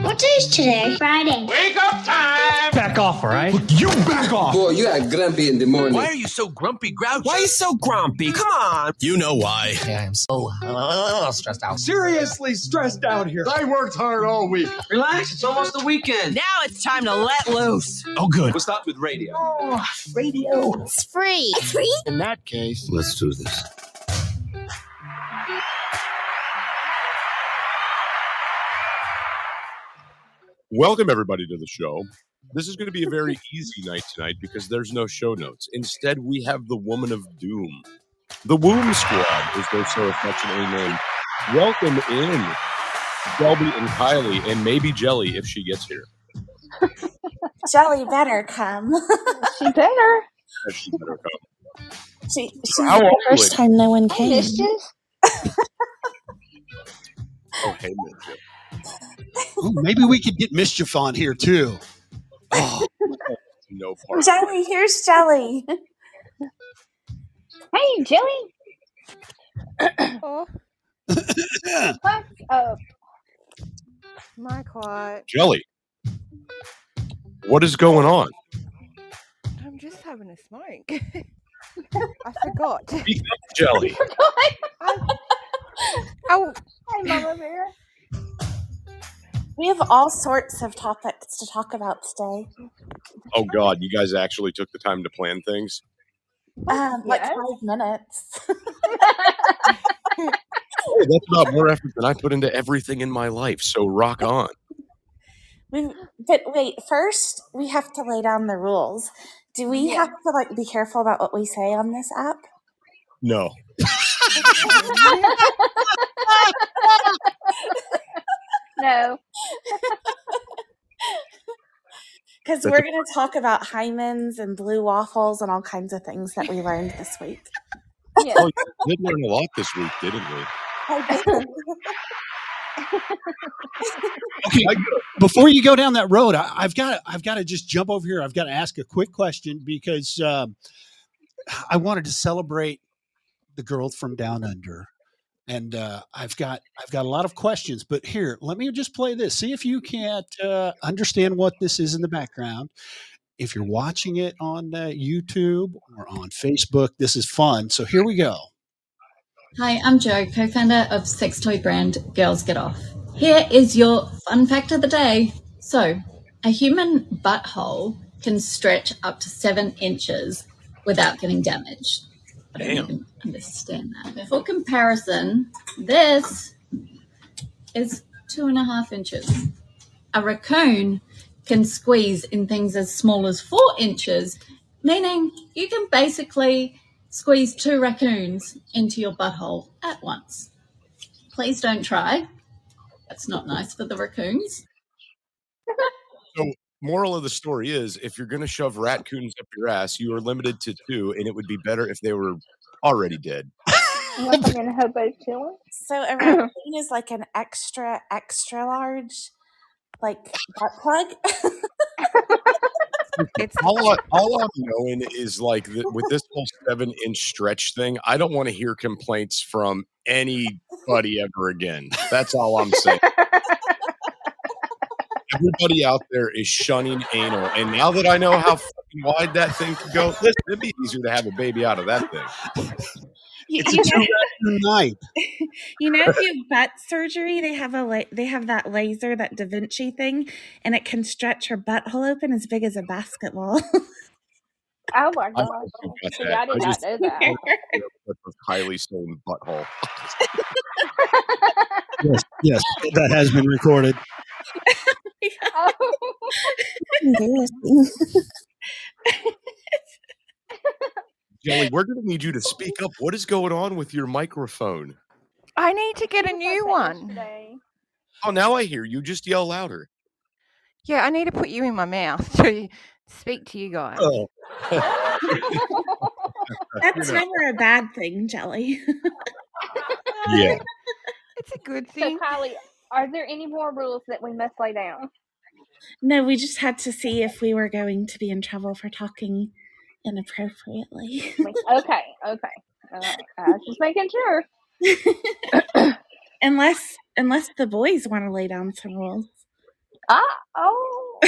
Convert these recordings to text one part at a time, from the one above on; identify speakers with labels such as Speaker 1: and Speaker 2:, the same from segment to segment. Speaker 1: What day is today? Friday.
Speaker 2: Wake up time!
Speaker 3: Back off, all right?
Speaker 4: You back off!
Speaker 5: Boy, you got grumpy in the morning.
Speaker 6: Why are you so grumpy, Grouch?
Speaker 7: Why are you so grumpy? Come on.
Speaker 6: You know why.
Speaker 7: Yeah, I am so uh, stressed out.
Speaker 4: Seriously stressed out here. I worked hard all week.
Speaker 7: Relax, it's almost the weekend. Now it's time to let loose.
Speaker 3: Oh, good.
Speaker 6: We'll start with radio.
Speaker 7: Oh, radio.
Speaker 1: It's free. It's free?
Speaker 4: In that case,
Speaker 5: Let's do this.
Speaker 8: Welcome, everybody, to the show. This is going to be a very easy night tonight because there's no show notes. Instead, we have the Woman of Doom. The Womb Squad is their so affectionately named. Welcome in, Shelby and Kylie, and maybe Jelly if she gets here.
Speaker 9: Jelly better come.
Speaker 10: She better.
Speaker 8: If she better come.
Speaker 9: she, she's
Speaker 8: How
Speaker 9: the
Speaker 8: old
Speaker 9: first
Speaker 8: would-
Speaker 9: time no one
Speaker 1: I
Speaker 9: came.
Speaker 1: missed it.
Speaker 8: Oh, hey, Mitchell.
Speaker 11: Ooh, maybe we could get mischief on here too. Oh,
Speaker 8: no part.
Speaker 9: Jelly, here's Jelly.
Speaker 10: Hey, Jelly.
Speaker 12: Oh,
Speaker 11: yeah.
Speaker 12: what's up? My clot.
Speaker 8: Jelly, what is going on?
Speaker 12: I'm just having a smoke. I forgot.
Speaker 8: Jelly,
Speaker 12: Oh,
Speaker 10: Hey, Mama Bear.
Speaker 9: We have all sorts of topics to talk about today.
Speaker 8: oh God, you guys actually took the time to plan things.
Speaker 9: Um, Like
Speaker 10: Yes.
Speaker 9: five minutes.
Speaker 8: Hey, that's about more effort than I put into everything in my life. So rock on.
Speaker 9: we but wait, first we have to lay down the rules. Do we
Speaker 12: Yeah.
Speaker 9: have to like be careful about what we say on this app?
Speaker 8: No,
Speaker 10: No.
Speaker 9: Because
Speaker 8: That's
Speaker 9: we're going to talk about hymens and blue waffles and all kinds of things that we learned this week.
Speaker 10: Yeah.
Speaker 8: oh, we did learn a lot this week, didn't we?
Speaker 11: Okay. Before you go down that road, I, I've got I've got to just jump over here. I've got to ask a quick question because um, I wanted to celebrate the girl from down under, and uh, I've got I've got a lot of questions. But here, let me just play this. See if you can't uh, understand what this is in the background. If you're watching it on uh, YouTube or on Facebook, this is fun. So here we go.
Speaker 13: Hi, I'm Jo, co founder of sex toy brand Girls Get Off. Here is your fun fact of the day. So, a human butthole can stretch up to seven inches without getting damaged. I don't
Speaker 6: Damn.
Speaker 13: even understand that. For comparison, this is two and a half inches. A raccoon can squeeze in things as small as four inches, meaning you can basically squeeze two raccoons into your butthole at once. Please don't try. That's not nice for the raccoons.
Speaker 8: moral of the story is if you're going to shove raccoons up your ass, you are limited to two, and it would be better if they were already dead.
Speaker 10: Unless I'm in hobo chilling.
Speaker 9: So a raccoon is like an extra, extra large, like butt plug.
Speaker 12: it's
Speaker 8: All, I, all I'm knowing is like th- with this whole seven inch stretch thing, I don't want to hear complaints from anybody ever again. That's all I'm saying. Everybody out there is shunning anal, and now that I know how fucking wide that thing can go, listen, it'd be easier to have a baby out of that thing.
Speaker 9: you,
Speaker 11: It's
Speaker 9: you
Speaker 11: a two
Speaker 9: know,
Speaker 11: night.
Speaker 9: you know, if you have butt surgery, they have a la- they have that laser, that Da Vinci thing, and it can stretch her butthole open as big as a basketball.
Speaker 10: Oh my
Speaker 8: I
Speaker 10: gosh.
Speaker 8: don't know about
Speaker 10: See,
Speaker 8: that.
Speaker 10: I did
Speaker 8: I
Speaker 10: not
Speaker 8: just-
Speaker 10: know that.
Speaker 8: Clip of Kylie saying butthole.
Speaker 11: Yes, yes, that has been recorded.
Speaker 10: Oh,
Speaker 9: Embarrassing.
Speaker 8: Jelly, we're going to need you to speak up. What is going on with your microphone?
Speaker 12: I need to get a
Speaker 10: what was I
Speaker 12: new
Speaker 10: saying
Speaker 12: one.
Speaker 10: yesterday?
Speaker 8: Oh, now I hear you. Just yell louder.
Speaker 12: Yeah, I need to put you in my mouth to speak to you guys.
Speaker 11: Oh,
Speaker 9: That's never a bad thing, Jelly.
Speaker 8: Yeah.
Speaker 12: It's a good
Speaker 10: So,
Speaker 12: thing.
Speaker 10: Kylie, are there any more rules that we must lay down?
Speaker 9: No, we just had to see if we were going to be in trouble for talking inappropriately.
Speaker 10: Like, okay, okay. All right. I was just making sure.
Speaker 9: unless unless the boys want to lay down some rules.
Speaker 10: Ah, oh.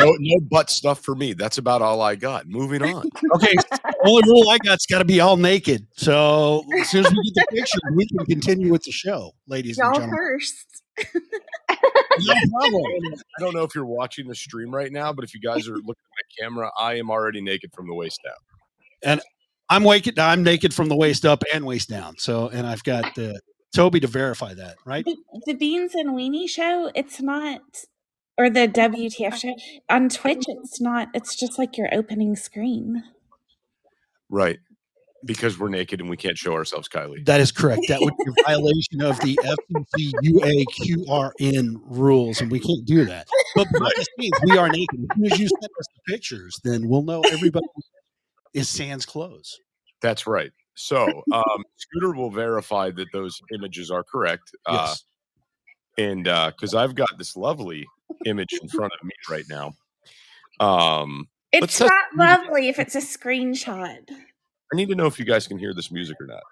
Speaker 8: No, no butt stuff for me. That's about all I got. Moving on.
Speaker 11: Okay, only rule I got's got to be all naked. So as soon as we get the picture, we can continue with the show, ladies and
Speaker 9: Y'all
Speaker 11: gentlemen.
Speaker 9: first.
Speaker 8: No problem. I don't know if you're watching the stream right now, but if you guys are looking at my camera, I am already naked from the waist down.
Speaker 11: And I'm naked. I'm naked from the waist up and waist down. So and I've got uh, Toby to verify that, right?
Speaker 9: The, the Beans and Weenie show, it's not, or the WTF show on Twitch, it's not, it's just like your opening screen.
Speaker 8: Right. Because we're naked and we can't show ourselves, Kylie.
Speaker 11: That is correct. That would be a violation of the FCC UAQRN rules, and we can't do that. But behind the scenes, we are naked. As soon as you send us the pictures, then we'll know everybody is sans clothes.
Speaker 8: That's right. So um, Scooter will verify that those images are correct. Uh,
Speaker 11: Yes.
Speaker 8: and because I've got this lovely image in front of me right now. Um,
Speaker 9: It's
Speaker 8: test-
Speaker 9: not lovely if it's a screenshot.
Speaker 8: I need to know if you guys can hear this music or not.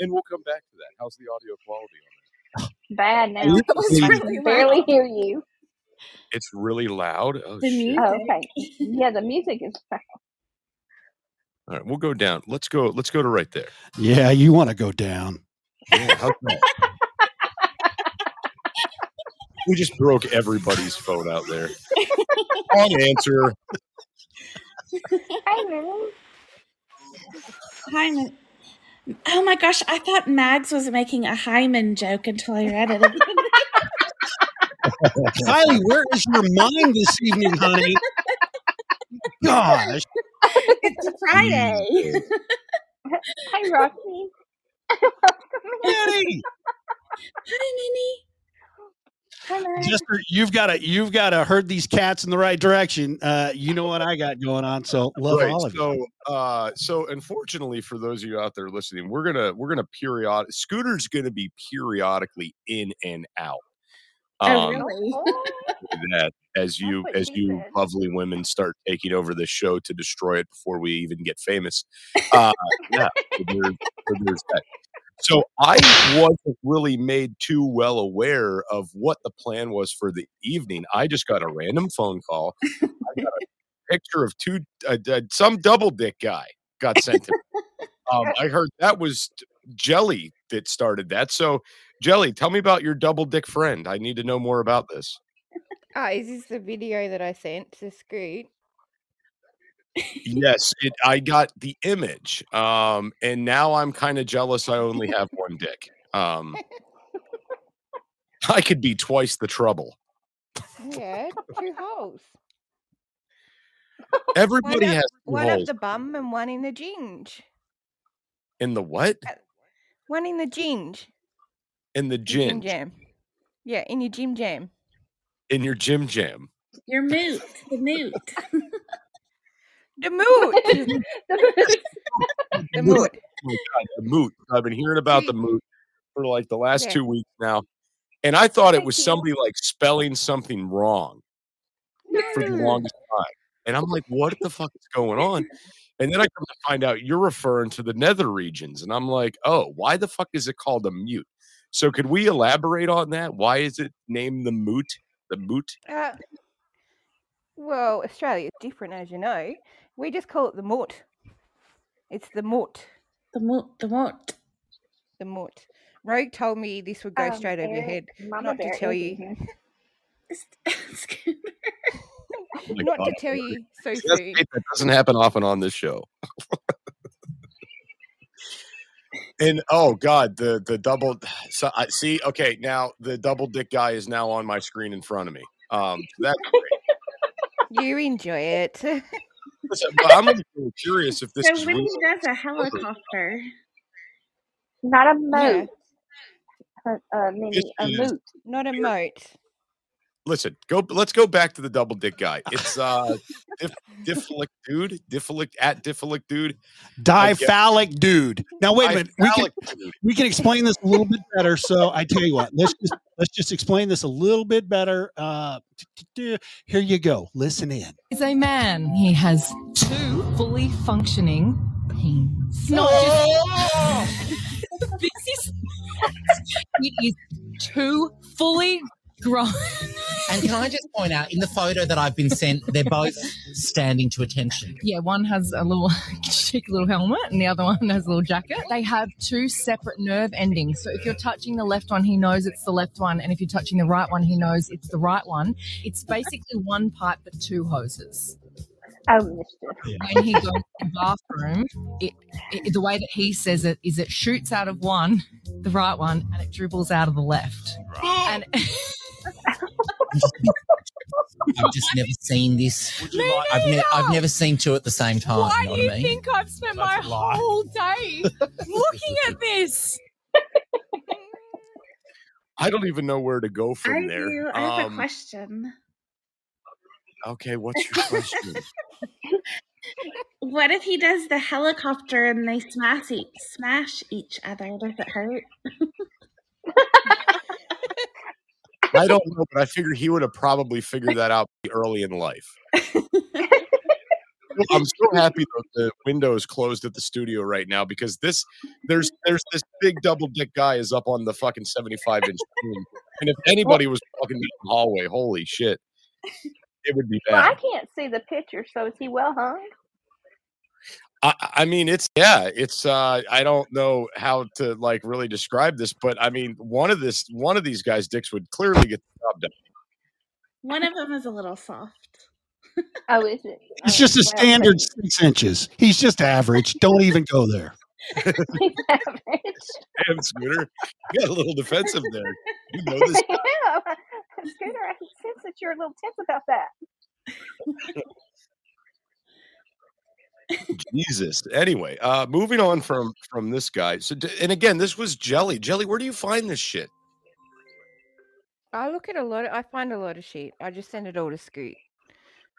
Speaker 8: And we'll come back to that. How's the audio quality on
Speaker 10: Bad now.
Speaker 8: That was
Speaker 10: I
Speaker 8: really
Speaker 10: can barely hear you.
Speaker 8: it? It's really loud. Oh, shit.
Speaker 10: Oh, okay. Yeah, the music is loud.
Speaker 8: All right, we'll go down. Let's go. Let's go to right there.
Speaker 11: Yeah, you want to go down.
Speaker 8: Yeah, how's that? we just broke everybody's phone out there. On answer.
Speaker 10: Hi, Mimi.
Speaker 9: Hyman. Oh my gosh, I thought Mags was making a Hyman joke until I read it.
Speaker 11: Kylie, where is your mind this evening, honey? Gosh.
Speaker 9: it's a Friday.
Speaker 10: Hi, Roxy.
Speaker 11: Minnie.
Speaker 9: Hi,
Speaker 10: Hi, Mimi.
Speaker 11: Jester, you've got to you've got to herd these cats in the right direction. Uh, you know what I got going on, so love
Speaker 8: Right,
Speaker 11: all of you.
Speaker 8: so, uh, so unfortunately for those of you out there listening, we're gonna we're gonna periodic. Scooter's gonna be periodically in and out.
Speaker 9: Oh,
Speaker 8: Um,
Speaker 9: really?
Speaker 10: Oh,
Speaker 8: that as you
Speaker 10: what
Speaker 8: as
Speaker 10: she
Speaker 8: you
Speaker 10: said.
Speaker 8: lovely women start taking over this show to destroy it before we even get famous. Uh, yeah, so there- so there's that. So I wasn't really made too well aware of what the plan was for the evening. I just got a random phone call. I got a picture of two uh, uh, some double dick guy got sent to me. Um, I heard that was Jelly that started that. So Jelly, tell me about your double dick friend. I need to know more about this.
Speaker 12: Ah, is this the video that I sent to Scoot?
Speaker 8: yes it, i got the image um and now i'm kind of jealous i only have one dick um i could be twice the trouble
Speaker 12: Yeah, two holes.
Speaker 8: everybody
Speaker 12: up-
Speaker 8: has two
Speaker 12: One up
Speaker 8: holes
Speaker 12: the bum and one in the ginge.
Speaker 8: in the what
Speaker 12: One in the ginge.
Speaker 8: in the
Speaker 12: the Gym
Speaker 8: gin
Speaker 12: jam. Yeah, in your gym jam.
Speaker 8: in your gym jam
Speaker 9: You're moot. The moot.
Speaker 12: The mood. the mood.
Speaker 8: Oh my God, the moot i've been hearing about the
Speaker 12: See-
Speaker 8: moot for like the last
Speaker 12: Yeah.
Speaker 8: two weeks now and i thought it
Speaker 12: Thank
Speaker 8: was
Speaker 12: you.
Speaker 8: somebody like spelling something wrong for the longest time. And I'm like, what the fuck is going on? And then I come to find out you're referring to the nether regions. And I'm like, oh, why the fuck is it called a mute? So could we elaborate on that? Why is it named the moot? The moot?
Speaker 12: Uh, well, Australia is different, as you know. We just call it the moot. It's the moot.
Speaker 9: The moot. The moot.
Speaker 12: The moot. Rogue told me this would go
Speaker 10: Um,
Speaker 12: straight over your
Speaker 10: Bear-
Speaker 12: head.
Speaker 10: Mama
Speaker 12: not to
Speaker 10: Bear
Speaker 12: tell
Speaker 10: is
Speaker 12: you.
Speaker 10: in here.
Speaker 8: Oh my
Speaker 12: not
Speaker 8: God,
Speaker 12: to tell you so
Speaker 8: See, that's
Speaker 12: soon.
Speaker 8: great. That doesn't happen often on this show. and oh god, the the double. So I see. Okay, now the double dick guy is now on my screen in front of me. Um, that
Speaker 12: You enjoy it.
Speaker 8: listen, but I'm really curious if this
Speaker 9: So
Speaker 8: is
Speaker 9: when
Speaker 8: real.
Speaker 9: he does a helicopter,
Speaker 10: Not a
Speaker 12: Yeah.
Speaker 10: moat. Uh, uh, Mimi, a
Speaker 8: is-
Speaker 10: moot.
Speaker 12: Not a moat.
Speaker 8: Listen, go. Let's go back to the double dick guy. It's uh, diff, difflick dude, difflick at difflick dude,
Speaker 11: Diphalic dude. Now wait a minute. We can,
Speaker 8: Diphalic dude.
Speaker 11: we can explain this a little bit better. So I tell you what, let's just let's just explain this a little bit better. Uh, t- t- t- here you go. Listen in.
Speaker 2: is a man. He has two fully functioning peens. Not
Speaker 3: Oh!
Speaker 2: just this is it is two fully grown.
Speaker 3: And can I just point out in the photo that I've been sent, they're both standing to attention.
Speaker 2: Yeah, one has a little chic little helmet, and the other one has a little jacket. They have two separate nerve endings. So if you're touching the left one, he knows it's the left one, and if you're touching the right one, he knows it's the right one. It's basically one pipe but two hoses.
Speaker 12: I missed it.
Speaker 2: when he goes to the bathroom, it, it the way that he says it is it shoots out of one, the right one, and it dribbles out of the left. And
Speaker 3: I've just never seen this.
Speaker 2: you like-
Speaker 3: I've, ne- I've
Speaker 2: neither.
Speaker 3: never seen two at the same time.
Speaker 2: why
Speaker 3: you know what
Speaker 2: do you
Speaker 3: I mean?
Speaker 2: think I've spent
Speaker 3: That's a
Speaker 2: my
Speaker 3: lie.
Speaker 2: whole day looking at this?
Speaker 8: I don't even know where to go from
Speaker 9: I
Speaker 8: there.
Speaker 9: do. I have a
Speaker 8: Um,
Speaker 9: question.
Speaker 8: Okay, what's your question?
Speaker 9: What if he does the helicopter and they smash each, smash each other? Does it hurt?
Speaker 8: I don't know, but I figure he would have probably figured that out pretty early in life. I'm so happy that the window is closed at the studio right now because this there's there's this big double dick guy is up on the fucking 75 inch screen. And if anybody was walking down the hallway, holy shit, it would be
Speaker 12: Well, I
Speaker 8: bad.
Speaker 12: can't see the picture, so is he well hung?
Speaker 8: I, I mean, it's yeah, it's uh I don't know how to like really describe this, but I mean one of this one of these guys' dicks would clearly get the job done.
Speaker 9: One of them is a little soft.
Speaker 12: oh, is it?
Speaker 11: It's just a standard six inches. He's just average. Don't even go there.
Speaker 8: Damn, Scooter, you got a little defensive there. You know
Speaker 12: yeah,
Speaker 8: this.
Speaker 12: Scooter, I can sense that you're a little tense about that.
Speaker 8: Jesus. Anyway, uh, moving on from from this guy. So, d- and again, this was Jelly. Jelly, where do you find this shit?
Speaker 12: I look at a lot. Of, I find a lot of shit. I just send it all to Scoot.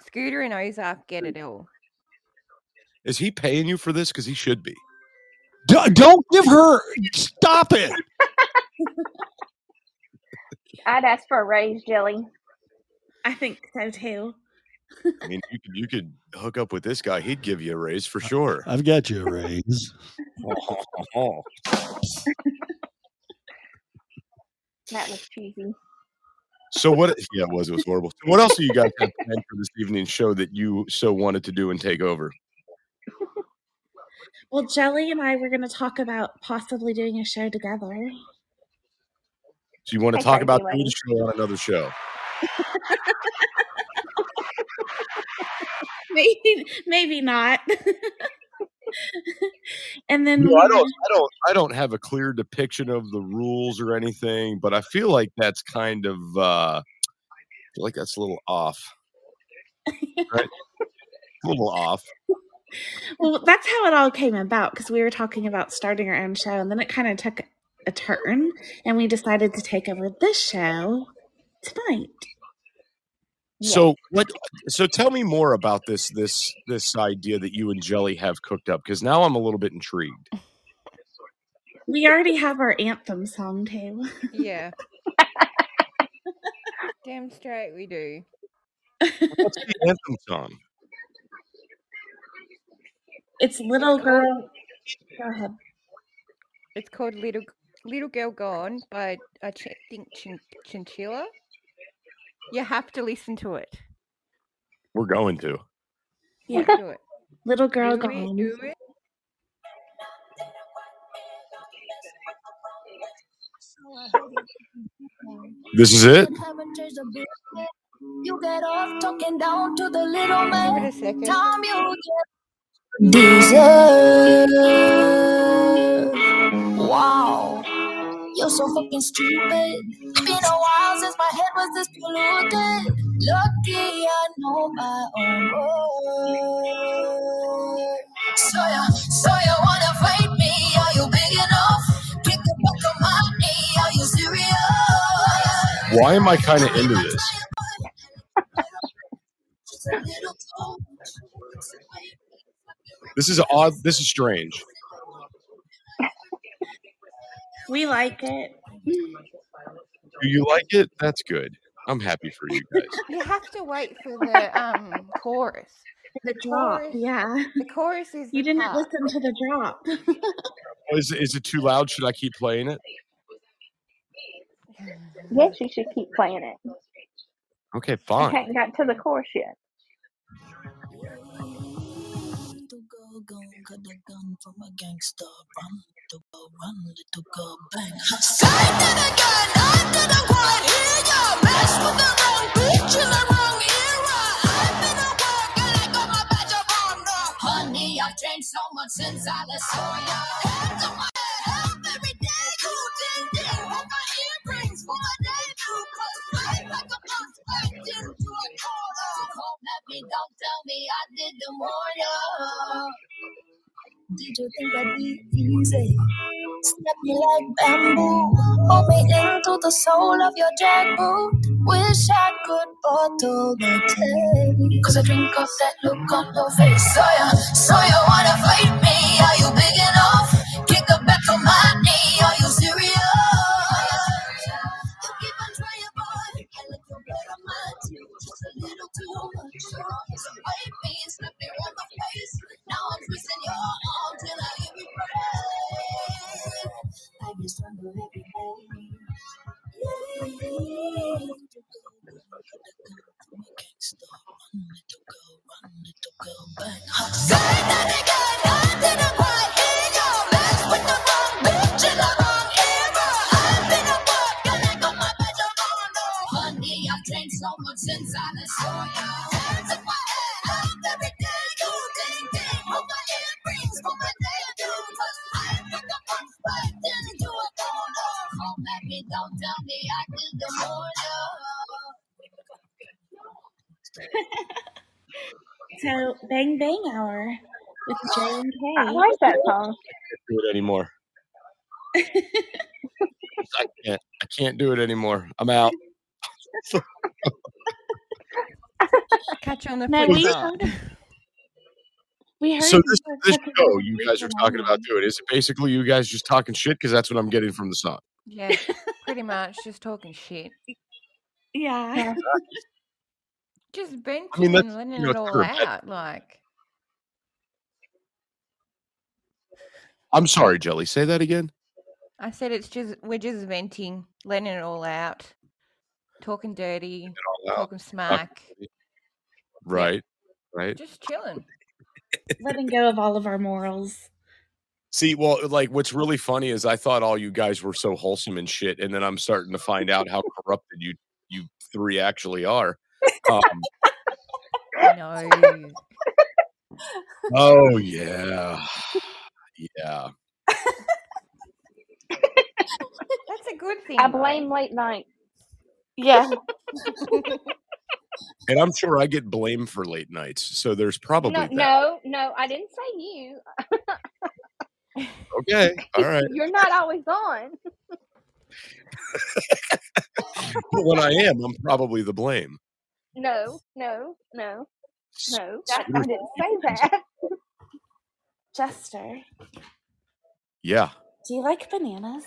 Speaker 12: Scooter and Ozark get it all.
Speaker 8: Is he paying you for this? Because he should be.
Speaker 11: Don't, don't give her. Stop it.
Speaker 12: I'd ask for a raise, Jelly.
Speaker 9: I think so too.
Speaker 8: I mean, you could you could hook up with this guy. He'd give you a raise for sure.
Speaker 11: I've got you a raise.
Speaker 12: That was cheesy.
Speaker 8: so what? Yeah, it was. It was horrible. So what else do you guys have planned for this evening show that you so wanted to do and take over?
Speaker 9: Well, Jelly and I were going to talk about possibly doing a show together.
Speaker 8: So you want
Speaker 9: I
Speaker 8: to talk
Speaker 9: tried
Speaker 8: about
Speaker 9: to, I
Speaker 8: doing a show on another show?
Speaker 9: maybe, maybe not. and then
Speaker 8: No, I
Speaker 9: we're-
Speaker 8: don't. I don't. I don't have a clear depiction of the rules or anything, but I feel like that's kind of. uh I feel like that's a little off. Right? a little off.
Speaker 9: well, that's how it all came about because we were talking about starting our own show, and then it kind of took a turn, and we decided to take over this show tonight.
Speaker 8: So what? So tell me more about this this this idea that you and Jelly have cooked up because now I'm a little bit intrigued.
Speaker 9: We already have our anthem song too.
Speaker 12: Yeah. Damn straight we do.
Speaker 8: What's the anthem song?
Speaker 9: It's little girl. Go ahead.
Speaker 12: It's called Little Little Girl Gone by I ch- think Chin- Chinchilla. You have to listen to it.
Speaker 8: We're going to.
Speaker 12: Yeah, do it.
Speaker 9: Little girl
Speaker 12: Do it,
Speaker 9: gone.
Speaker 12: do it.
Speaker 8: This is it.
Speaker 14: You get off talking down to the little man. Time you get deserve. Wow, you're so fucking stupid. Been a while since my head was this polluted. Lucky I know my own word. So you, so you wanna fight me? Are you big enough? Pick the book of my knee. Are you serious?
Speaker 8: Why am I kind of into this? This is odd. This is strange.
Speaker 9: We like it.
Speaker 8: Do you like it? That's good. I'm happy for you guys.
Speaker 12: You have to wait for the um chorus.
Speaker 9: The drop, yeah.
Speaker 12: The chorus is
Speaker 9: You
Speaker 12: the
Speaker 9: didn't
Speaker 12: part.
Speaker 9: listen to the drop.
Speaker 8: Is, is it too loud? Should I keep playing it?
Speaker 15: Yes, you should keep playing it.
Speaker 8: Okay,
Speaker 15: We
Speaker 8: fine.
Speaker 15: hadn't got to the chorus yet.
Speaker 10: from a gangster. Run, little girl, run, little girl, bang. Say that again, I didn't quite hear ya. Mess with the wrong bitch in the wrong era. I've been at work and I got my badge of honor. Honey, I've changed so much since I last saw ya. Hands on my head, help every day. Cool ding ding, hold my earrings for my debut. Cause I'm like a punk backed into a corner. Don't let me, don't tell me I didn't warn ya. Did you think I'd be easy? Snap me like bamboo. Hold me into the soul of your jackboot. Wish I could bottle the taste. Cause I drink off that look on your face. So you, so you wanna fight me? Are you big enough? Kick the back of my knee. Are you serious? You keep on trying, boy. I let your blood on my teeth. Just a little too much. So bite me, slap me on the face. Now I'm twisting your arm till I give you breath. I just wonder every day. Since I last saw you, hands in my head, up every day. You ding ding, hold my earrings for the day you. Cause I'm like a punch right into a corner. Come at me, don't tell me I did the warning.
Speaker 9: So Bang Bang Hour with J and K.
Speaker 15: I like that song.
Speaker 8: Do it anymore. I can't. I can't do it anymore. I'm out.
Speaker 12: Catch you on the
Speaker 9: No,
Speaker 12: flip
Speaker 9: we
Speaker 12: side.
Speaker 9: we heard
Speaker 8: So
Speaker 9: you
Speaker 8: this
Speaker 9: were
Speaker 8: this show
Speaker 9: talking about
Speaker 8: you
Speaker 9: Bang
Speaker 8: guys are talking about doing is it basically you guys just talking shit because that's what I'm getting from the song.
Speaker 12: Yeah, pretty much just talking shit.
Speaker 9: Yeah.
Speaker 8: I
Speaker 12: Just
Speaker 8: mean
Speaker 12: venting
Speaker 8: that's
Speaker 12: and letting
Speaker 8: you know
Speaker 12: it
Speaker 8: it's
Speaker 12: all
Speaker 8: true. That-
Speaker 12: out. Like,
Speaker 8: I'm sorry, Jelly. Say that again.
Speaker 12: I said, it's just, we're just venting, letting it all out, talking dirty,
Speaker 8: All out.
Speaker 12: talking
Speaker 8: Talk-
Speaker 12: smack,
Speaker 8: Right. Right.
Speaker 12: just chilling.
Speaker 9: letting go of all of our morals.
Speaker 8: See, well, like what's really funny is I thought all you guys were so wholesome and shit, and then I'm starting to find out how corrupted you you three actually are. Um,
Speaker 12: No.
Speaker 8: oh yeah, yeah.
Speaker 12: That's a good thing.
Speaker 15: I
Speaker 12: though.
Speaker 15: blame late night.
Speaker 9: Yeah.
Speaker 8: And I'm sure I get blamed for late nights, so there's probably
Speaker 15: No,
Speaker 8: that.
Speaker 15: no, no. I didn't say you.
Speaker 8: Okay, all right.
Speaker 15: You're not always on.
Speaker 8: But when I am, I'm probably the blame.
Speaker 15: No, no, no, no. That, I
Speaker 8: Seriously.
Speaker 15: didn't say that.
Speaker 9: Jester,
Speaker 8: Yeah.
Speaker 9: do you like bananas?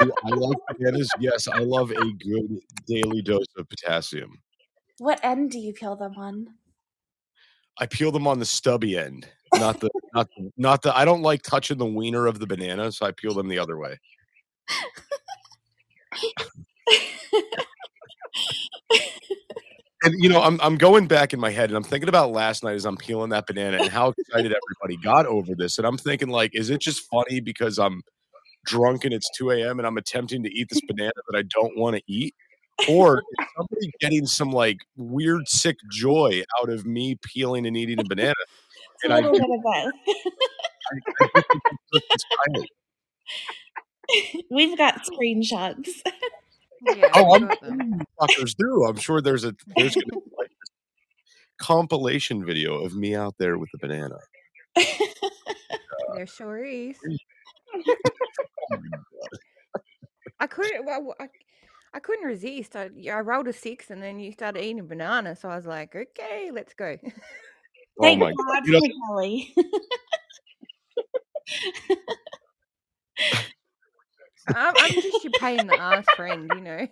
Speaker 8: Do I like bananas? Yes, I love a good daily dose of potassium.
Speaker 9: What end do you peel them on?
Speaker 8: I peel them on the stubby end, not the not the, not the. I don't like touching the wiener of the banana, so I peel them the other way. And you know, I'm I'm going back in my head, and I'm thinking about last night as I'm peeling that banana and how excited everybody got over this. And I'm thinking, like, is it just funny because I'm drunk and it's 2 a.m. and I'm attempting to eat this banana that I don't want to eat? Or is somebody getting some like weird sick joy out of me peeling and eating a banana?
Speaker 9: It's a
Speaker 8: And I
Speaker 9: little bit of both. We've got screenshots.
Speaker 12: Yeah,
Speaker 8: oh,
Speaker 12: I've
Speaker 8: I'm
Speaker 12: got them.
Speaker 8: sure you fuckers do. I'm sure there's a there's gonna be like compilation video of me out there with the banana.
Speaker 12: There sure is.
Speaker 8: Oh
Speaker 12: I couldn't. Well, I, I couldn't resist. I, yeah, I rolled a six, and then you started eating a banana. So I was like, "Okay, let's go."
Speaker 9: Thank
Speaker 8: Oh my
Speaker 9: God
Speaker 8: You know,
Speaker 9: for Kelly.
Speaker 12: I'm, I'm just your pain in the ass friend, you know.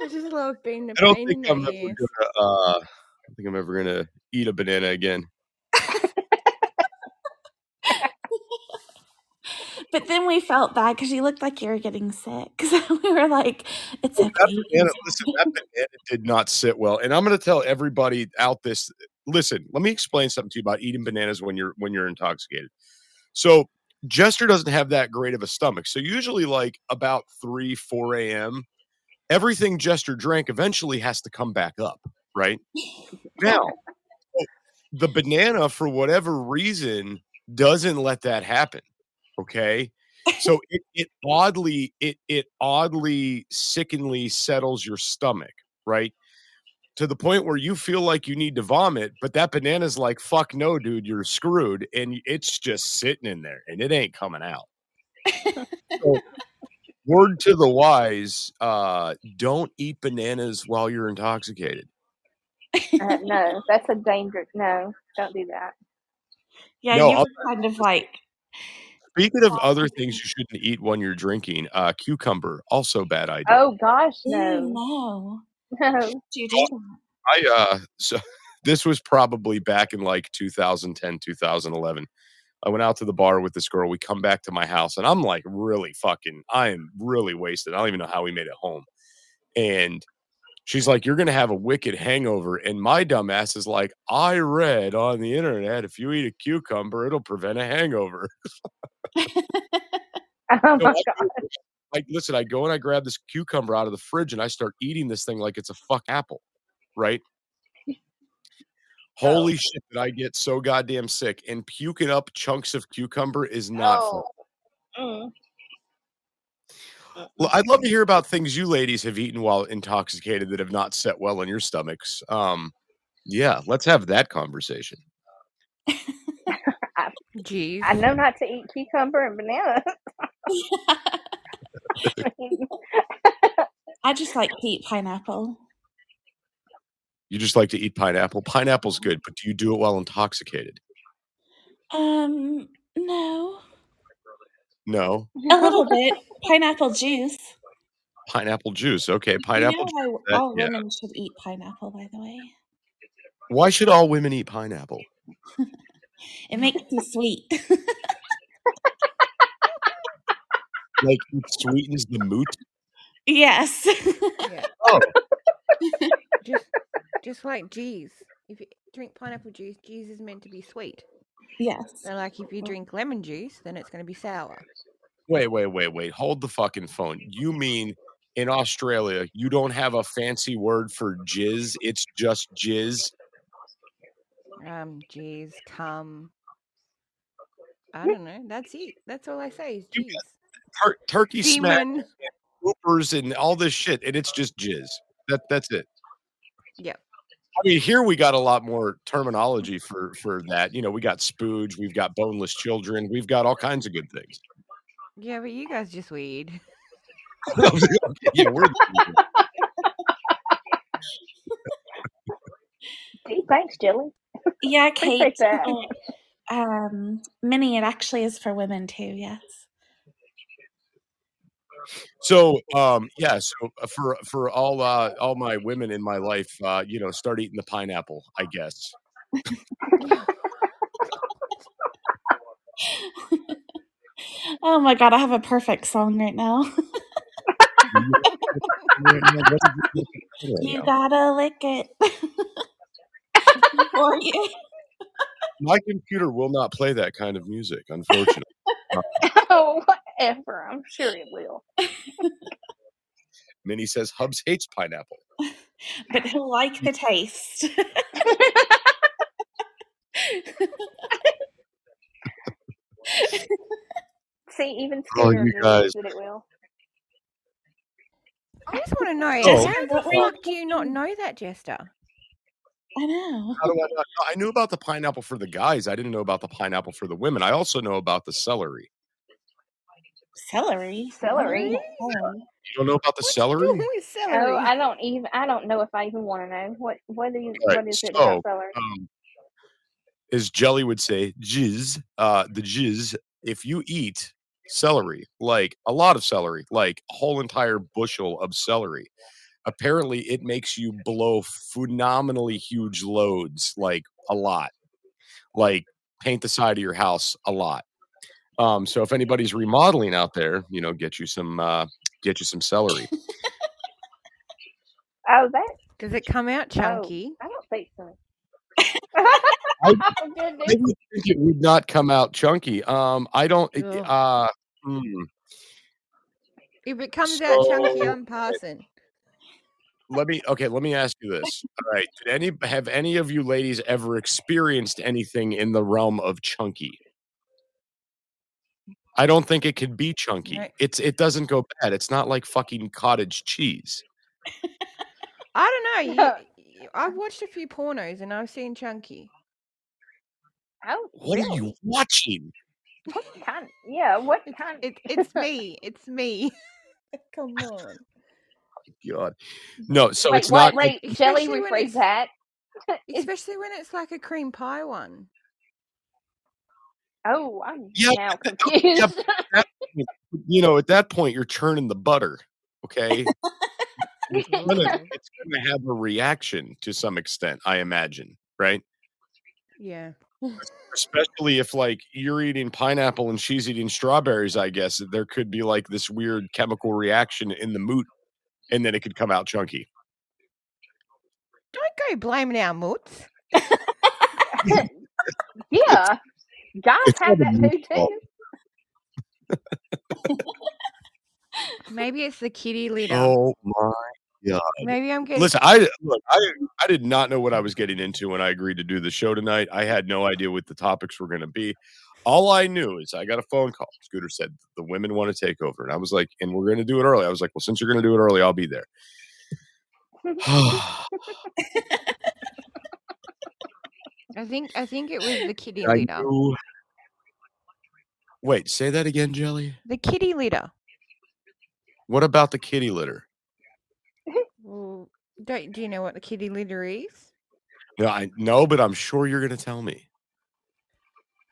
Speaker 12: I just love being the
Speaker 8: I don't
Speaker 12: pain in
Speaker 8: think
Speaker 12: the
Speaker 8: I'm ever
Speaker 12: ass.
Speaker 8: gonna. Uh, I don't think I'm ever gonna eat a banana again.
Speaker 9: But then we felt bad because you looked like you were getting sick. So we were like, it's okay.
Speaker 8: That banana, listen, that banana did not sit well, and I'm gonna tell everybody out this. Listen, let me explain something to you about eating bananas when you're when you're intoxicated. So Jester doesn't have that great of a stomach. So usually, like about three, four a.m., everything Jester drank eventually has to come back up, right? Now, the banana, for whatever reason, doesn't let that happen. Okay. So it, it oddly, it it oddly sickeningly settles your stomach, right? To the point where you feel like you need to vomit, but that banana's like, fuck no, dude, you're screwed. And it's just sitting in there and it ain't coming out. So, word to the wise, uh, don't eat bananas while you're intoxicated.
Speaker 10: Uh, no, that's a danger. No, don't do that.
Speaker 9: Yeah,
Speaker 8: No,
Speaker 9: you
Speaker 8: I'll-
Speaker 9: were kind of like,
Speaker 8: Speaking of other things you shouldn't eat when you're drinking, uh, cucumber also bad idea.
Speaker 10: Oh gosh,
Speaker 9: no,
Speaker 10: no,
Speaker 9: no.
Speaker 10: no.
Speaker 9: You do that.
Speaker 8: I uh, so this was probably back in like 2010, 2011. I went out to the bar with this girl. We come back to my house, and I'm like really fucking. I am really wasted. I don't even know how we made it home. And she's like, "You're gonna have a wicked hangover." And my dumbass is like, "I read on the internet if you eat a cucumber, it'll prevent a hangover."
Speaker 10: Oh
Speaker 8: So I
Speaker 10: my
Speaker 8: go- I listen, I go and I grab this cucumber out of the fridge and I start eating this thing like it's a fuck apple, right?
Speaker 9: Oh,
Speaker 8: Holy shit, did I get so goddamn sick. And puking up chunks of cucumber is not fun.
Speaker 10: Mm.
Speaker 8: Well, I'd love to hear about things you ladies have eaten while intoxicated that have not set well in your stomachs. Um, yeah, let's have that conversation.
Speaker 10: I,
Speaker 12: Jeez.
Speaker 10: I know not to eat cucumber and bananas.
Speaker 9: I just like to eat pineapple.
Speaker 8: You just like to eat pineapple. Pineapple's good, but do you do it while intoxicated?
Speaker 9: Um, no,
Speaker 8: No.
Speaker 9: a little bit. Pineapple juice.
Speaker 8: Pineapple juice. Okay,
Speaker 9: You
Speaker 8: pineapple
Speaker 9: know why
Speaker 8: juice. that-
Speaker 9: all
Speaker 8: yeah.
Speaker 9: women should eat pineapple, by the way?
Speaker 8: Why should all women eat pineapple?
Speaker 9: It makes you sweet.
Speaker 8: like it sweetens the moot.
Speaker 9: yes.
Speaker 8: Oh,
Speaker 12: Just, just like G's. If you drink pineapple juice, G's is meant to be sweet.
Speaker 9: Yes.
Speaker 12: So, like, if you drink lemon juice, then it's going to be sour.
Speaker 8: wait, wait, wait, wait. Hold the fucking phone. You mean in Australia, you don't have a fancy word for jizz? It's just jizz.
Speaker 12: Um, G's, cum. I don't know. That's it. That's all I say is G's.
Speaker 8: Tur- turkey smack,
Speaker 12: Demon.
Speaker 8: poopers, and all this shit, and it's just jizz. That that's it.
Speaker 12: Yep.
Speaker 8: I mean, here we got a lot more terminology for for that. You know, we got spooge, we've got boneless children, we've got all kinds of good things.
Speaker 12: Yeah, but you guys just weird.
Speaker 8: yeah, we're
Speaker 10: Gee, thanks, Jilly.
Speaker 9: Yeah,
Speaker 10: Appreciate
Speaker 9: Kate.
Speaker 10: that.
Speaker 9: uh, Um, mini, it actually is for women too. Yes.
Speaker 8: So um yeah, so uh, for for all uh all my women in my life, uh, you know, start eating the pineapple, I guess.
Speaker 9: Oh my God, I have a perfect song right now. you gotta lick it before you.
Speaker 8: my computer will not play that kind of music, unfortunately. Uh,
Speaker 10: Oh, whatever. I'm sure it will.
Speaker 8: Minnie says Hubs hates pineapple.
Speaker 9: But he'll like the taste.
Speaker 10: See, even
Speaker 8: Oh,
Speaker 10: Scooter
Speaker 8: you
Speaker 10: agrees
Speaker 8: guys.
Speaker 10: that it will.
Speaker 12: I just want to know
Speaker 8: Oh.
Speaker 12: how the fuck do you not know that, Jester?
Speaker 9: I know.
Speaker 8: How do I not know? I knew about the pineapple for the guys. I didn't know about the pineapple for the women. I also know about the celery.
Speaker 9: Celery.
Speaker 10: Celery.
Speaker 9: Oh,
Speaker 8: You don't know about the celery?
Speaker 10: Oh, I don't even. I don't know if I even want to know what. What is?
Speaker 8: All right,
Speaker 10: What is it
Speaker 8: so,
Speaker 10: about celery?
Speaker 8: um, as Jelly would say, jizz. Uh, the jizz. If you eat celery, like a lot of celery, like a whole entire bushel of celery, apparently it makes you blow phenomenally huge loads, like a lot, like paint the side of your house a lot. Um, so if anybody's remodeling out there, you know, get you some uh, get you some celery.
Speaker 10: Oh, that Oh,
Speaker 12: Does it come out chunky?
Speaker 10: I don't think so. Oh,
Speaker 8: I would think it would not come out chunky. Um, I don't. it-
Speaker 12: Ugh.
Speaker 8: Uh, hmm.
Speaker 12: If it comes out chunky,
Speaker 8: So-
Speaker 12: I'm passing.
Speaker 8: Let me. Okay, let me ask you this. All right, did any have any of you ladies ever experienced anything in the realm of chunky? I don't think it could be chunky.
Speaker 12: Right.
Speaker 8: It's it doesn't go bad. It's not like fucking cottage cheese.
Speaker 12: I don't know. You, you- I've watched a few pornos and I've seen chunky.
Speaker 10: Oh,
Speaker 8: What are you watching?
Speaker 10: what kind? Yeah, what kind?
Speaker 12: It, it's me. It's me. Come on.
Speaker 8: God,
Speaker 12: Mm-hmm.
Speaker 8: no. So
Speaker 10: wait,
Speaker 8: it's not.
Speaker 10: what? Wait, Jelly,
Speaker 12: Especially when
Speaker 10: rephrase
Speaker 12: it's-
Speaker 10: that.
Speaker 12: Especially when it's like a cream pie one.
Speaker 10: Oh, I'm
Speaker 8: Yeah,
Speaker 10: now
Speaker 8: but
Speaker 10: confused.
Speaker 8: yeah, but at that point, you know, at that point, you're churning the butter. Okay. it's gonna, it's gonna have a reaction to some extent, I imagine, right?
Speaker 12: Yeah.
Speaker 8: Especially if like you're eating pineapple and she's eating strawberries, I guess there could be like this weird chemical reaction in the moot, and then it could come out chunky.
Speaker 12: Don't go blaming our moots.
Speaker 10: yeah. Guys
Speaker 8: It's
Speaker 10: have
Speaker 8: not a
Speaker 10: that
Speaker 8: moot
Speaker 10: too.
Speaker 8: fault.
Speaker 10: too.
Speaker 12: Maybe it's the kitty litter.
Speaker 8: Oh my god!
Speaker 12: Maybe I'm getting.
Speaker 8: Um, Listen, I look, I I did not know what I was getting into when I agreed to do the show tonight. I had no idea what the topics were going to be. All I knew is I got a phone call. Scooter said the women want to take over, and I was like, "And we're going to do it early." I was like, "Well, since you're going to do it early, I'll be there."
Speaker 12: I think I think it was the kitty
Speaker 8: I
Speaker 12: litter.
Speaker 8: knew- Wait, say that again, Jelly.
Speaker 12: The kitty litter.
Speaker 8: What about the kitty litter?
Speaker 12: Well, don't do you know what the kitty litter is?
Speaker 8: No, I no, but I'm sure you're going to tell me.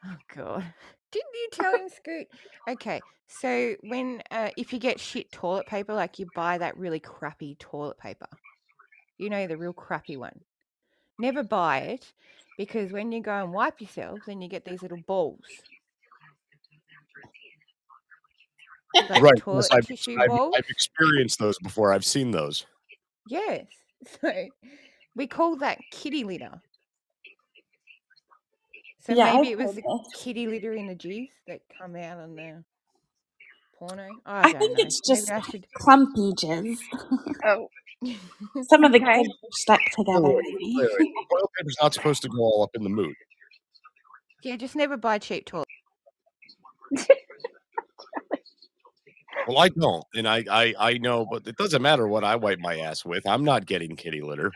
Speaker 12: Oh God! Didn't you tell him, Scoot? Okay, so when uh, if you get shit toilet paper, like you buy that really crappy toilet paper, you know the real crappy one. Never buy it because when you go and wipe yourself, then you get these little balls, like
Speaker 8: right? yes,
Speaker 12: toilet
Speaker 8: I've,
Speaker 12: tissue
Speaker 8: I've,
Speaker 12: balls.
Speaker 8: I've experienced those before. I've seen those.
Speaker 12: Yes. So we call that kitty litter. So
Speaker 14: Yeah, I've
Speaker 12: maybe it
Speaker 14: heard
Speaker 12: was the kitty litter energies that come out on the porno. I,
Speaker 9: I
Speaker 12: don't
Speaker 9: think
Speaker 12: know.
Speaker 9: it's
Speaker 12: Maybe
Speaker 9: just
Speaker 12: I should.
Speaker 9: clumpy jizz.
Speaker 10: Oh.
Speaker 9: Some of the
Speaker 10: Okay.
Speaker 9: kids are stuck together,
Speaker 8: Wait,
Speaker 9: maybe.
Speaker 8: wait, wait. Toilet paper's not supposed to go all up in the mood.
Speaker 12: Yeah, just never buy cheap toilet.
Speaker 8: Well, I don't, and I, I, I know, but it doesn't matter what I wipe my ass with. I'm not getting kitty litter.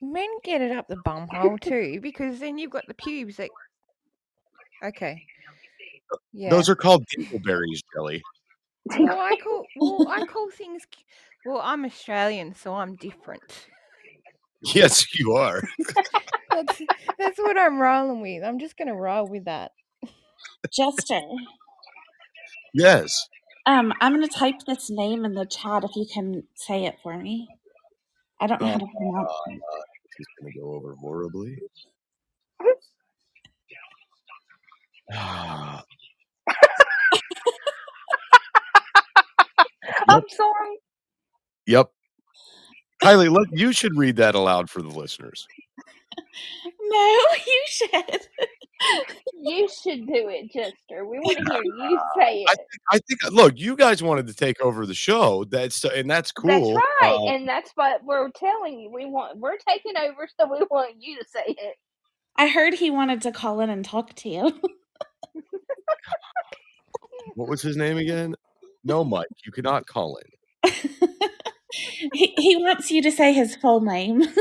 Speaker 12: Men get it up the bum hole too, because then you've got the pubes that. Okay. Yeah.
Speaker 8: Those are called dingleberries, jelly.
Speaker 12: Well, I call well, I call things. ki- Well, I'm Australian, so I'm different.
Speaker 8: Yes, you are.
Speaker 12: That's that's what I'm rolling with. I'm just gonna roll with that.
Speaker 9: Jester,
Speaker 8: Yes.
Speaker 9: um, I'm going to type this name in the chat if you can say it for me. I don't know how
Speaker 8: Um,
Speaker 9: to pronounce
Speaker 8: uh,
Speaker 9: it.
Speaker 8: this is gonna go over horribly. um,
Speaker 10: I'm sorry.
Speaker 8: yep. Kylie, let you should read that aloud for the listeners.
Speaker 9: No, you should.
Speaker 10: You should do it, Jester. We want to hear you say
Speaker 8: I
Speaker 10: it.
Speaker 8: think, I think. uh, Look, you guys wanted to take over the show. That's and that's cool.
Speaker 10: That's right,
Speaker 8: Uh,
Speaker 10: and that's what we're telling you. We want we're taking over, so we want you to say it.
Speaker 9: I heard he wanted to call in and talk to you.
Speaker 8: what was his name again? No, Mike, you cannot call in.
Speaker 9: he, he wants you to say his full name.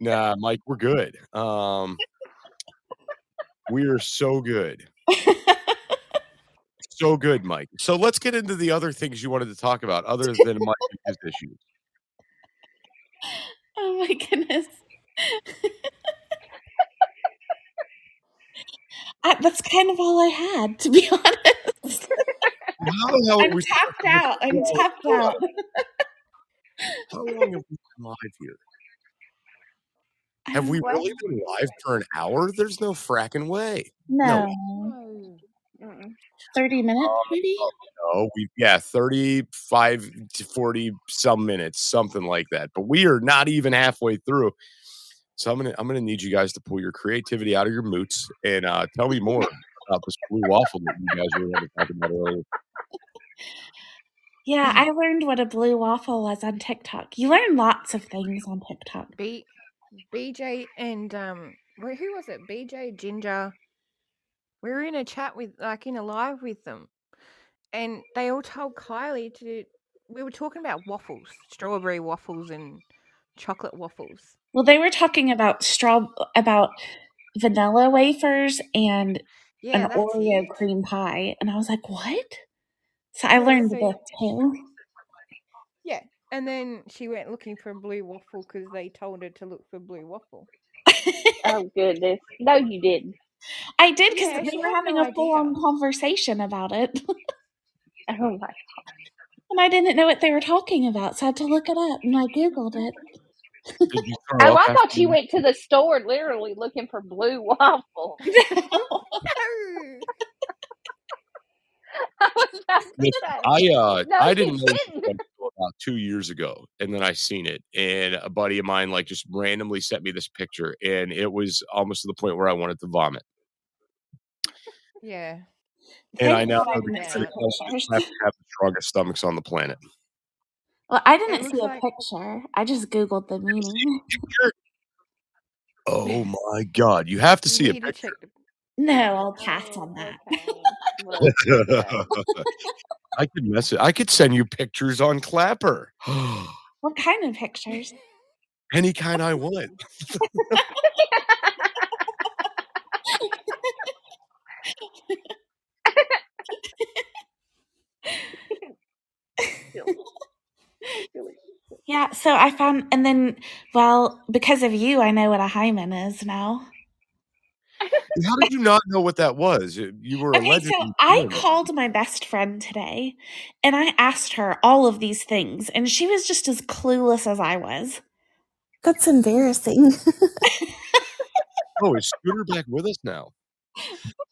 Speaker 8: Nah, Mike, we're good. Um, we are so good. so good, Mike. So let's get into the other things you wanted to talk about, other than Mike and his issues.
Speaker 9: Oh my goodness. I, that's kind of all I had, to be honest.
Speaker 8: How the hell are
Speaker 9: I'm
Speaker 8: we-
Speaker 9: tapped out. I'm tapped out.
Speaker 8: How long have we been live here? Have we
Speaker 9: What?
Speaker 8: really been live for an hour? There's no fracking way.
Speaker 9: No.
Speaker 10: Mm-hmm.
Speaker 9: 30 minutes,
Speaker 8: Um,
Speaker 9: maybe?
Speaker 8: oh, No, we yeah, 35 to 40 some minutes, something like that. But we are not even halfway through. So I'm gonna I'm gonna need you guys to pull your creativity out of your moots and uh, tell me more about this blue waffle that you guys were really talking about earlier.
Speaker 9: Yeah,
Speaker 8: Hmm.
Speaker 9: I learned what a blue waffle was on TikTok. You learn lots of things on TikTok.
Speaker 12: B, BJ and um, wh- who was it? BJ Ginger. We were in a chat with, like, in a live with them, and they all told Kylie to. We were talking about waffles, strawberry waffles, and chocolate waffles.
Speaker 9: Well, they were talking about straw about vanilla wafers and
Speaker 12: Yeah,
Speaker 9: an
Speaker 12: that's
Speaker 9: Oreo cream pie, and I was like, "What?" So I
Speaker 12: Yeah,
Speaker 9: learned
Speaker 12: so-
Speaker 9: this too.
Speaker 12: Yeah, and then she went looking for a blue waffle because they told her to look for blue waffle.
Speaker 10: Oh goodness! No, you didn't.
Speaker 9: I did because
Speaker 12: Yeah,
Speaker 9: we
Speaker 12: she
Speaker 9: were
Speaker 12: had
Speaker 9: having
Speaker 12: no
Speaker 9: a full-on conversation about it,
Speaker 10: Oh my!
Speaker 9: and I didn't know what they were talking about, so I had to look it up, and I googled it.
Speaker 8: Did you throw
Speaker 10: Oh,
Speaker 8: up
Speaker 10: I thought
Speaker 8: after
Speaker 10: you went to the store literally looking for blue waffle. I was about to
Speaker 8: Look,
Speaker 10: say.
Speaker 8: I uh,
Speaker 10: No,
Speaker 8: I
Speaker 10: you
Speaker 8: didn't know this
Speaker 10: didn't.
Speaker 8: until about two years ago, and then I seen it, and a buddy of mine like just randomly sent me this picture, and it was almost to the point where I wanted to vomit.
Speaker 12: Yeah.
Speaker 8: And
Speaker 9: Thank
Speaker 8: I now
Speaker 9: God I
Speaker 8: know
Speaker 9: didn't
Speaker 8: the
Speaker 9: see
Speaker 8: three of us
Speaker 9: pictures.
Speaker 8: have to have the strongest stomachs on the planet.
Speaker 9: Well, I didn't
Speaker 12: looks
Speaker 9: see a
Speaker 12: like-
Speaker 9: picture. I just googled the meaning.
Speaker 8: Oh my god, you have to see a
Speaker 12: need to
Speaker 8: picture. Oh,
Speaker 12: check the.
Speaker 9: No, I'll pass on that.
Speaker 8: I could mess it. I could send you pictures on Clapper,
Speaker 9: What kind of pictures?
Speaker 8: any kind I want.
Speaker 9: Yeah, so I found, and then, well, because of you, I know what a hymen is now.
Speaker 8: How did you not know what that was? You you were
Speaker 9: Okay,
Speaker 8: allegedly.
Speaker 9: so I
Speaker 8: born.
Speaker 9: called my best friend today and I asked her all of these things, and she was just as clueless as I was. That's embarrassing.
Speaker 8: Oh, is Scooter back with us now?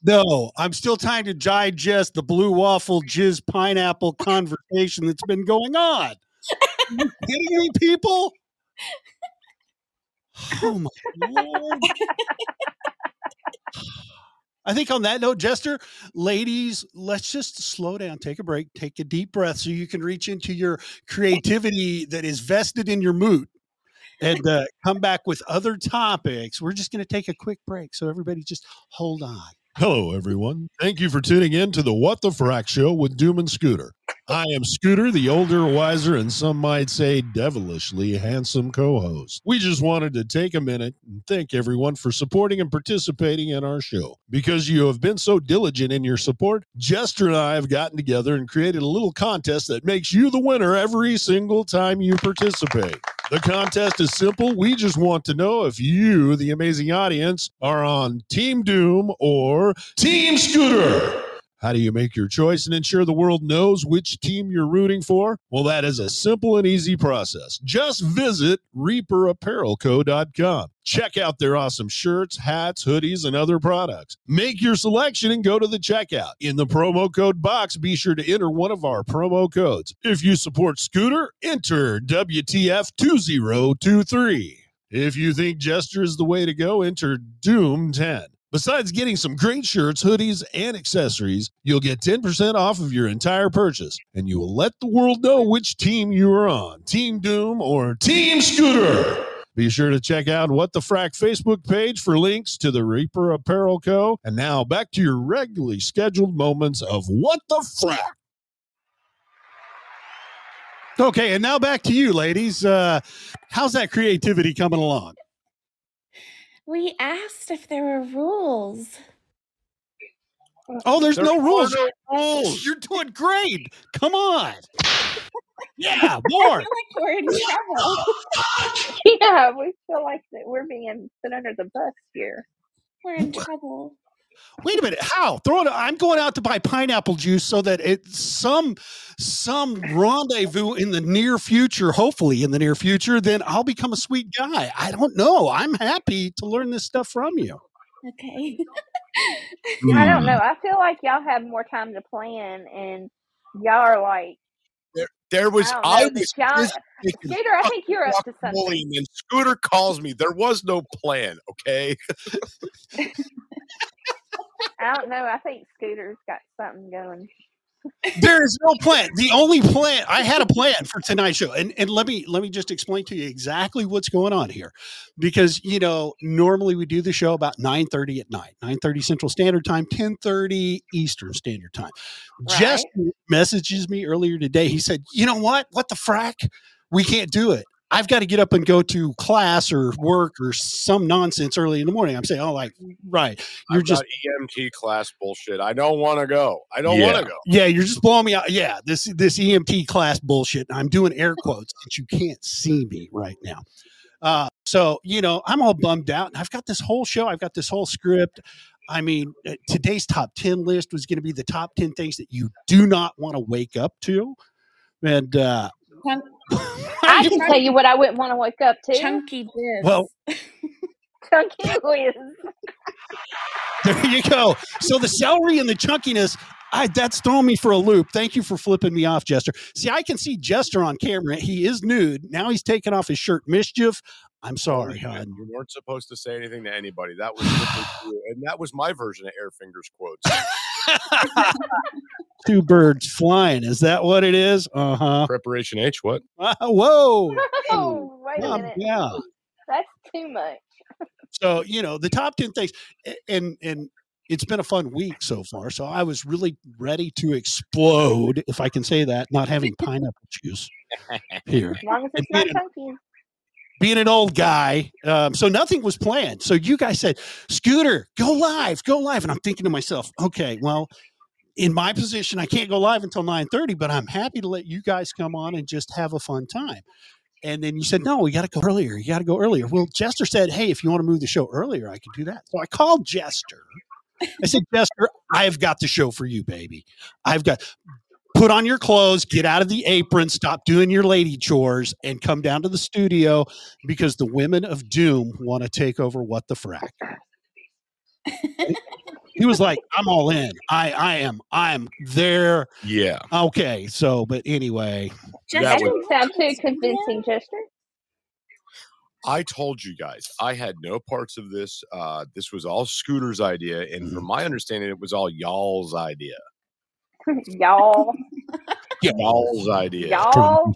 Speaker 11: No, I'm still trying to digest the blue waffle jizz pineapple conversation that's been going on. Are you kidding me, people? Oh my lord. I think on that note, Jester, ladies, let's just slow down, take a break, take a deep breath so you can reach into your creativity that is vested in your mood and uh, come back with other topics. We're just going to take a quick break. So everybody just hold on.
Speaker 16: Hello, everyone. Thank you for tuning in to the What the Frack Show with Doom and Scooter. I am Scooter, the older, wiser, and some might say devilishly handsome co host. We just wanted to take a minute and thank everyone for supporting and participating in our show. Because you have been so diligent in your support, Jester and I have gotten together and created a little contest that makes you the winner every single time you participate. The contest is simple. We just want to know if you, the amazing audience, are on Team Doom or Team Scooter. How do you make your choice and ensure the world knows which team you're rooting for? Well, that is a simple and easy process. Just visit reaperapparelco.com. Check out their awesome shirts, hats, hoodies, and other products. Make your selection and go to the checkout. In the promo code box, be sure to enter one of our promo codes. If you support Scooter, enter WTF2023. If you think Jester is the way to go, enter Doom 10. Besides getting some great shirts, hoodies, and accessories, you'll get 10% off of your entire purchase, and you will let the world know which team you are on Team Doom or Team Scooter. Be sure to check out What the Frack Facebook page for links to the Reaper Apparel Co. And now back to your regularly scheduled moments of What the Frack.
Speaker 11: Okay, and now back to you, ladies. Uh, how's that creativity coming along?
Speaker 9: We asked if there were rules.
Speaker 11: Oh, there's,
Speaker 14: There
Speaker 11: no
Speaker 14: are
Speaker 11: rules.
Speaker 14: no
Speaker 11: rules. You're doing great. Come on. Yeah, more.
Speaker 10: we're in trouble.
Speaker 9: Oh,
Speaker 10: yeah, we feel like that we're being put under the bus here.
Speaker 9: We're in trouble.
Speaker 11: Wait a minute. How? Throw it. I'm going out to buy pineapple juice so that it's some some rendezvous in the near future, hopefully in the near future, then I'll become a sweet guy. I don't know. I'm happy to learn this stuff from you.
Speaker 9: Okay.
Speaker 10: I don't
Speaker 11: Hmm.
Speaker 10: know. I feel like y'all have more time to plan, and y'all are like,
Speaker 8: There, there was
Speaker 10: I don't know,
Speaker 8: I,
Speaker 10: the
Speaker 8: was
Speaker 10: giant-
Speaker 8: busy making
Speaker 10: Scooter, I think you're up to something.
Speaker 8: William and Scooter calls me. There was no plan, okay?
Speaker 10: I don't know. I think Scooter's got something going.
Speaker 11: There is no plan. The only plan I had a plan for tonight's show, and and let me let me just explain to you exactly what's going on here, because you know normally we do the show about nine thirty at night, nine thirty Central Standard Time, ten thirty Eastern Standard Time. Jess messages me earlier today. He said, "You know what? What the frack? We can't do it." I've got to get up and go to class or work or some nonsense early in the morning. I'm saying, oh, like, right. You're
Speaker 8: I've
Speaker 11: just
Speaker 8: got EMT E class bullshit. I don't want to go. I don't
Speaker 11: yeah. Oh
Speaker 8: want to go.
Speaker 11: Yeah, you're just blowing me out. Yeah, this this EMT class bullshit. I'm doing air quotes that you can't see me right now. Uh, so you know, I'm all bummed out. and I've got this whole show. I've got this whole script. I mean, uh, today's top ten list was going to be the top ten things that you do not want to wake up to, and uh,
Speaker 10: Can- I can tell you what I wouldn't want to wake up to.
Speaker 9: Chunky biz.
Speaker 11: well,
Speaker 10: Chunky whiz.
Speaker 11: there you go. So the celery and the chunkiness. I, that's thrown me for a loop. Thank you for flipping me off, Jester. See, I can see Jester on camera. He is nude. Now he's taking off his shirt. Mischief. I'm sorry, hon.
Speaker 8: You weren't supposed to say anything to anybody. That was strictly true. and that was my version of air fingers quotes.
Speaker 11: Two birds flying. Is that what it is? Uh huh.
Speaker 8: Preparation H. What?
Speaker 11: whoa.
Speaker 10: Oh, wait a
Speaker 11: Calm
Speaker 10: minute.
Speaker 11: down.
Speaker 10: That's too much.
Speaker 11: So you know the top ten things, a- and and it's been a fun week so far. So I was really ready to explode, if I can say that. Not having pineapple juice here.
Speaker 10: As long as it's not
Speaker 11: And being an-
Speaker 10: chunky.
Speaker 11: being an old guy, um, so nothing was planned. So you guys said, "Scooter, go live, go live," and I'm thinking to myself, "Okay, well." In my position, I can't go live until 9:30, but I'm happy to let you guys come on and just have a fun time. And then you said, no, we got to go earlier. You got to go earlier. Well, Jester said, hey, if you want to move the show earlier, I could do that. So I called Jester. I said, Jester, I've got the show for you, baby. I've got, put on your clothes, get out of the apron, stop doing your lady chores, and come down to the studio because the women of doom want to take over what the frack. he was like, I'm all in. I, I am. I'm there.
Speaker 8: Yeah.
Speaker 11: Okay. So, but anyway.
Speaker 10: that doesn't sound too convincing, Chester.
Speaker 8: I told you guys I had no parts of this. Uh, this was all Scooter's idea, and from my understanding, it was all y'all's idea.
Speaker 10: y'all.
Speaker 8: Y'all's idea.
Speaker 10: Y'all.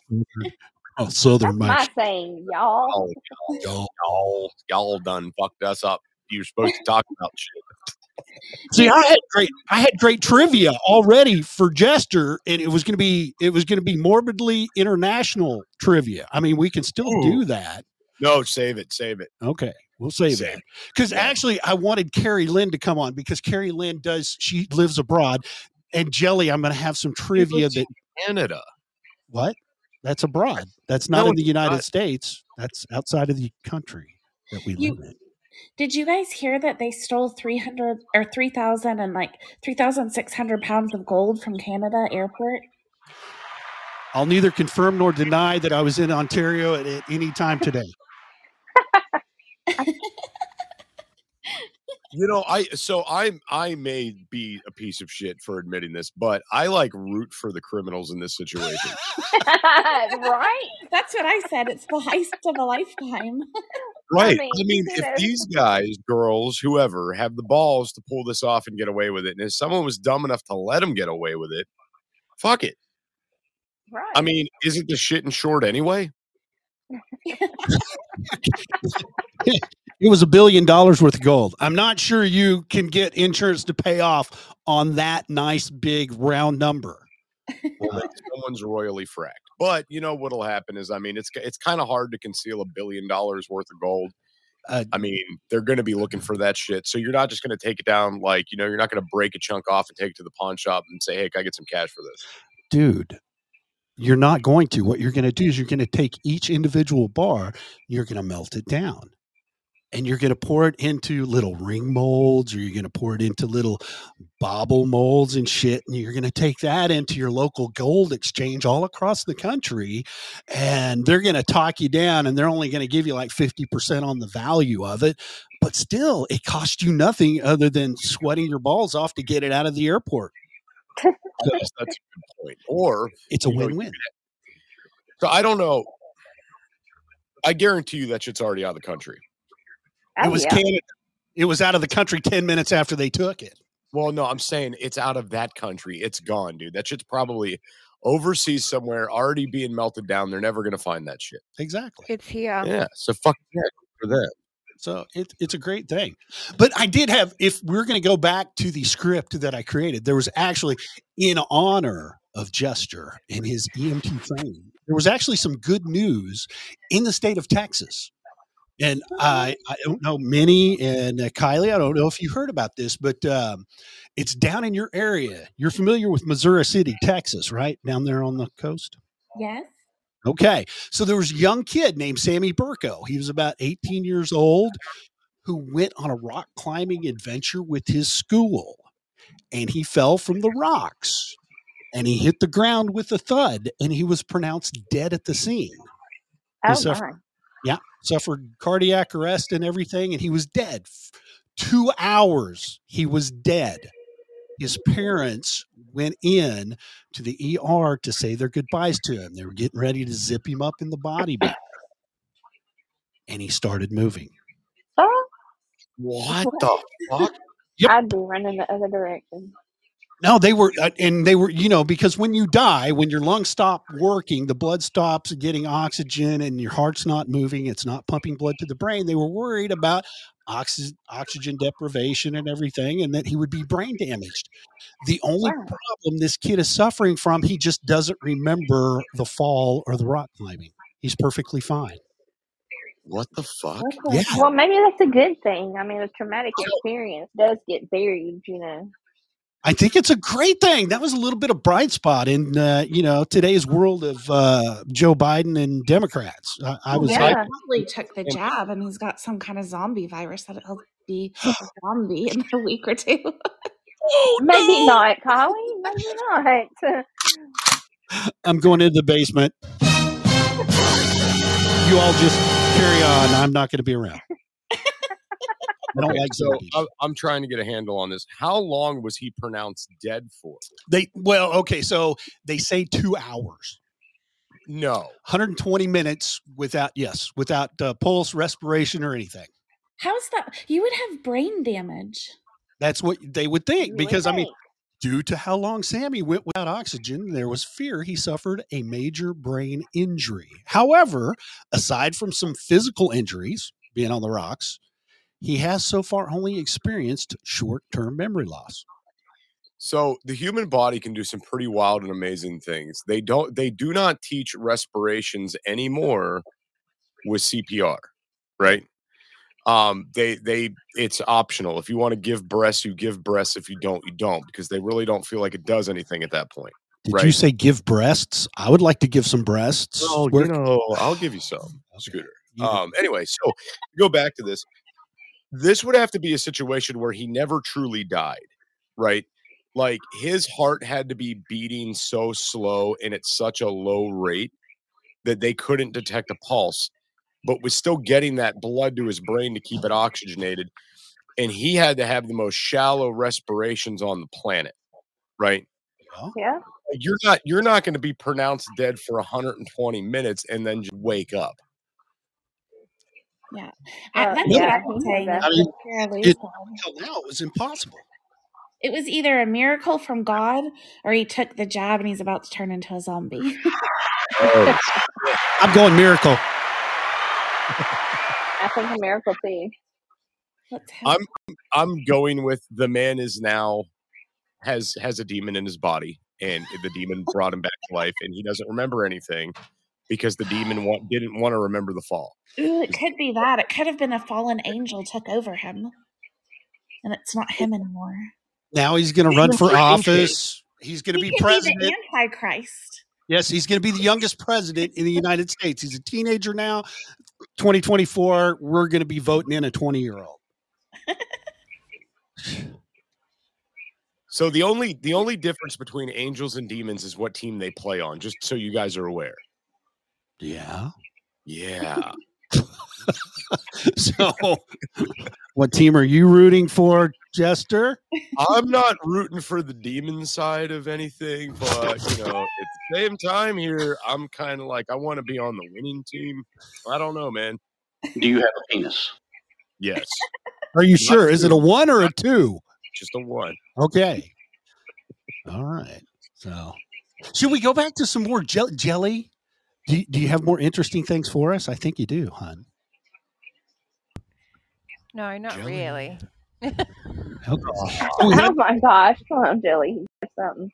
Speaker 11: Oh, Southern
Speaker 10: My saying, y'all.
Speaker 11: Oh,
Speaker 8: Y'all, y'all, y'all, y'all done fucked us up. You're supposed to talk about shit.
Speaker 11: See, I had great, I had great trivia already for Jester, and it was going to be, it was going to be morbidly international trivia. I mean, we can still do that.
Speaker 8: No, save it, save it.
Speaker 11: Okay, we'll save
Speaker 8: Save.
Speaker 11: that because actually, I wanted Carrie Lynn to come on because Carrie Lynn does, she lives abroad, and Jelly, I'm going to have some trivia that
Speaker 8: Canada.
Speaker 11: what? That's abroad. That's not
Speaker 8: No,
Speaker 11: in the
Speaker 8: it's
Speaker 11: United
Speaker 8: not.
Speaker 11: States. That's outside of the country that we
Speaker 9: You-
Speaker 11: live in.
Speaker 9: Did you guys hear that they stole 300 or 3,000 and like 3,600 pounds of gold from Canada airport?
Speaker 11: I'll neither confirm nor deny that I was in Ontario at, at any time today.
Speaker 8: You know, I so I I may be a piece of shit for admitting this, but I like root for the criminals in this situation.
Speaker 9: right? That's what I said. It's the heist of a lifetime.
Speaker 8: Right. I mean, if these guys, girls, whoever have the balls to pull this off and get away with it, and if someone was dumb enough to let them get away with it, fuck it.
Speaker 10: Right.
Speaker 8: I mean, isn't the shit in short anyway?
Speaker 11: It was a billion dollars worth of gold. I'm not sure you can get insurance to pay off on that nice big round number.
Speaker 8: Well, then someone's royally fracked. But you know what'll happen is, I mean, it's it's kind of hard to conceal a billion dollars worth of gold.
Speaker 11: I
Speaker 8: mean, they're going to be looking for that shit. So you're not just going to take it down like you know, you're not going to break a chunk off and take it to the pawn shop and say, "Hey, can I get some cash for this?"
Speaker 11: dude you're not going to what you're going to do is you're going to take each individual bar you're going to melt it down and you're going to pour it into little ring molds or you're going to pour it into little bobble molds and shit and you're going to take that into your local gold exchange all across the country and they're going to talk you down and they're only going to give you like 50% on the value of it but still it cost you nothing other than sweating your balls off to get it out of the airport
Speaker 8: Yes, that's a good point. Or
Speaker 11: it's a
Speaker 8: you know, you
Speaker 11: win-win.
Speaker 8: could- So I don't know. I guarantee you that shit's already out of the country. Oh,
Speaker 11: it was Canada. It was out of the country ten minutes after they took it.
Speaker 8: Well, no, I'm saying it's out of that country. It's gone, dude. That shit's probably overseas somewhere, already being melted down. They're never gonna find that shit.
Speaker 11: Exactly.
Speaker 12: It's here.
Speaker 8: Yeah. So fuck that for that.
Speaker 11: So it, it's a great thing. But I did have, if we're going to go back to the script that I created, there was actually in honor of Jester and his EMT training, there was actually some good news in the state of Texas. And I, I don't know, Minnie and uh, Kylie, I don't know if you heard about this, but um, it's down in your area. You're familiar with Missouri City, Texas, right? Down there on the coast?
Speaker 10: Yes.
Speaker 11: Okay. So there was a young kid named Sammy Burko. He was about 18 years old who went on a rock climbing adventure with his school and he fell from the rocks and he hit the ground with a thud and he was pronounced dead at the scene. He
Speaker 14: Oh,
Speaker 11: suffered-
Speaker 14: my.
Speaker 11: yeah, suffered cardiac arrest and everything and he was dead. F- 2 hours he was dead. His parents went in to the ER to say their goodbyes to him. They were getting ready to zip him up in the body bag. And he started moving. What the fuck?
Speaker 10: I'd be running the other direction.
Speaker 11: No, they were, uh, and they were, you know, because when you die, when your lungs stop working, the blood stops getting oxygen and your heart's not moving, it's not pumping blood to the brain. They were worried about oxy- oxygen deprivation and everything, and that he would be brain damaged. The only problem this kid is suffering from, he just doesn't remember the fall or the rock climbing. He's perfectly fine.
Speaker 8: What the fuck?
Speaker 10: What the-
Speaker 11: Yeah.
Speaker 10: Well, maybe that's a good thing. I mean, a traumatic experience does get buried, you know.
Speaker 11: I think it's a great thing. That was a little bit of bright spot in uh, you know today's world of uh, Joe Biden and Democrats. I, I was hyped.
Speaker 9: yeah, probably took the jab, and he's got some kind of zombie virus that he'll be a zombie in a week or two.
Speaker 11: Oh,
Speaker 10: Maybe not, Colleen. Maybe not.
Speaker 11: I'm going into the basement. you all just carry on. I'm not going to be around. I don't like
Speaker 8: so I, I'm trying to get a handle on this. How long was he pronounced dead for?
Speaker 11: They well, okay, so they say two hours.
Speaker 8: No,
Speaker 11: 120 minutes without yes, without uh, pulse, respiration, or anything.
Speaker 9: How's that? You would have brain damage.
Speaker 11: That's what they would think
Speaker 9: would
Speaker 11: because I mean, due to how long Sammy went without oxygen, there was fear he suffered a major brain injury. However, aside from some physical injuries, being on the rocks, he has so far only experienced short-term memory loss.
Speaker 8: So the human body can do some pretty wild and amazing things. They don't they do not teach respirations anymore with CPR, right? Um they they it's optional. If you want to give breaths, you give breaths. If you don't, you don't because they really don't feel like it does anything at that point.
Speaker 11: Did you say give breasts? I would like to give some breasts.
Speaker 8: Well, you
Speaker 11: Where-
Speaker 8: know, I'll give you some, Scooter. Um, anyway, so go back to this. This would have to be a situation where he never truly died, right? Like his heart had to be beating so slow and at such a low rate that they couldn't detect a pulse, but was still getting that blood to his brain to keep it oxygenated. And he had to have the most shallow respirations on the planet, right?
Speaker 10: yeah.
Speaker 8: Like, you're not you're not going to be pronounced dead for 120 minutes and then just wake up.
Speaker 9: Yeah, I,
Speaker 10: Uh,
Speaker 9: that's
Speaker 10: yeah, I
Speaker 9: what I'm
Speaker 10: can hear
Speaker 9: saying.
Speaker 10: that.
Speaker 9: I
Speaker 10: I
Speaker 11: mean,
Speaker 9: it,
Speaker 11: it- until now, it was impossible.
Speaker 9: was either a miracle from God or he took the jab and he's about to turn into a zombie. Oh.
Speaker 11: Oh. I'm going miracle.
Speaker 10: I think a miracle too.
Speaker 8: I'm I'm going with the man is now has has a demon in his body and the demon brought him back to life and he doesn't remember anything because the demon wa- didn't want to remember the fall.
Speaker 9: Ooh, it could be that. It could have been a fallen angel took over him, and it's not him anymore.
Speaker 11: Now he's going to
Speaker 9: He
Speaker 11: run
Speaker 9: was
Speaker 11: for
Speaker 9: like-
Speaker 11: office. He's going to
Speaker 9: He
Speaker 11: be
Speaker 9: could
Speaker 11: president.
Speaker 9: the Antichrist.
Speaker 11: Yes, he's going to be the youngest president in the United States. He's a teenager now. 2024, we're going to be voting in a 20 year old.
Speaker 8: So the only the only difference between angels and demons is what team they play on. Just so you guys are aware.
Speaker 11: Yeah.
Speaker 8: Yeah.
Speaker 11: So, what team are you rooting for, Jester?
Speaker 8: I'm not rooting for the demon side of anything, but you know, at the same time here, I'm kind of like I want to be on the winning team. I don't know, man.
Speaker 17: Do you have a penis?
Speaker 8: Yes,
Speaker 11: Are you sure? Is it a one or a two?
Speaker 8: just a one.
Speaker 11: Okay. All right. So, should we go back to some more jel- jelly? Do you, do you have more interesting things for us? I think you do, hon.
Speaker 12: No, not really.
Speaker 11: Okay.
Speaker 10: Oh my gosh, come on, Jelly, or something.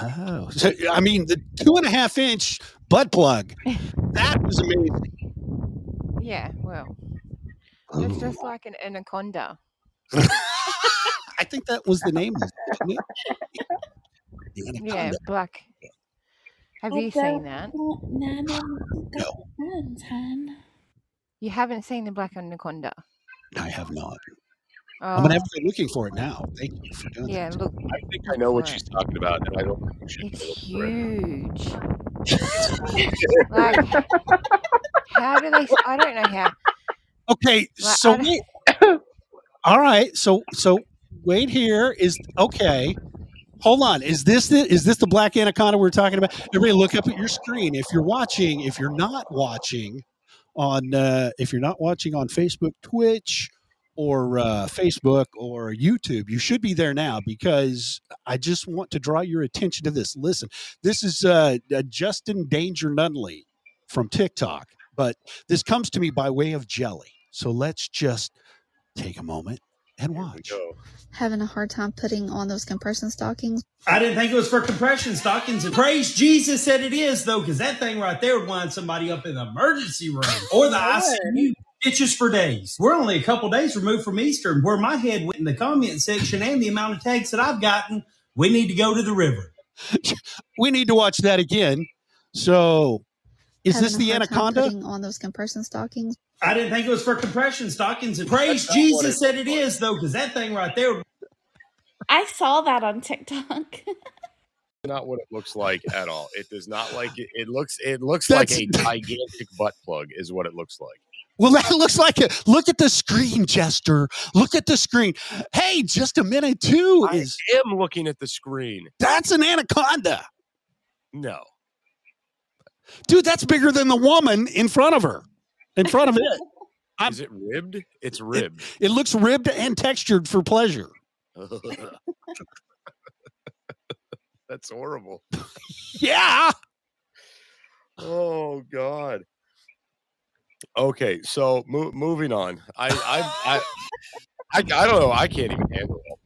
Speaker 11: Oh, so, I mean, the two and a half inch butt plug. That was amazing.
Speaker 12: Yeah, well, it's just like an anaconda.
Speaker 11: I think that was the name. of it.
Speaker 12: Yeah, black. Have
Speaker 9: I
Speaker 12: you seen
Speaker 9: don't
Speaker 12: that?
Speaker 9: want none of the ones, hon.
Speaker 12: You haven't seen the black anaconda.
Speaker 11: I have not.
Speaker 12: Oh,
Speaker 11: I'm gonna have to go looking for it now. Thank you for doing
Speaker 12: yeah,
Speaker 11: that.
Speaker 12: look,
Speaker 8: I think I know what she's talking about, and I don't think we should.
Speaker 12: it's huge. like, how do they? s- I don't know how.
Speaker 11: Okay,
Speaker 12: Like,
Speaker 11: so
Speaker 12: I don't-
Speaker 11: wait- all right, so so wait here is okay. Hold on, is this the is this the black anaconda we're talking about? Everybody, look up at your screen if you're watching. If you're not watching on uh, if you're not watching on Facebook, Twitch, or uh, Facebook or YouTube, you should be there now because I just want to draw your attention to this. Listen, this is uh, uh, Justin Danger Nunley from TikTok, but this comes to me by way of jelly. So let's just take a moment and watch.
Speaker 18: having a hard time putting on those compression stockings.
Speaker 19: I didn't think it was for compression stockings. And praise Jesus that it is, though, because that thing right there would wind somebody up in the emergency room or the ICU. Stitches for days. We're only a couple days removed from Easter, and where my head went in the comment section and the amount of tags that I've gotten, we need to go to the river.
Speaker 11: We need to watch that again. So is this
Speaker 18: Having a
Speaker 11: the
Speaker 18: hard time
Speaker 11: anaconda?
Speaker 18: putting on those compression stockings.
Speaker 19: I didn't think it was for compression stockings. And praise
Speaker 11: not what
Speaker 19: Jesus
Speaker 11: it-
Speaker 19: that it is, though, because that thing right there.
Speaker 9: I saw that on TikTok.
Speaker 8: Not what it looks like at all. It does not like it. It looks. It looks
Speaker 11: That's-
Speaker 8: like a gigantic butt plug. Is what it looks like.
Speaker 11: Well, that looks like it. Look at the screen, Jester. Look at the screen. Hey, just a minute too is
Speaker 8: I am looking at the screen.
Speaker 11: that's an anaconda.
Speaker 8: No.
Speaker 11: Dude, that's bigger than the woman in front of her. In front of it.
Speaker 8: is it ribbed? It's ribbed.
Speaker 11: It looks ribbed and textured for pleasure.
Speaker 8: That's horrible.
Speaker 11: Yeah.
Speaker 8: Oh God. Okay, so mo- moving on. I I, I I I don't know. I can't even handle it.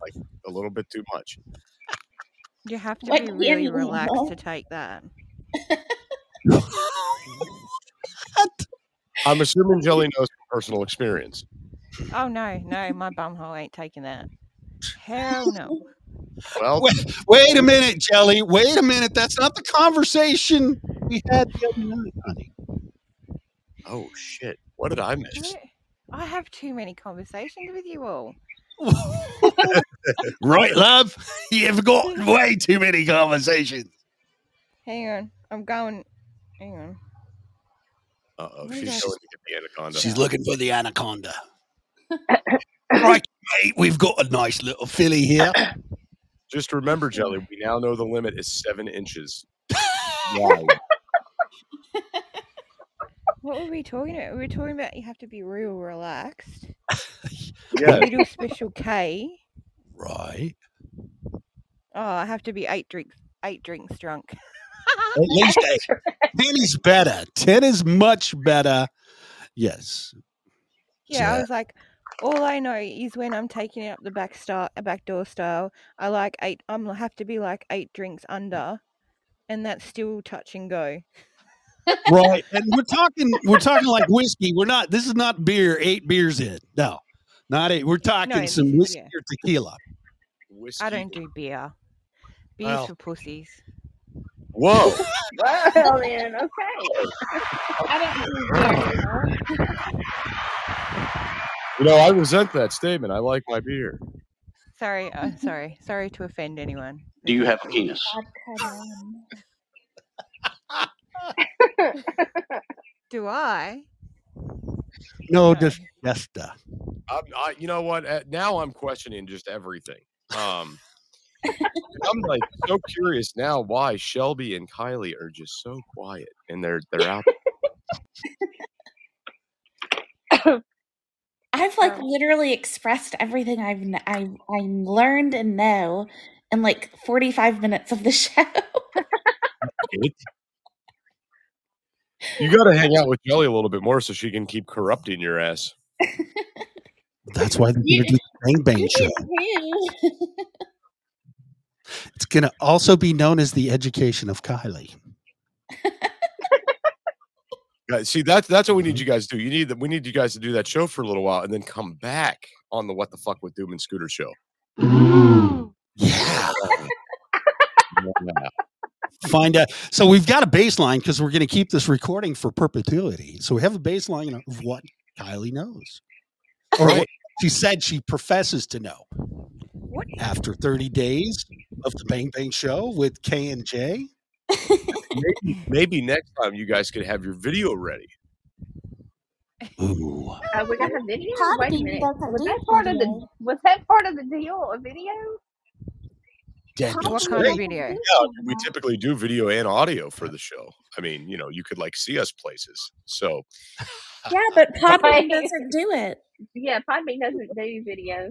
Speaker 8: Like a little bit too much.
Speaker 12: You have to
Speaker 9: What
Speaker 12: be
Speaker 9: year
Speaker 12: really
Speaker 9: you in,
Speaker 12: relaxed
Speaker 9: Mom?
Speaker 12: to take that.
Speaker 8: I'm assuming Jelly knows from personal experience.
Speaker 12: Oh no, no, my bumhole ain't taking that. Hell no.
Speaker 8: Well,
Speaker 11: wait, wait a minute, Jelly. Wait a minute. That's not the conversation we had the other night, honey.
Speaker 8: Oh shit! What did I miss?
Speaker 12: I have too many conversations with you all.
Speaker 11: Right, love? You've got way too many conversations.
Speaker 12: Hang on, I'm going. Hang on.
Speaker 8: Uh oh,
Speaker 12: Where
Speaker 8: she's
Speaker 12: did I-
Speaker 8: going to get the anaconda.
Speaker 11: She's looking for the anaconda. right, mate. We've got a nice little filly here.
Speaker 8: Just remember, Jelly. We now know the limit is seven inches. Wow.
Speaker 12: What were we talking about? We were talking about you have to be real relaxed.
Speaker 8: Yeah.
Speaker 12: Little special K.
Speaker 11: Right.
Speaker 12: Oh, I have to be eight drinks, eight drinks drunk.
Speaker 11: At least eight. ten is better. Ten is much better. Yes.
Speaker 12: Yeah, I
Speaker 11: Yeah.
Speaker 12: was like, all I know is when I'm taking it up the back star, back door style, I like eight. I'm have to be like eight drinks under, and that's still touch and go.
Speaker 11: right? And we're talking, we're talking like whiskey. We're not. This is not beer. Eight beers in. No, not eight. We're talking
Speaker 12: No,
Speaker 11: some whiskey
Speaker 12: yeah.
Speaker 11: or tequila.
Speaker 12: I don't do beer. Beer's
Speaker 11: Well.
Speaker 12: for pussies.
Speaker 8: Whoa.
Speaker 9: Oh,
Speaker 10: Well, then, okay. I don't do beer.
Speaker 8: You know, I resent that statement. I like my beer.
Speaker 12: Sorry, uh, sorry, sorry to offend anyone.
Speaker 17: Do you have a penis?
Speaker 12: Do I?
Speaker 11: No, just Desta.
Speaker 8: I'm, I, you know what? uh, Now I'm questioning just everything. Um, I'm like so curious now why Shelby and Kylie are just so quiet and they're they're out.
Speaker 9: I've like literally expressed everything I've kn- I I learned and know in like 45 minutes of the show.
Speaker 8: You got to hang out with Jelly a little bit more so she can keep corrupting your ass.
Speaker 11: That's why they're going to do the Bang Bang Show. It's going to also be known as the Education of Kylie.
Speaker 8: Guys, Uh, see that's that's what we need you guys to do. You need that we need you guys to do that show for a little while and then come back on the What the Fuck with Doom and Scooter show. Yeah.
Speaker 11: Find out. So we've got a baseline because we're going to keep this recording for perpetuity. So we have a baseline of what Kylie knows, or what she said she professes to know. After 30 days of the Bang Bang Show with K and J,
Speaker 8: maybe, maybe next time you guys could have your video ready.
Speaker 10: Uh, we're gonna have video. Wait a
Speaker 14: Popping,
Speaker 10: minute.
Speaker 14: that's a
Speaker 10: Was
Speaker 14: deep
Speaker 10: that part of the?
Speaker 14: video.
Speaker 10: Was that part of the deal? A video?
Speaker 12: What kind of video?
Speaker 8: Yeah, we typically do video and audio for the show. I mean, you know, you could like see us places. So
Speaker 9: Yeah, but
Speaker 10: Right.
Speaker 9: Podbean doesn't do it.
Speaker 10: Yeah, Podbean doesn't do video.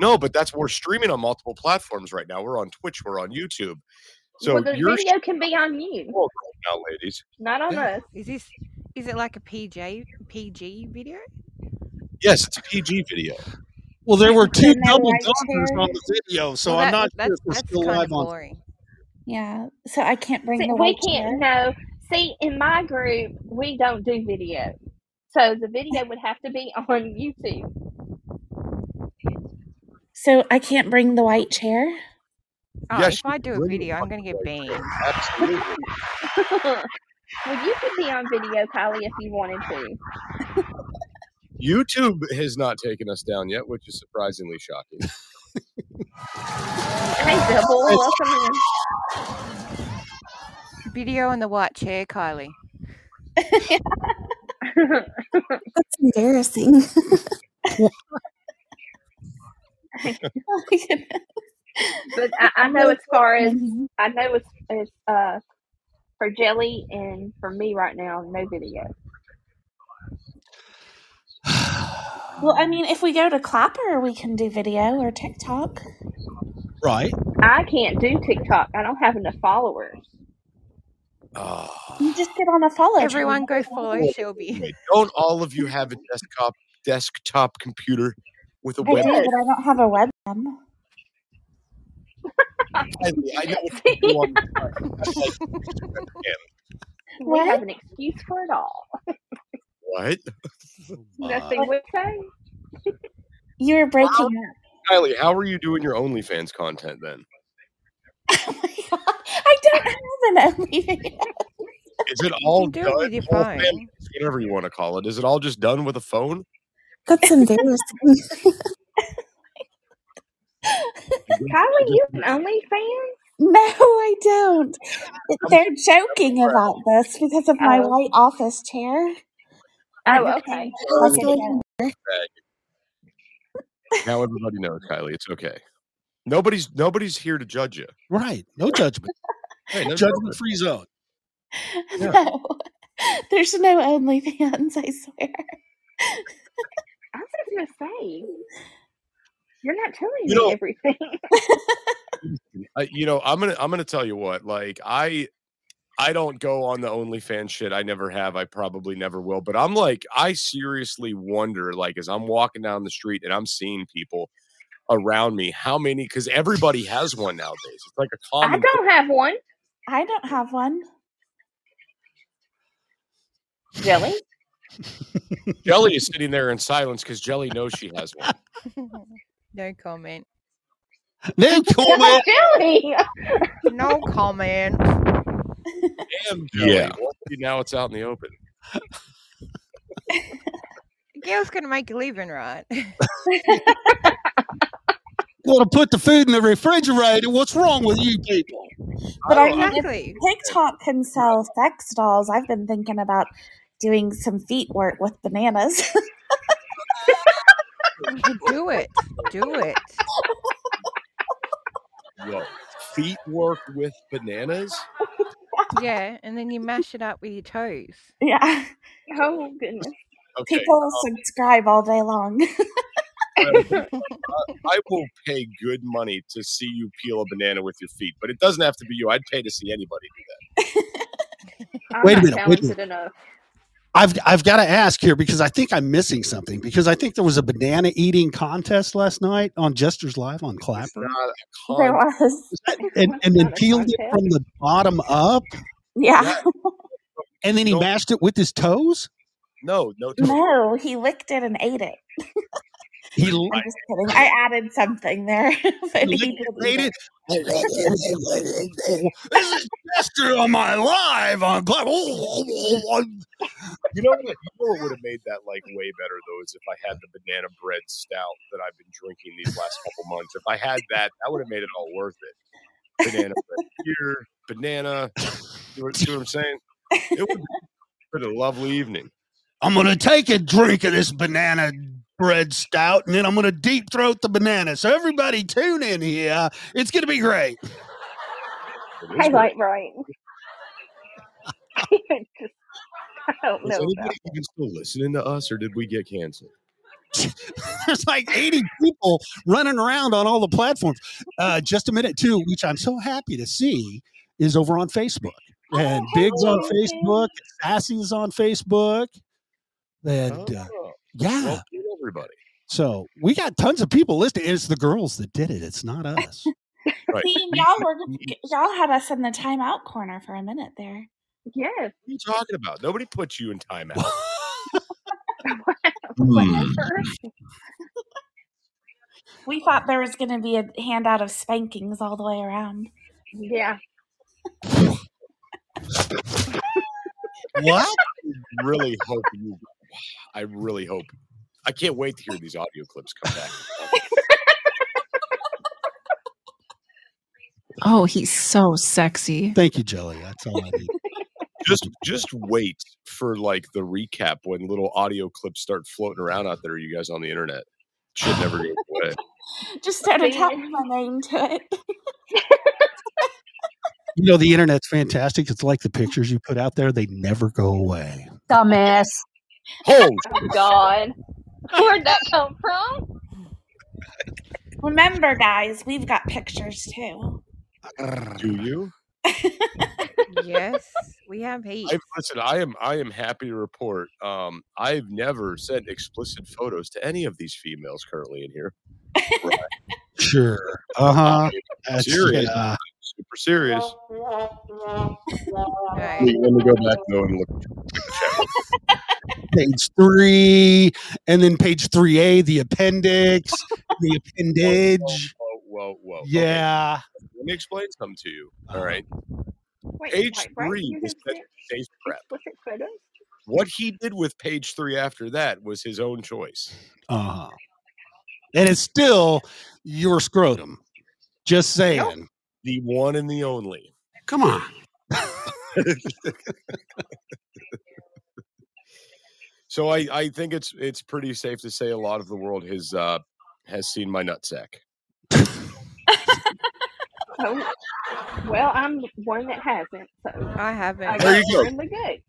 Speaker 8: no, but that's we're streaming on multiple platforms right now. We're on Twitch, we're on YouTube. So
Speaker 10: well, the
Speaker 8: your
Speaker 10: video can be on you,
Speaker 17: Oh,
Speaker 8: now, ladies.
Speaker 10: not on us.
Speaker 12: Is this? Is it like a PJ PG video?
Speaker 8: Yes, it's a PG video.
Speaker 11: well, there were two
Speaker 9: Isn't that
Speaker 11: double
Speaker 9: right,
Speaker 11: dumpers
Speaker 9: Terry?
Speaker 11: on the video, so
Speaker 9: Well,
Speaker 11: I'm
Speaker 9: that-
Speaker 11: not sure
Speaker 9: that's-
Speaker 11: if we're
Speaker 9: that's
Speaker 11: still
Speaker 9: kinda
Speaker 11: live on.
Speaker 12: boring.
Speaker 9: Yeah, so I can't bring
Speaker 10: See,
Speaker 9: the
Speaker 10: we
Speaker 9: white
Speaker 10: can't know. See, in my group, we don't do video, so the video would have to be on YouTube.
Speaker 9: So I can't bring the white chair.
Speaker 12: Oh,
Speaker 9: Yes,
Speaker 12: if I do a video, I'm going to get banned.
Speaker 8: Absolutely.
Speaker 10: well, you could be on video, Kylie, if you wanted to.
Speaker 8: YouTube has not taken us down yet, which is surprisingly shocking.
Speaker 10: Hey, Double, welcome in.
Speaker 12: Video on the white chair, Kylie.
Speaker 14: That's embarrassing.
Speaker 10: But I, I know as far as
Speaker 9: Mm-hmm.
Speaker 10: I know as as uh for Jelly and for me right now, no video.
Speaker 9: Well, I mean, if we go to Clapper, we can do video or TikTok.
Speaker 11: Right.
Speaker 10: I can't do TikTok. I don't have enough followers.
Speaker 8: Ah.
Speaker 9: You just get on a follow. train.
Speaker 12: Everyone go follow
Speaker 8: Wait,
Speaker 12: Shelby.
Speaker 8: wait, Don't all of you have a desktop desktop computer with a
Speaker 9: I do,
Speaker 8: web?
Speaker 9: but I don't have a webcam.
Speaker 8: I, I know what you do on the side. That's like-
Speaker 10: We have an excuse for it all.
Speaker 8: What?
Speaker 10: Nothing we say.
Speaker 9: You were breaking up.
Speaker 8: Kylie, how are you doing your OnlyFans content then?
Speaker 9: I don't have an OnlyFans.
Speaker 8: Is it all
Speaker 9: do it
Speaker 8: done?
Speaker 9: with your
Speaker 8: all
Speaker 9: phone.
Speaker 8: fan- whatever you want to call it. Is it all just done with a phone?
Speaker 14: That's embarrassing.
Speaker 10: Kylie, you an OnlyFans?
Speaker 9: No, I don't. They're joking about this because of my
Speaker 10: Oh.
Speaker 9: white office chair.
Speaker 10: Oh, okay.
Speaker 9: Like a joke.
Speaker 8: Now everybody knows, Kylie. It's okay. Nobody's nobody's here to judge you.
Speaker 11: Right. No judgment.
Speaker 8: Hey, no
Speaker 11: judgment free zone.
Speaker 9: No, there's no OnlyFans. I swear.
Speaker 10: I was just gonna say, you're not telling
Speaker 8: You
Speaker 10: me
Speaker 8: know-
Speaker 10: everything.
Speaker 8: I, you know, I'm gonna I'm gonna tell you what. Like I I don't go on the OnlyFans shit. I never have. I probably never will. But I'm like, I seriously wonder, like, as I'm walking down the street and I'm seeing people around me, how many? Because everybody has one
Speaker 11: um,
Speaker 8: nowadays. It's like a
Speaker 10: I
Speaker 8: common.
Speaker 10: don't have one.
Speaker 9: I don't have one.
Speaker 10: Jelly?
Speaker 8: Jelly is sitting there in silence because Jelly knows she has one.
Speaker 12: no comment.
Speaker 8: No comment.
Speaker 12: no comment.
Speaker 8: Damn, Jelly. Yeah. Now it's out in the open.
Speaker 12: Gail's gonna make a living, right?
Speaker 11: Gotta put the food in the refrigerator. What's wrong with you people?
Speaker 9: But
Speaker 12: Oh,
Speaker 9: I mean,
Speaker 12: if
Speaker 9: TikTok can sell sex dolls, I've been thinking about doing some feet work with bananas.
Speaker 12: Do it. Do it.
Speaker 8: Yo, feet work with bananas?
Speaker 12: Yeah, and then you mash it up with your toes.
Speaker 9: yeah.
Speaker 10: Oh goodness.
Speaker 8: Okay,
Speaker 9: People
Speaker 8: um,
Speaker 9: subscribe all day long.
Speaker 8: I will pay good money to see you peel a banana with your feet, but it doesn't have to be you. I'd pay to see anybody do that.
Speaker 10: I'm
Speaker 11: Wait a minute,
Speaker 10: not
Speaker 11: wait a
Speaker 10: talented
Speaker 11: minute.
Speaker 10: enough.
Speaker 11: I've I've got to ask here because I think I'm missing something because I think there was a banana eating contest last night on Jester's Live on Clapper,
Speaker 9: There was.
Speaker 11: Um, and and then peeled it from the bottom up,
Speaker 9: Yeah.
Speaker 11: and then he mashed it with his toes.
Speaker 8: No, no.
Speaker 9: No, he licked it and ate it.
Speaker 11: He
Speaker 9: I'm just kidding. I added something there. but he did eat it.
Speaker 11: this is Jester on my live on Clapper.
Speaker 8: You know what? You know what would have made that like way better though is if I had the banana bread stout that I've been drinking these last couple months. If I had that, that would have made it all worth it. Banana bread here, banana. You see what I'm saying? It would have been a lovely evening.
Speaker 11: I'm gonna take a drink of this banana bread stout, and then I'm gonna deep throat the banana. So everybody, tune in here. It's gonna be great.
Speaker 10: I like Brian. Just- I don't
Speaker 8: Was
Speaker 10: know about
Speaker 8: anybody even still listening to us, or did we get canceled?
Speaker 11: There's like 80 people running around on all the platforms. Uh, just a minute, too, which I'm so happy to see is over on Facebook. And Big's
Speaker 2: Oh,
Speaker 11: on Facebook, Sassy's on Facebook. And uh,
Speaker 2: Oh.
Speaker 11: yeah.
Speaker 8: Oh, Well, everybody.
Speaker 11: so we got tons of people listening. And it's the girls that did it, it's not us.
Speaker 8: Right.
Speaker 9: See, and y'all were y'all had us in the timeout corner for a minute there.
Speaker 10: Yes.
Speaker 8: What are you talking about? Nobody put you in timeout.
Speaker 9: We thought there was going to be a handout of spankings all the way around.
Speaker 10: Yeah.
Speaker 11: What?
Speaker 8: really hope you. I really hope. I can't wait to hear these audio clips come back.
Speaker 2: Oh, he's so sexy.
Speaker 11: Thank you, Jelly. That's all I need.
Speaker 8: Just, just wait for like the recap when little audio clips start floating around out there. You guys on the internet should never go away.
Speaker 9: Just started typing my name to it.
Speaker 11: You know, the internet's fantastic. It's like the pictures you put out there, they never go away.
Speaker 20: Dumbass.
Speaker 8: Oh,
Speaker 10: God. Where'd that come from?
Speaker 9: Remember, guys, we've got pictures too.
Speaker 8: do you?
Speaker 12: yes, we have heat.
Speaker 8: I, listen, I am, I am happy to report. Um, I've never sent explicit photos to any of these females currently in here.
Speaker 11: Sure. Uh huh. That's
Speaker 8: serious.
Speaker 11: yeah.
Speaker 8: Super serious. Wait, let me go back though and look.
Speaker 11: page three, and then page 3A, the appendix, the appendage.
Speaker 8: Whoa, whoa, whoa. okay.
Speaker 11: Yeah.
Speaker 8: Let me explain something to you. All right.
Speaker 10: Wait,
Speaker 8: Page
Speaker 10: wait, Brian,
Speaker 8: three
Speaker 10: you
Speaker 8: is
Speaker 10: have
Speaker 8: face prep.
Speaker 10: explicit photos?
Speaker 8: What he did with page three after that was his own choice.
Speaker 11: Uh huh. And it's still your scrotum. Just saying.
Speaker 8: The one and the only.
Speaker 11: Come on.
Speaker 8: so I, I think it's it's pretty safe to say a lot of the world has uh has seen my nutsack.
Speaker 10: Oh, well, I'm one that hasn't, so
Speaker 12: I haven't.
Speaker 10: I
Speaker 8: There you
Speaker 10: guess
Speaker 8: go.
Speaker 10: we're in the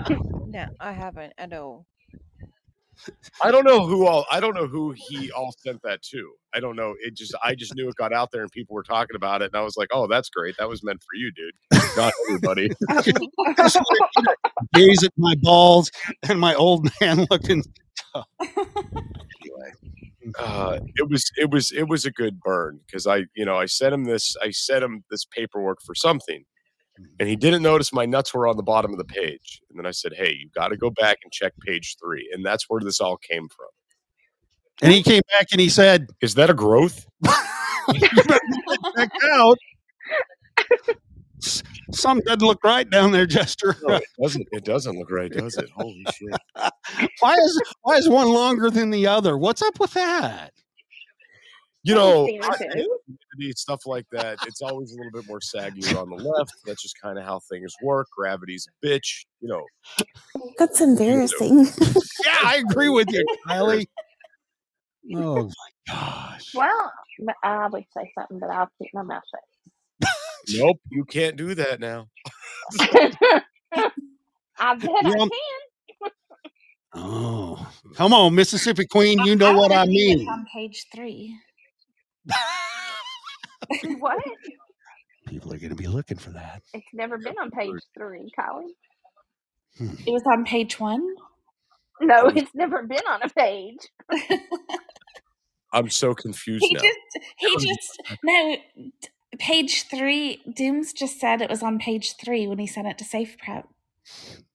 Speaker 10: good.
Speaker 12: No, I haven't at all.
Speaker 8: I don't know who all I don't know who he all sent that to. I don't know. It just I just knew it got out there and people were talking about it and I was like, "Oh, that's great. That was meant for you, dude. Not everybody."
Speaker 11: Gaze at my balls and my old man looking.
Speaker 8: Uh, it was it was it was a good burn because I, you know, I sent him this I sent him this paperwork for something. And he didn't notice my nuts were on the bottom of the page. And then I said, Hey, you got to go back and check page three. And that's where this all came from.
Speaker 11: And he came back and he said,
Speaker 8: Is that a growth?
Speaker 11: Check out. S- Something doesn't look right down there, Jester.
Speaker 8: No, it doesn't. It doesn't look right, does it? Holy shit!
Speaker 11: why is why is one longer than the other? What's up with that?
Speaker 8: You know, I- gravity, stuff like that. It's always a little bit more saggy on the left. That's just kind of how things work. Gravity's a bitch, you know.
Speaker 20: That's embarrassing.
Speaker 11: yeah, I agree with you, Kylie. Oh,
Speaker 10: Well, m- I would say something, but I'll keep my mouth shut.
Speaker 8: nope, you can't do that now.
Speaker 10: I bet I
Speaker 11: Yeah.
Speaker 10: can.
Speaker 11: oh, come on, Mississippi Queen. You know what I
Speaker 9: think it's
Speaker 11: mean.
Speaker 9: On page three.
Speaker 10: what?
Speaker 11: People are going to be looking for that.
Speaker 10: It's never been on page three, Colin.
Speaker 11: Hmm.
Speaker 9: It was on page one.
Speaker 10: No, it's never been on a page.
Speaker 8: I'm so confused
Speaker 9: He
Speaker 8: now.
Speaker 9: just he just no d- page three. Dooms just said it was on page three when he sent it to Safe Prep.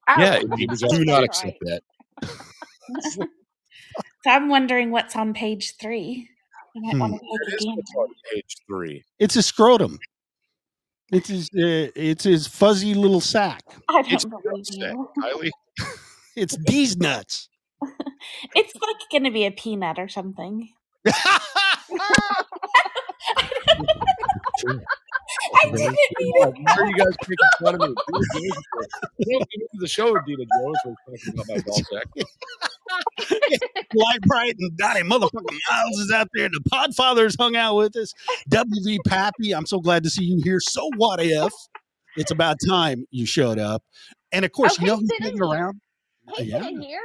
Speaker 10: Oh.
Speaker 8: Yeah, it was do not accept that.
Speaker 9: so I'm wondering what's on page three. You might want to look again.
Speaker 8: Page three.
Speaker 11: It's a scrotum. It's his. Uh, it's his fuzzy little sack.
Speaker 9: I don't believe you.
Speaker 11: It's these nuts.
Speaker 9: It's like going to be a peanut or something.
Speaker 8: I didn't mean it. Why are you guys making fun of me? Welcome to the show, Adina Jones. We're talking about my ball sack.
Speaker 11: Light bright and Donnie motherfucking Miles is out there. The Podfathers hung out with us. WV Pappy, I'm so glad to see you here. So what if? It's about time you showed up. And of course, you know who's been around. Uh,
Speaker 10: He's
Speaker 11: Yeah.
Speaker 10: in here.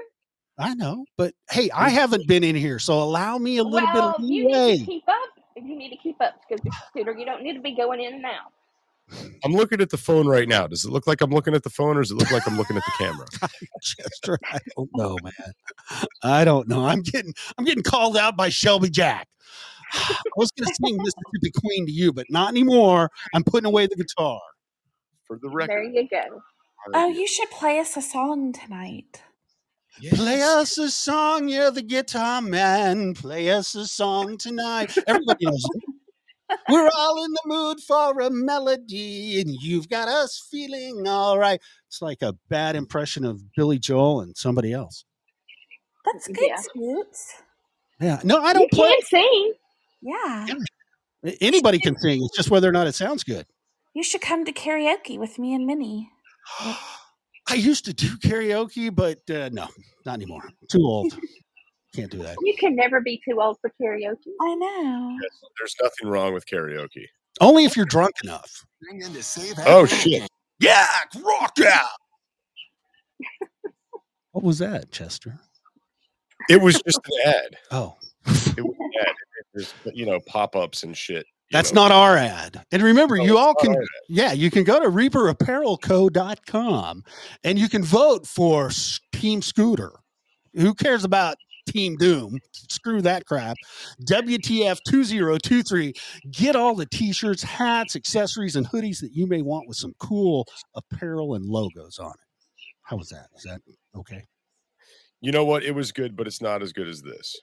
Speaker 11: I know, but hey, I haven't been in here, so allow me a little
Speaker 10: well,
Speaker 11: bit of
Speaker 10: you need
Speaker 11: leeway.
Speaker 10: to keep up. You need to keep up because Scooter, you don't need to be going in and out.
Speaker 8: I'm looking at the phone right now. Does it look like I'm looking at the phone, or does it look like I'm looking at the camera?
Speaker 11: Chester, I don't know, man. I don't know. I'm getting I'm getting called out by Shelby Jack. I was gonna sing Mississippi Queen to you, but not anymore. I'm putting away the guitar.
Speaker 8: For the
Speaker 10: There you go.
Speaker 9: Oh, you should play us a song tonight.
Speaker 11: Play us a song, you're the guitar man. Play us a song tonight. Everybody knows it. We're all in the mood for a melody, and you've got us feeling all right. It's like a bad impression of Billy Joel and somebody else.
Speaker 9: That's good, Scoots.
Speaker 11: Yeah. No, I don't play.
Speaker 10: sing.
Speaker 9: Yeah.
Speaker 11: Anybody can sing. It's just whether or not it sounds good.
Speaker 9: You should come to karaoke with me and Minnie.
Speaker 11: I used to do karaoke, but uh, no, not anymore. Too old. Can't do that.
Speaker 10: You can never be too old for karaoke.
Speaker 9: I know.
Speaker 8: There's nothing wrong with karaoke.
Speaker 11: Only if you're drunk enough.
Speaker 8: Oh shit!
Speaker 11: Yeah, rock out. What was that, Chester?
Speaker 8: It was just an ad.
Speaker 11: Oh.
Speaker 8: It was an ad. It was, you know, pop ups and shit.
Speaker 11: That's not our ad. And remember, you all can,
Speaker 8: our ad.
Speaker 11: yeah, you can go to reaperapparelco.com and you can vote for S- Team Scooter. Who cares about Team Doom? Screw that crap. WTF2023. Get all the t shirts, hats, accessories, and hoodies that you may want with some cool apparel and logos on it. How was that? Is that okay?
Speaker 8: You know what? It was good, but it's not as good as this.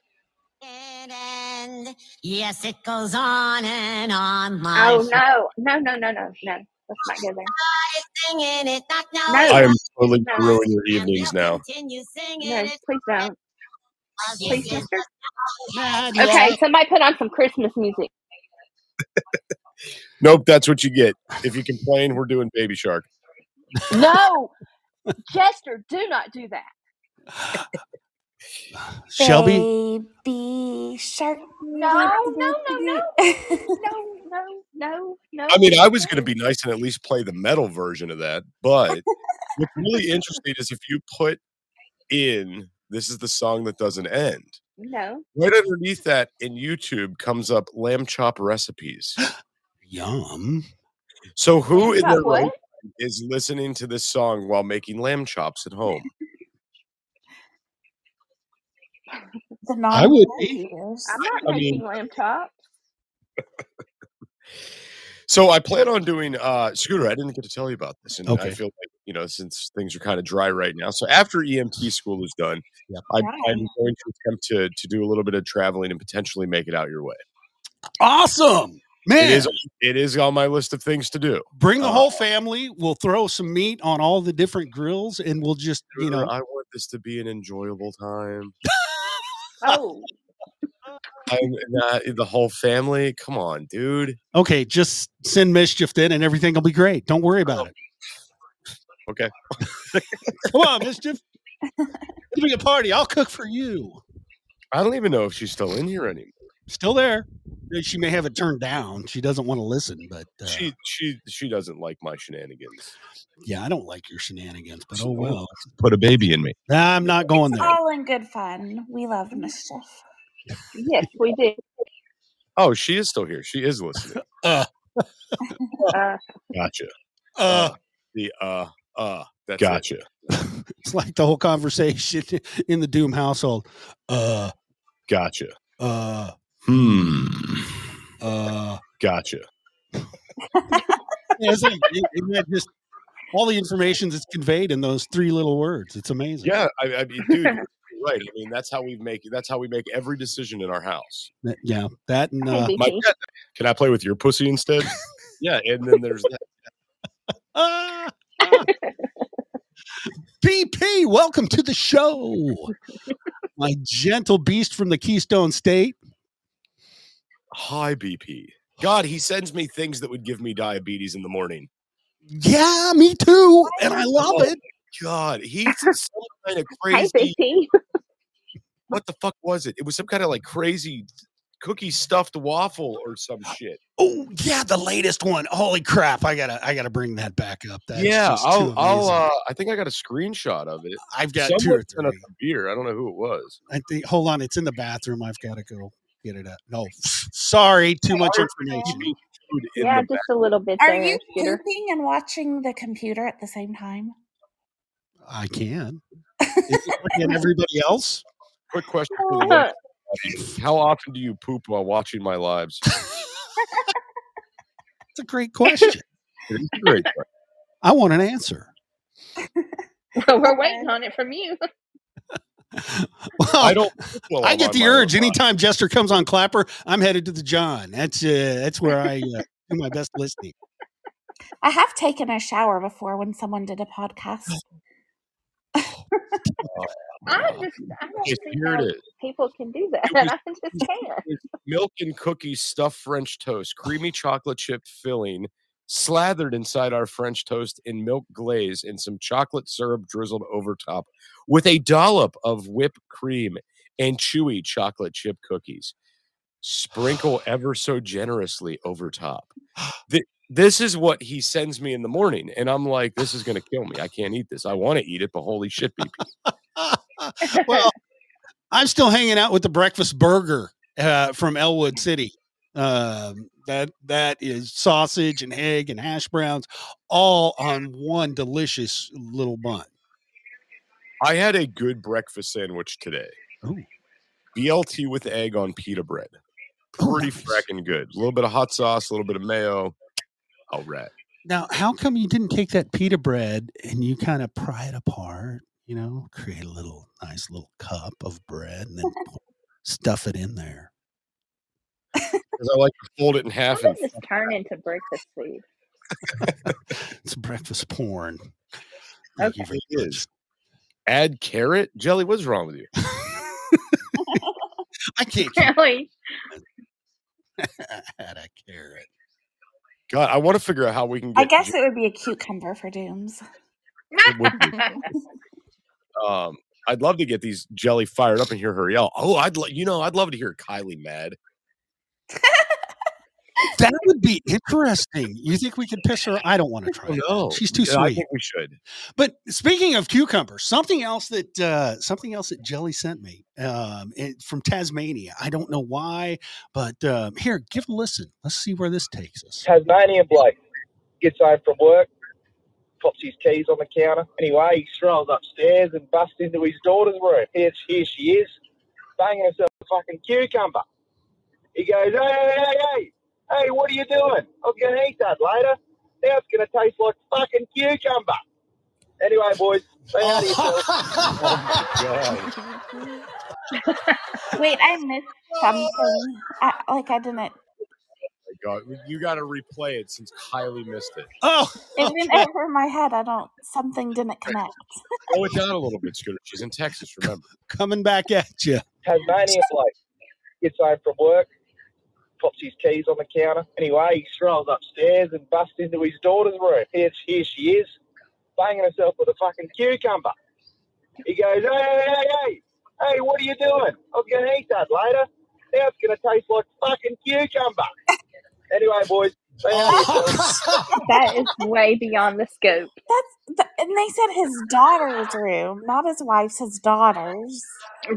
Speaker 14: Yes, it goes on and on. My
Speaker 10: Oh no, no, no, no, no, no. Let's not go there.
Speaker 14: Singing it, not knowing
Speaker 10: No.
Speaker 8: I am totally ruining your evenings now.
Speaker 14: Continue singing
Speaker 10: No,
Speaker 14: it.
Speaker 10: please don't. Please,
Speaker 14: Yes,
Speaker 10: sister.
Speaker 14: yes, yes.
Speaker 10: Okay, somebody put on some Christmas music.
Speaker 8: Nope, that's what you get. If you complain, we're doing Baby Shark.
Speaker 10: No, Jester, do not do that.
Speaker 11: Shelby,
Speaker 9: Baby shark.
Speaker 10: No, no, no, no, no, no, no, no.
Speaker 8: I mean, I was going to be nice and at least play the metal version of that, but what's really interesting is if you put in "This is the song that doesn't end."
Speaker 10: No.
Speaker 8: Right underneath that in YouTube comes up lamb chop recipes.
Speaker 11: Yum.
Speaker 8: So who in
Speaker 10: Lamb
Speaker 8: their
Speaker 10: chop what?
Speaker 8: right mind is listening to this song while making lamb chops at home?
Speaker 9: The
Speaker 8: I would
Speaker 10: I'm not
Speaker 8: I
Speaker 10: making
Speaker 8: mean-
Speaker 10: lamb chops.
Speaker 8: So I plan on doing uh Scooter. I didn't get to tell you about this, and I
Speaker 16: Okay.
Speaker 8: feel like you know since things are kind of dry right now. So after EMT school is done, I, I'm going to attempt to to do a little bit of traveling and potentially make it out your way.
Speaker 11: Awesome. Man.
Speaker 8: it is it is on my list of things to do.
Speaker 11: Bring the
Speaker 8: Uh,
Speaker 11: whole family. We'll throw some meat on all the different grills and we'll just, you know.
Speaker 8: I want this to be an enjoyable time.
Speaker 10: Oh,
Speaker 8: I'm not the whole family. Come on, dude.
Speaker 11: Okay, just send mischief then and everything will be great. Don't worry about it.
Speaker 8: Okay.
Speaker 11: Come on, mischief. Give me a party. I'll cook for you.
Speaker 8: I don't even know if she's still in here anymore.
Speaker 11: Still there. She may have it turned down. She doesn't want to listen, but uh,
Speaker 8: She she she doesn't like my shenanigans.
Speaker 11: yeah, I don't like your shenanigans, but oh
Speaker 8: Oh,
Speaker 11: well.
Speaker 8: Put a baby in me.
Speaker 11: Nah, I'm not going
Speaker 9: It's
Speaker 11: there.
Speaker 9: all in good fun. We love mischief.
Speaker 10: Mm-hmm. yes, we do.
Speaker 8: Oh, she is still here. She is listening.
Speaker 11: uh,
Speaker 10: Uh,
Speaker 8: Gotcha.
Speaker 11: Uh,
Speaker 8: the uh uh that's it.
Speaker 16: Gotcha.
Speaker 11: It's like the whole conversation in the Doom household. Uh,
Speaker 8: Gotcha.
Speaker 11: uh,
Speaker 8: Hmm.
Speaker 11: Uh,
Speaker 8: gotcha.
Speaker 11: Yeah, it's like, it- it- that just all the information that's conveyed in those three little words. It's amazing.
Speaker 8: Yeah, I, I mean, dude, you're right. I mean, that's how we make that's how we make every decision in our house.
Speaker 11: That- yeah, that and uh,
Speaker 8: My pet- can I play with your pussy instead? yeah, and then there's that.
Speaker 11: Ah! PP, welcome to the show. My gentle beast from the Keystone State.
Speaker 8: high BP. God, he sends me things that would give me diabetes in the morning.
Speaker 11: Yeah, me too. And I love
Speaker 8: Oh,
Speaker 11: it.
Speaker 8: God, he's some kind of crazy. What the fuck was it? It was some kind of like crazy cookie stuffed waffle or some shit.
Speaker 11: Oh yeah, the latest one. Holy crap! I gotta, I gotta bring that back up. That's
Speaker 8: yeah,
Speaker 11: just too
Speaker 8: I'll, I'll
Speaker 11: amazing.
Speaker 8: uh, I think I got a screenshot of it.
Speaker 11: I've got two or
Speaker 8: sent us a beer. I don't know who it was.
Speaker 11: I think. Hold on, it's in the bathroom. I've got to go get it up. No, sorry, too much information.
Speaker 10: yeah, just a little bit.
Speaker 9: Are
Speaker 10: there,
Speaker 9: you
Speaker 10: Scooter.
Speaker 9: pooping and watching the computer at the same time?
Speaker 11: I can. Is it looking at everybody else?
Speaker 8: Quick question for the women. How often do you poop while watching my lives?
Speaker 11: It's a great question.
Speaker 8: Great.
Speaker 11: I want an answer.
Speaker 10: We're waiting on it from you.
Speaker 11: I
Speaker 8: don't.
Speaker 10: while
Speaker 11: I
Speaker 10: I'm
Speaker 11: get
Speaker 10: on
Speaker 11: the
Speaker 10: my
Speaker 11: urge anytime Jester comes on Clapper. I'm headed to the John. That's uh, that's where I uh, do my best listening.
Speaker 9: I have taken a shower before when someone did a podcast.
Speaker 8: Uh,
Speaker 10: I just, I don't
Speaker 8: Just
Speaker 10: see
Speaker 8: here
Speaker 10: how
Speaker 8: it is.
Speaker 10: people can do that. I just can't.
Speaker 8: Milk and cookie stuffed French toast, creamy chocolate chip filling, slathered inside our French toast in milk glaze and some chocolate syrup drizzled over top, with a dollop of whipped cream and chewy chocolate chip cookies. Sprinkle ever so generously over top. Th- This is what he sends me in the morning, and I'm like, "This is going to kill me. I can't eat this. I want to eat it, but holy shit, BP!"
Speaker 11: well, I'm still hanging out with the breakfast burger uh, from Elwood City. Um, that that is sausage and egg and hash browns, all on one delicious little bun.
Speaker 8: I had a good breakfast sandwich today. BLT with egg on pita bread. Pretty fracking good. A little bit of hot sauce, a little bit of mayo. All right.
Speaker 11: Now, how come you didn't take that pita bread and you kind of pry it apart? You know, create a little nice little cup of bread and then stuff it in there.
Speaker 8: Because I like to fold it in half
Speaker 10: How
Speaker 8: and
Speaker 10: does this turn into breakfast food?
Speaker 11: It's breakfast porn.
Speaker 8: Thank you very much. Add carrot jelly. What's wrong with you?
Speaker 11: I can't.
Speaker 10: Really?
Speaker 11: Add a carrot.
Speaker 8: God, I want to figure out how we can get.
Speaker 9: I guess it would be a cucumber for Dooms.
Speaker 8: It would Um, I'd love to get these jelly fired up and hear her yell. Oh, I'd lo- you know I'd love to hear Kylie mad.
Speaker 11: That would be interesting. You think we could piss her? I don't want to try. that.
Speaker 8: No,
Speaker 11: She's too
Speaker 8: yeah, I
Speaker 11: sweet.
Speaker 8: think we should.
Speaker 11: But speaking of cucumbers, something else that uh, something else that Jelly sent me um, it, from Tasmania. I don't know why, but um, here, give a listen. Let's see where this takes us.
Speaker 21: Tasmanian bloke gets home from work, pops his keys on the counter. Anyway, he strolls upstairs and busts into his daughter's room. Here's, here she is, banging herself a fucking cucumber. He goes, hey, hey, hey, hey, Hey, what are you doing? I'm going to eat that later. Now it's going to taste like fucking cucumber. Anyway, boys, stay out of
Speaker 9: Oh.
Speaker 21: yourselves.
Speaker 9: Wait, I missed something. I, like I didn't.
Speaker 8: God, you got to replay it since Kylie missed it.
Speaker 11: Oh,
Speaker 9: It went over my head. I don't. Something didn't connect.
Speaker 8: Slow it down a little bit, Scooter. She's in Texas, remember?
Speaker 11: Coming back at you.
Speaker 21: Tasmania bloke gets home from work, pops his keys on the counter. Anyway, he strolls upstairs and busts into his daughter's room. Here, here she is, banging herself with a fucking cucumber. He goes, hey, hey, hey, hey, hey, what are you doing? I'm going to eat that later. Now it's going to taste like fucking cucumber. Anyway, boys, stay out of
Speaker 9: Oh,
Speaker 21: yourselves.
Speaker 9: that is way beyond the scope. That's th- and they said his daughter's room, not his wife's, his daughter's.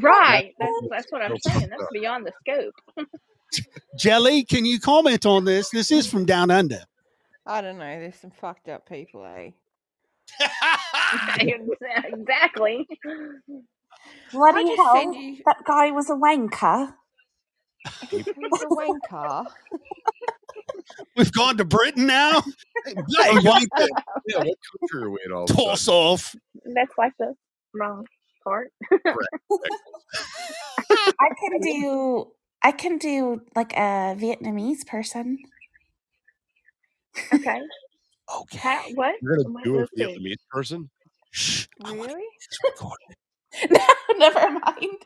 Speaker 10: Right. That's, that's what I'm saying. That's beyond the scope.
Speaker 11: Jelly, can you comment on this? This is from down under.
Speaker 12: I don't know. There's some fucked up people, eh?
Speaker 10: exactly.
Speaker 9: Bloody
Speaker 12: just
Speaker 9: hell!
Speaker 12: send you-
Speaker 9: That guy was a wanker.
Speaker 12: He was a wanker.
Speaker 11: We've gone to Britain now.
Speaker 8: Bloody wanker. Yeah, what country are we in all of a sudden?
Speaker 11: Toss off.
Speaker 10: That's like the wrong part.
Speaker 9: I can do. I can do like a Vietnamese person.
Speaker 10: Okay.
Speaker 11: okay.
Speaker 10: How, what?
Speaker 8: You're gonna
Speaker 10: What-
Speaker 8: do a
Speaker 10: let's see.
Speaker 8: Vietnamese person?
Speaker 12: Really?
Speaker 9: Never mind.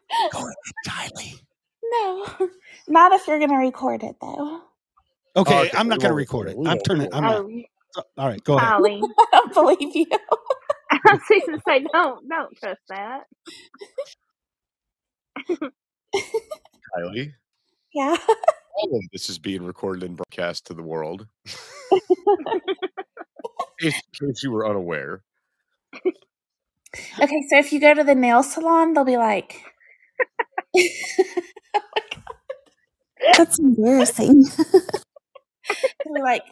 Speaker 9: No, not if you're going to record it though.
Speaker 11: Okay,
Speaker 8: Oh, okay,
Speaker 11: I'm not going
Speaker 8: we
Speaker 11: to
Speaker 8: won't
Speaker 11: record it.
Speaker 8: record it. We
Speaker 11: I'm
Speaker 8: won't,
Speaker 11: turning.
Speaker 8: we
Speaker 11: I'm
Speaker 10: won't.
Speaker 11: not. All right, go ahead.
Speaker 10: Holly.
Speaker 9: I don't believe you.
Speaker 10: I was just gonna say, don't, don't trust that.
Speaker 8: Kylie.
Speaker 9: Yeah.
Speaker 8: All of this is being recorded and broadcast to the world. in case you were unaware.
Speaker 9: Okay, so if you go to the nail salon, they'll be like,
Speaker 20: That's embarrassing.
Speaker 9: they'll be like,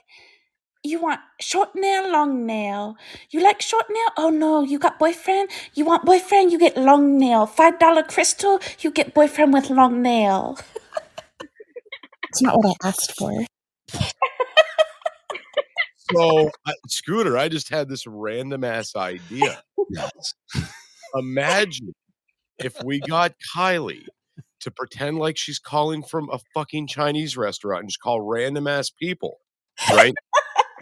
Speaker 9: you want short nail, long nail. You like short nail? Oh no, you got boyfriend. You want boyfriend? You get long nail. Five dollar crystal. You get boyfriend with long nail.
Speaker 20: It's not what I asked for.
Speaker 8: So, I, Scooter, I just had this random ass idea. Imagine if we got Kylie to pretend like she's calling from a fucking Chinese restaurant and just call random ass people, right?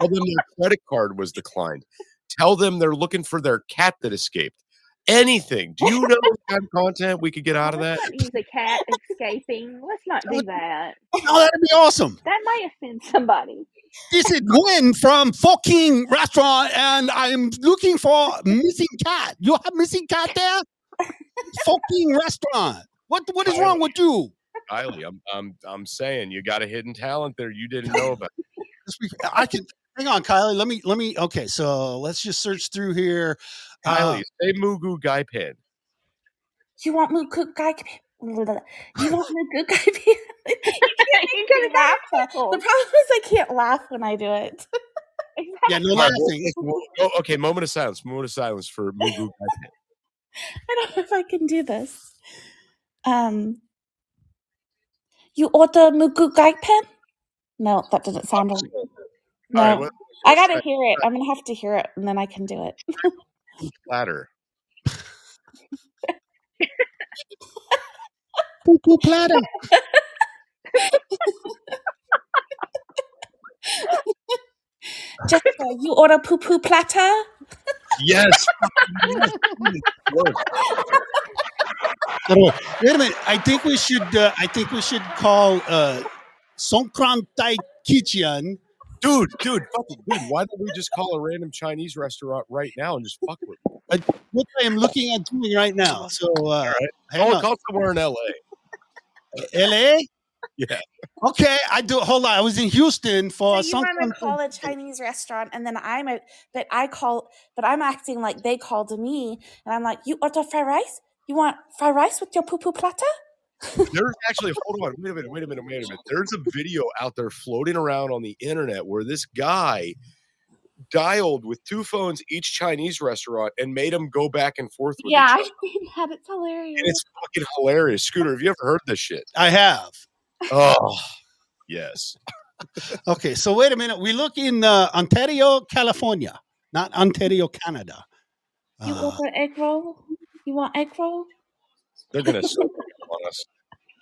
Speaker 8: Tell them their credit card was declined. Tell them they're looking for their cat that escaped. Anything. Do you know what kind of content we could get out of that?
Speaker 10: Don't use a cat escaping. Let's not do that.
Speaker 11: Oh, that'd be awesome.
Speaker 10: That might offend somebody.
Speaker 11: This is Gwen from fucking restaurant, and I'm looking for missing cat. You have missing cat there? fucking restaurant. What what is wrong with you?
Speaker 8: Kylie, I'm I'm I'm saying you got a hidden talent there you didn't know about.
Speaker 11: I can hang on, Kylie. Let me let me. Okay, so let's just search through here. Uh,
Speaker 8: Kylie, say Mugu Guy Pin.
Speaker 9: You want Muku guy? You want Muku guy?
Speaker 10: you could have got
Speaker 9: The problem is I can't laugh when I do it.
Speaker 11: Yeah, no
Speaker 8: All right, well,
Speaker 11: laughing.
Speaker 8: well, oh, okay, moment of silence. Moment of silence for Mugu Guy Pin.
Speaker 9: I don't know if I can do this. Um, you order Mugu Gai Pen? No, that doesn't sound right. No,
Speaker 8: All right, what-
Speaker 9: I gotta hear it. I'm gonna have to hear it, and then I can do it.
Speaker 8: platter.
Speaker 11: Poo platter.
Speaker 9: Jessica, you order poo poo platter?
Speaker 8: Yes.
Speaker 11: Wait a minute. I think we should. Uh, I think we should call uh, Songkran Tai Kitchen.
Speaker 8: Dude, dude, fucking dude, why don't we just call a random Chinese restaurant right now and just fuck with them?
Speaker 11: Uh, what I am looking at doing right now. So, uh, hang
Speaker 8: Call,
Speaker 11: on.
Speaker 8: call Oh, somewhere in LA.
Speaker 11: L.A.
Speaker 8: Yeah.
Speaker 11: Okay, I do. Hold on, I was in Houston for
Speaker 9: you want
Speaker 11: something.
Speaker 9: to call a Chinese restaurant, and then I'm a, but I call, but I'm acting like they called me, and I'm like, you order fried rice? You want fried rice with your poo poo platter?
Speaker 8: There's actually, hold on, wait a minute, wait a minute, wait a minute. There's a video out there floating around on the internet where this guy dialed with two phones each Chinese restaurant and made them go back and forth with
Speaker 9: Yeah,
Speaker 8: each
Speaker 9: I've
Speaker 8: other.
Speaker 9: seen that. It's hilarious.
Speaker 8: And it's fucking hilarious. Scooter, have you ever heard this shit?
Speaker 11: I have.
Speaker 8: Oh, yes.
Speaker 11: okay, so wait a minute. We look in uh, Ontario, California, not Ontario, Canada.
Speaker 9: You
Speaker 11: Uh-huh.
Speaker 9: want an egg roll? You want egg roll?
Speaker 8: They're going to on us.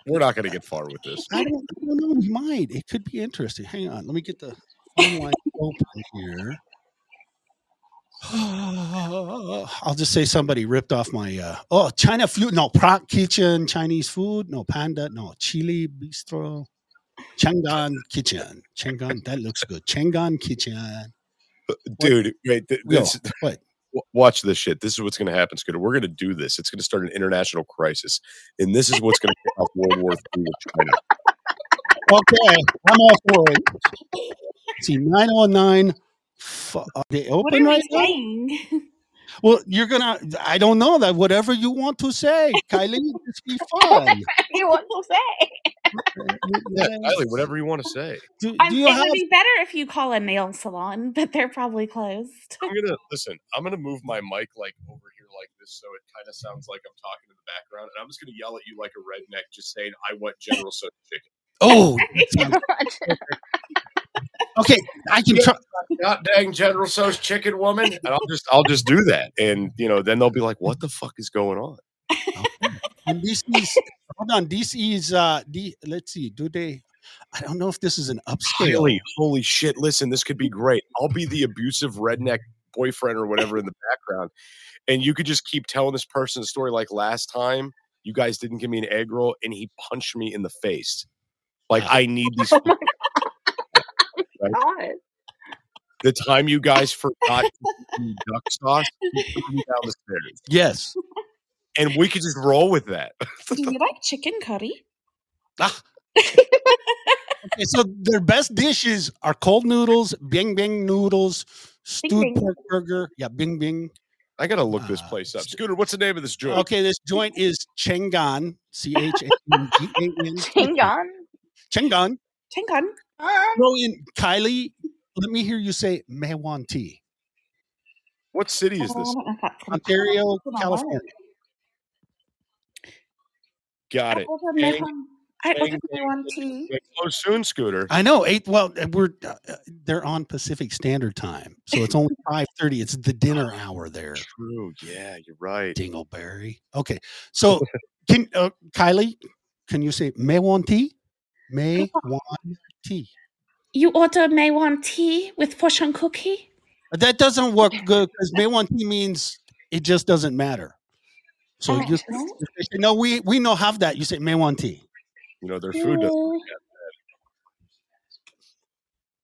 Speaker 8: We're not going to get far with this.
Speaker 11: I don't, I don't know. We might. It could be interesting. Hang on. Let me get the phone line open here. I'll just say somebody ripped off my uh, oh China food. No, Prague Kitchen Chinese food. No Panda. No Chili Bistro. Chang'an Kitchen. Chang'an. That looks good. Chang'an Kitchen.
Speaker 8: Dude, wait. th-
Speaker 11: Go.
Speaker 8: this-
Speaker 11: What?
Speaker 8: w- Watch this shit. This is what's going to happen, Scooter. We're going to do this. It's going to start an international crisis, and this is what's going to kick off World War III with China.
Speaker 11: Okay, I'm all for it. See, 909. Fu- Are they
Speaker 14: What
Speaker 11: open
Speaker 14: are
Speaker 11: right
Speaker 14: we
Speaker 11: now?
Speaker 14: saying?
Speaker 11: Well, you're gonna. I don't know that. Whatever you want to say, Kylie, this be fun.
Speaker 10: you want to say?
Speaker 11: uh,
Speaker 8: Yeah, Kylie, whatever you want to say.
Speaker 11: Do,
Speaker 9: Um,
Speaker 11: do you
Speaker 9: it
Speaker 11: have?
Speaker 9: would be better if you call a nail salon, but they're probably closed.
Speaker 8: I'm gonna listen. I'm gonna move my mic like over here like this, so it kind of sounds like I'm talking in the background, and I'm just gonna yell at you like a redneck, just saying, "I want General So's chicken."
Speaker 11: Oh, okay. I can try.
Speaker 8: God dang General So's chicken, woman! And I'll just, I'll just do that, and you know, then they'll be like, "What the fuck is going on?"
Speaker 11: And this is hold on. This is uh. The, let's see. Do they? I don't know if this is an upscale.
Speaker 8: Kylie, holy shit! Listen, this could be great. I'll be the abusive redneck boyfriend or whatever in the background, and you could just keep telling this person the story like last time. You guys didn't give me an egg roll, and he punched me in the face. Like I need these.
Speaker 9: Oh
Speaker 8: right?
Speaker 10: God.
Speaker 8: The time you guys forgot the duck sauce you threw me down the stairs.
Speaker 11: Yes,
Speaker 8: and we could just roll with that.
Speaker 9: Do you like chicken curry?
Speaker 11: Okay, so their best dishes are cold noodles, bing bing noodles, stewed
Speaker 8: bing.
Speaker 11: pork burger. Yeah, bing bing. Uh,
Speaker 8: I gotta look this place up. Scooter, what's the name of this joint?
Speaker 11: Okay, this joint is Chengan. C H A N G A N.
Speaker 10: Chengan.
Speaker 11: Chengan.
Speaker 9: Chengan.
Speaker 11: Throw in Kylie. Let me hear you say Mewan tea.
Speaker 8: What city is
Speaker 10: Oh,
Speaker 11: Oh,
Speaker 8: this?
Speaker 11: Ontario,
Speaker 9: Come on,
Speaker 11: California.
Speaker 8: Got it.
Speaker 9: ordered
Speaker 8: Bang,
Speaker 9: Mewan- I
Speaker 8: bang,
Speaker 9: ordered
Speaker 8: bang,
Speaker 9: Mewan
Speaker 8: bang.
Speaker 9: tea.
Speaker 8: They close soon, Scooter.
Speaker 11: I know. Eight. Well, uh, we're uh, uh, they're on Pacific Standard Time, so it's only five thirty. It's the dinner hour there.
Speaker 8: True. Yeah, you're right.
Speaker 11: Dingleberry. Okay. So, can uh, Kylie, can you say Mewan tea? Mewan tea.
Speaker 9: You order Mewan tea with fortune cookie?
Speaker 11: Uh, That doesn't work good because Mewan tea means it just doesn't matter. So
Speaker 9: Oh,
Speaker 11: you,
Speaker 9: no.
Speaker 11: if they say, no, we we know have that. You say Mewan tea,
Speaker 8: You know, their food doesn't
Speaker 9: Ooh.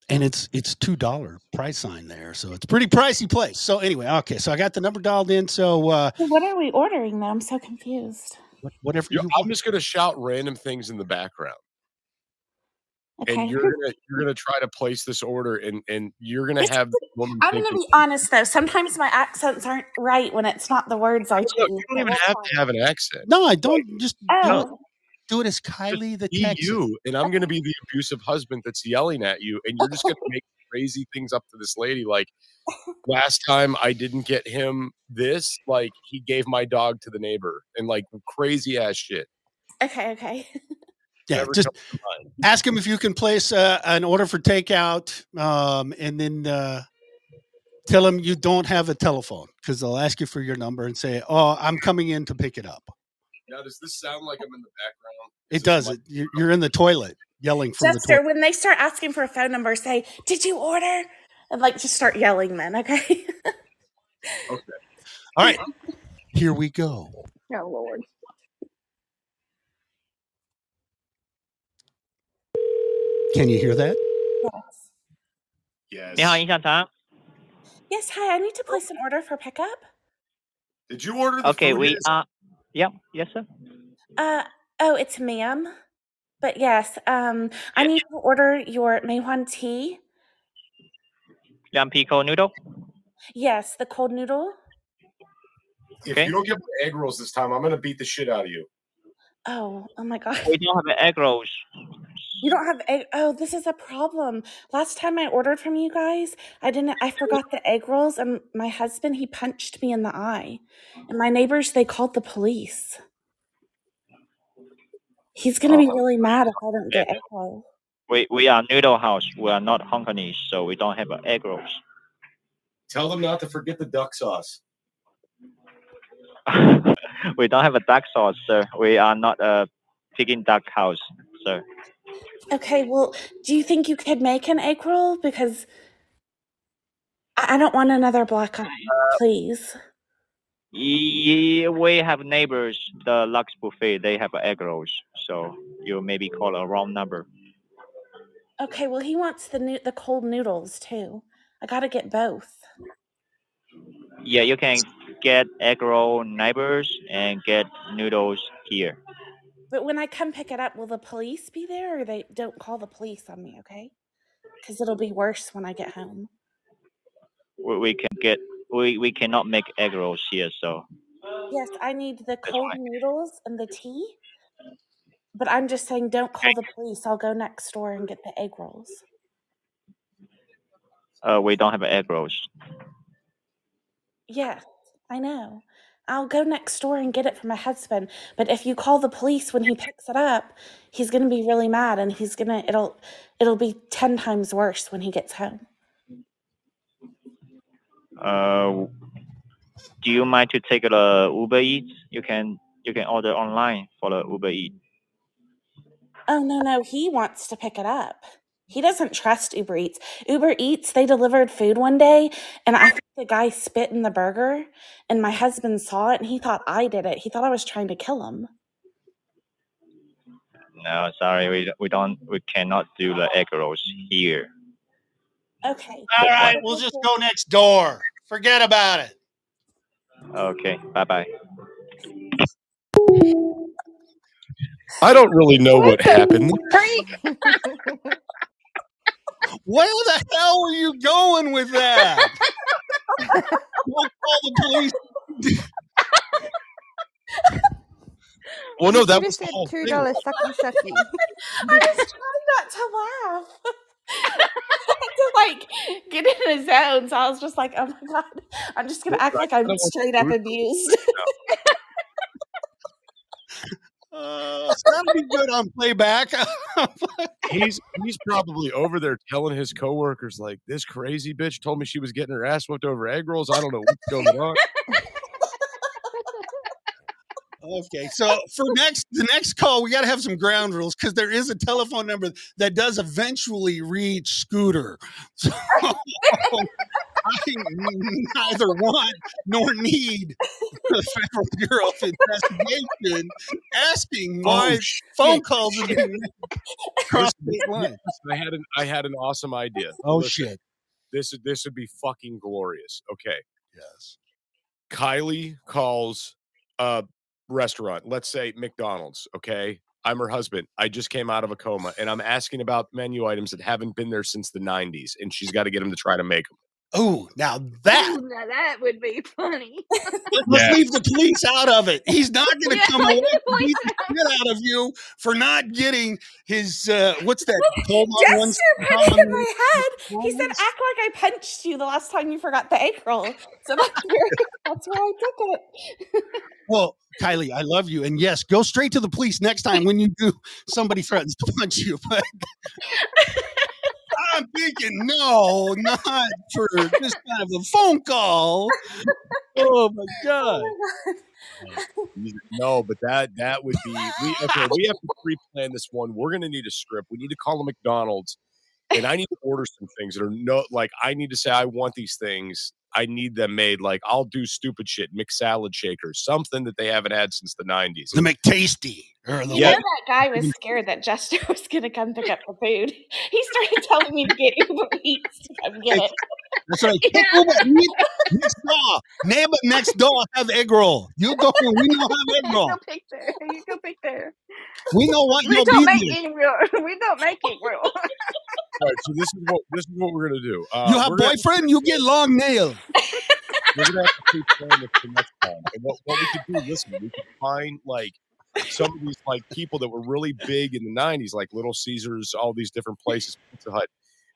Speaker 11: and it's it's two dollar price sign there, so it's pretty pricey place. So anyway, okay. So I got the number dialed in. So uh,
Speaker 9: So What are we ordering though? I'm so confused.
Speaker 11: what- whatever
Speaker 8: You-
Speaker 11: you
Speaker 8: I'm just gonna shout random things in the background.
Speaker 9: Okay.
Speaker 8: And you're gonna you're gonna try to place this order and and you're gonna have the woman
Speaker 9: I'm
Speaker 8: thinking,
Speaker 9: gonna be honest though. Sometimes my accents aren't right when it's not the words I choose.
Speaker 8: you don't even have to have an accent.
Speaker 11: No, I don't. Just
Speaker 9: Oh,
Speaker 11: do it as Kylie the
Speaker 8: be
Speaker 11: Texan.
Speaker 8: you, and I'm going to be the abusive husband that's yelling at you, and you're just going to make crazy things up to this lady. Like last time, I didn't get him this. Like he gave my dog to the neighbor, and like crazy ass shit.
Speaker 9: okay, okay.
Speaker 11: Yeah,
Speaker 8: Whatever
Speaker 11: just
Speaker 8: comes to mind.
Speaker 11: ask him if you can place uh, an order for takeout, um, and then uh, tell him you don't have a telephone because they'll ask you for your number and say, "Oh, I'm coming in to pick it up."
Speaker 8: Now, does this sound like I'm in the background?
Speaker 11: It does. It, you're, you're in the toilet yelling from the
Speaker 9: Jester,
Speaker 11: toilet.
Speaker 9: when they start asking for a phone number, say, "Did you order?" And like just start yelling then. Okay.
Speaker 8: Okay.
Speaker 11: All right, here we go.
Speaker 10: Oh Lord.
Speaker 11: Can you hear that?
Speaker 9: Yes.
Speaker 8: Yes.
Speaker 9: Yes. Hi. I need to place an order for pickup.
Speaker 8: Did you order?
Speaker 22: Okay,
Speaker 8: food
Speaker 22: we
Speaker 8: is-
Speaker 22: uh, yep, yes, sir.
Speaker 9: Uh oh, it's ma'am. But yes, um, I need to order your Meihuan tea.
Speaker 22: Yum pico noodle.
Speaker 9: Yes, the cold noodle.
Speaker 8: If you don't give me egg rolls this time, I'm going to beat the shit out of you.
Speaker 9: Oh, oh my god.
Speaker 22: We don't have egg rolls.
Speaker 9: You don't have egg. Oh, this is a problem. Last time I ordered from you guys, I didn't. I forgot the egg rolls, and my husband he punched me in the eye, and my neighbors they called the police. He's gonna be
Speaker 22: Oh,
Speaker 9: really mad if I don't get egg roll.
Speaker 22: We we are noodle house. We are not Hong Kongese, so we don't have uh, egg rolls.
Speaker 7: Tell them not to forget the duck sauce.
Speaker 22: We don't have a duck sauce, sir. We are not a picking duck house, sir.
Speaker 9: Okay, well, do you think you could make an egg roll? Because I, I don't want another black eye, please.
Speaker 22: Ye- We have neighbors, the Lux Buffet. They have egg rolls, so you maybe call a wrong number.
Speaker 9: Okay, well, he wants the new, the cold noodles too. I gotta get both.
Speaker 22: Yeah, you can get egg roll neighbors and get noodles here.
Speaker 9: But when I come pick it up, will the police be there, or they don't call the police on me? Okay, because it'll be worse when I get home.
Speaker 22: We, we can get we, we cannot make egg rolls here, so
Speaker 9: Yes, I need the cold noodles and the tea. But I'm just saying, don't call the police. I'll go next door and get the egg rolls.
Speaker 22: uh, we don't have egg rolls.
Speaker 9: Yes, I know. I'll go next door and get it for my husband. But if you call the police when he picks it up, he's gonna be really mad, and he's gonna it'll it'll be ten times worse when he gets home.
Speaker 22: Uh, do you mind to take the Uber Eats? You can you can order online for the Uber Eats.
Speaker 9: Oh no, no, he wants to pick it up. He doesn't trust Uber Eats. Uber Eats, they delivered food one day and I think the guy spit in the burger and my husband saw it and he thought I did it. He thought I was trying to kill him.
Speaker 22: No, sorry, we we don't we cannot do the egg rolls here.
Speaker 9: Okay.
Speaker 11: All right, we'll just go next door. Forget about it.
Speaker 22: Okay, bye bye.
Speaker 8: I don't really know what happened.
Speaker 11: Where the hell were you going with that? Don't call the police.
Speaker 8: Well, no, that
Speaker 12: You
Speaker 8: was
Speaker 12: said
Speaker 8: the whole
Speaker 12: two
Speaker 8: thing.
Speaker 12: dollar sucky sucky.
Speaker 9: I was trying not to laugh. I had to like get in his zone. So I was just like, oh my God, I'm just going to act like I'm straight up abused.
Speaker 11: Uh, that'll be good on playback.
Speaker 8: He's he's probably over there telling his coworkers like this crazy bitch told me she was getting her ass whipped over egg rolls. I don't know what's going on.
Speaker 11: Okay, so for next the next call, we got to have some ground rules because there is a telephone number that does eventually reach Scooter. So I neither want nor need the Federal Bureau of Investigation asking why phone calls are being across state lines.
Speaker 8: I had an I had an awesome idea.
Speaker 11: Oh, shit.
Speaker 8: This is this would be fucking glorious. Okay.
Speaker 11: Yes.
Speaker 8: Kylie calls a restaurant, let's say McDonald's, okay? I'm her husband. I just came out of a coma and I'm asking about menu items that haven't been there since the 90s and she's got to get them to try to make them.
Speaker 11: Oh, now that
Speaker 10: Ooh, now that would be funny.
Speaker 11: let's
Speaker 8: Yeah.
Speaker 11: leave the police out of it. He's not going
Speaker 10: Yeah,
Speaker 11: to come away
Speaker 10: leave
Speaker 11: and
Speaker 10: the
Speaker 11: beat the shit out of you for not getting his uh, what's that? Cold on one
Speaker 9: gesture
Speaker 11: side,
Speaker 9: popped
Speaker 11: cold
Speaker 9: in
Speaker 11: on
Speaker 9: my
Speaker 11: the-
Speaker 9: head. He said, "Act like I punched you the last time you forgot the egg roll." So that's where that's where I took it.
Speaker 11: Well, Kylie, I love you, and yes, go straight to the police next time when you do. Somebody threatens to punch you, but I'm thinking, no, not for this kind of a phone call. Oh my god!
Speaker 8: He's like, No, but that that would be we okay, we have to pre-plan this one. We're going to need a script. We need to call a McDonald's and I need to order some things that are no like I need to say I want these things. I need them made. Like I'll do stupid shit, mixed salad shakers, something that they haven't had since the 90s.
Speaker 11: The McTasty or
Speaker 9: You
Speaker 8: yeah,
Speaker 9: know that guy was scared that Jester was going to come pick up the food. He started telling me to get Uber Eats to come get it.
Speaker 11: That's right. Take Uber Eats next door. Neighbor next door have egg roll. You go. We know have egg roll.
Speaker 10: you go pick there. You go pick there.
Speaker 11: We know what
Speaker 10: We
Speaker 11: you'll
Speaker 10: don't
Speaker 11: be
Speaker 10: make
Speaker 11: there.
Speaker 10: it real. We don't make it real.
Speaker 8: All right, so this is what this is what we're gonna do. Uh,
Speaker 11: You have
Speaker 8: we're gonna,
Speaker 11: boyfriend. You get long nail.
Speaker 8: we're gonna have to pre-plan this for next time. And what, what we could do? Listen, we could find like some of these like people that were really big in the '90s, like Little Caesars, all these different places, Pizza Hut,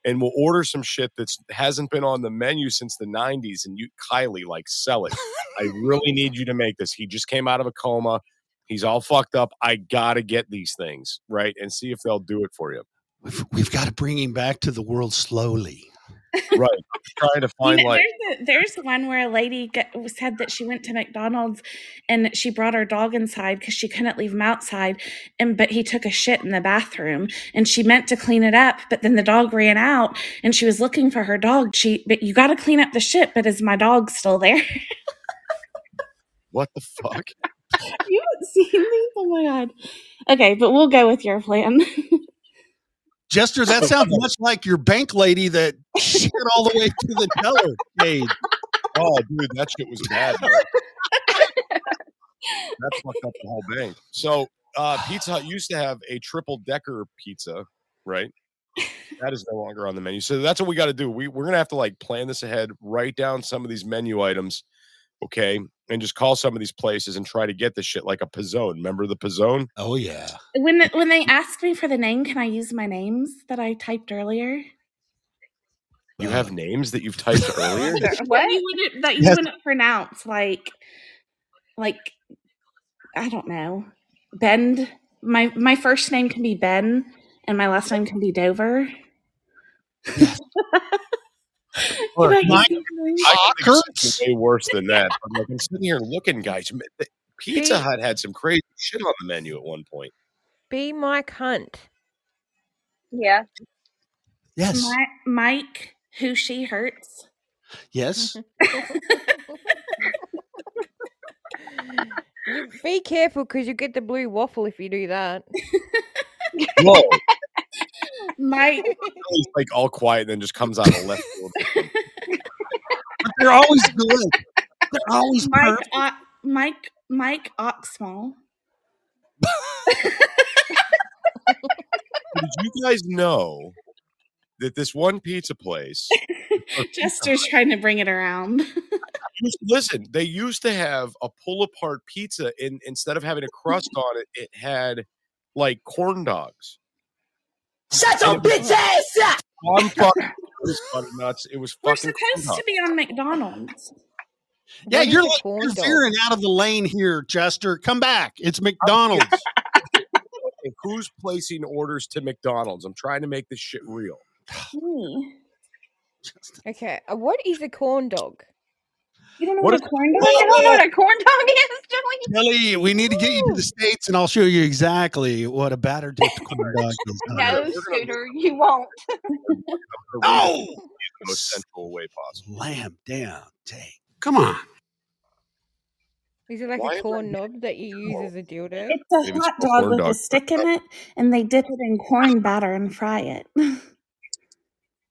Speaker 8: and we'll order some shit that hasn't been on the menu since the '90s. And you, Kylie, like sell it. I really need you to make this. He just came out of a coma. He's all fucked up. I gotta get these things right and see if they'll do it for you.
Speaker 11: we've, we've got to bring him back to the world slowly.
Speaker 8: Right. Try to
Speaker 9: You
Speaker 8: find
Speaker 9: know,
Speaker 8: like
Speaker 9: there's, a, there's one where a lady got, said that she went to McDonald's and she brought her dog inside because she couldn't leave him outside, and but he took a shit in the bathroom and she meant to clean it up, but then the dog ran out and she was looking for her dog. She but you got to clean up the shit, but is my dog still there?
Speaker 8: what the fuck?
Speaker 9: you haven't seen these? Oh my god. Okay, but we'll go with your plan.
Speaker 11: Jester, that sounds much like your bank lady that shit all the way to the teller page.
Speaker 8: Oh, dude, that shit was bad. man. that fucked up the whole bank. So uh, Pizza Hut used to have a triple decker pizza, right? That is no longer on the menu. So that's what we got to do. We, we're gonna have to like plan this ahead, write down some of these menu items, okay, and just call some of these places and try to get this shit like a pizzone. Remember the pizzone?
Speaker 11: Oh yeah.
Speaker 9: when when they asked me for the name, can I use my names that I typed earlier?
Speaker 8: You
Speaker 11: Uh-huh.
Speaker 8: have names that you've typed earlier.
Speaker 9: That you wouldn't, that you
Speaker 8: Yes.
Speaker 9: wouldn't pronounce like, like, I don't know. Bend. My my first name can be Ben, and my last name can be Dover.
Speaker 8: Look,
Speaker 9: Can I
Speaker 8: my-
Speaker 9: use these names?
Speaker 8: I can think of something way worse than that. I'm like, I'm sitting here looking, guys. m- the- Pizza Hut had some crazy shit on the menu at one point.
Speaker 12: Be my cunt.
Speaker 10: Yeah.
Speaker 11: Yes.
Speaker 9: Mi- Mike, who she hurts.
Speaker 11: Yes.
Speaker 12: You be careful because you get the blue waffle if you do that.
Speaker 8: Whoa!
Speaker 9: Mike,
Speaker 8: He's like all quiet, and then just comes out of left field.
Speaker 11: But they're always good. They're always
Speaker 9: Mike,
Speaker 11: perfect.
Speaker 9: O- Mike, Mike Oxmall.
Speaker 8: Did you guys know that this one pizza place?
Speaker 11: Oh,
Speaker 8: or pizza
Speaker 9: Jester's trying to bring it around.
Speaker 8: used- listen, they used to have a pull apart pizza, and instead of having a crust on it, it had like corn dogs.
Speaker 14: Shut
Speaker 8: your
Speaker 14: bitch ass up!
Speaker 8: I'm fucking it was fucking nuts. It was
Speaker 9: We're
Speaker 8: fucking
Speaker 9: supposed to be on McDonald's.
Speaker 11: Yeah,
Speaker 9: What is
Speaker 11: you're,
Speaker 9: a
Speaker 11: like-
Speaker 9: corn
Speaker 11: you're
Speaker 9: dog?
Speaker 11: veering out of the lane here, Jester. Come back. It's McDonald's.
Speaker 8: and who's placing orders to McDonald's? I'm trying to make this shit real.
Speaker 12: Okay, uh, what is a corn dog?
Speaker 9: You don't know
Speaker 11: What
Speaker 9: what
Speaker 11: is
Speaker 9: a
Speaker 11: a corn
Speaker 9: corn dog is?
Speaker 11: You don't know what
Speaker 12: a corn dog is, Joey.
Speaker 11: Kelly, we need to get you to the States and I'll show you exactly what a batter dipped corn dog is.
Speaker 10: No, Scooter, you won't.
Speaker 11: Oh!
Speaker 8: The most sensual way possible.
Speaker 11: Lamb down, take. Come on.
Speaker 12: Is it like
Speaker 8: Why am I
Speaker 12: a corn knob that you use as a dildo?
Speaker 9: It's a hot dog with a stick in it, and they dip it in corn batter and fry it.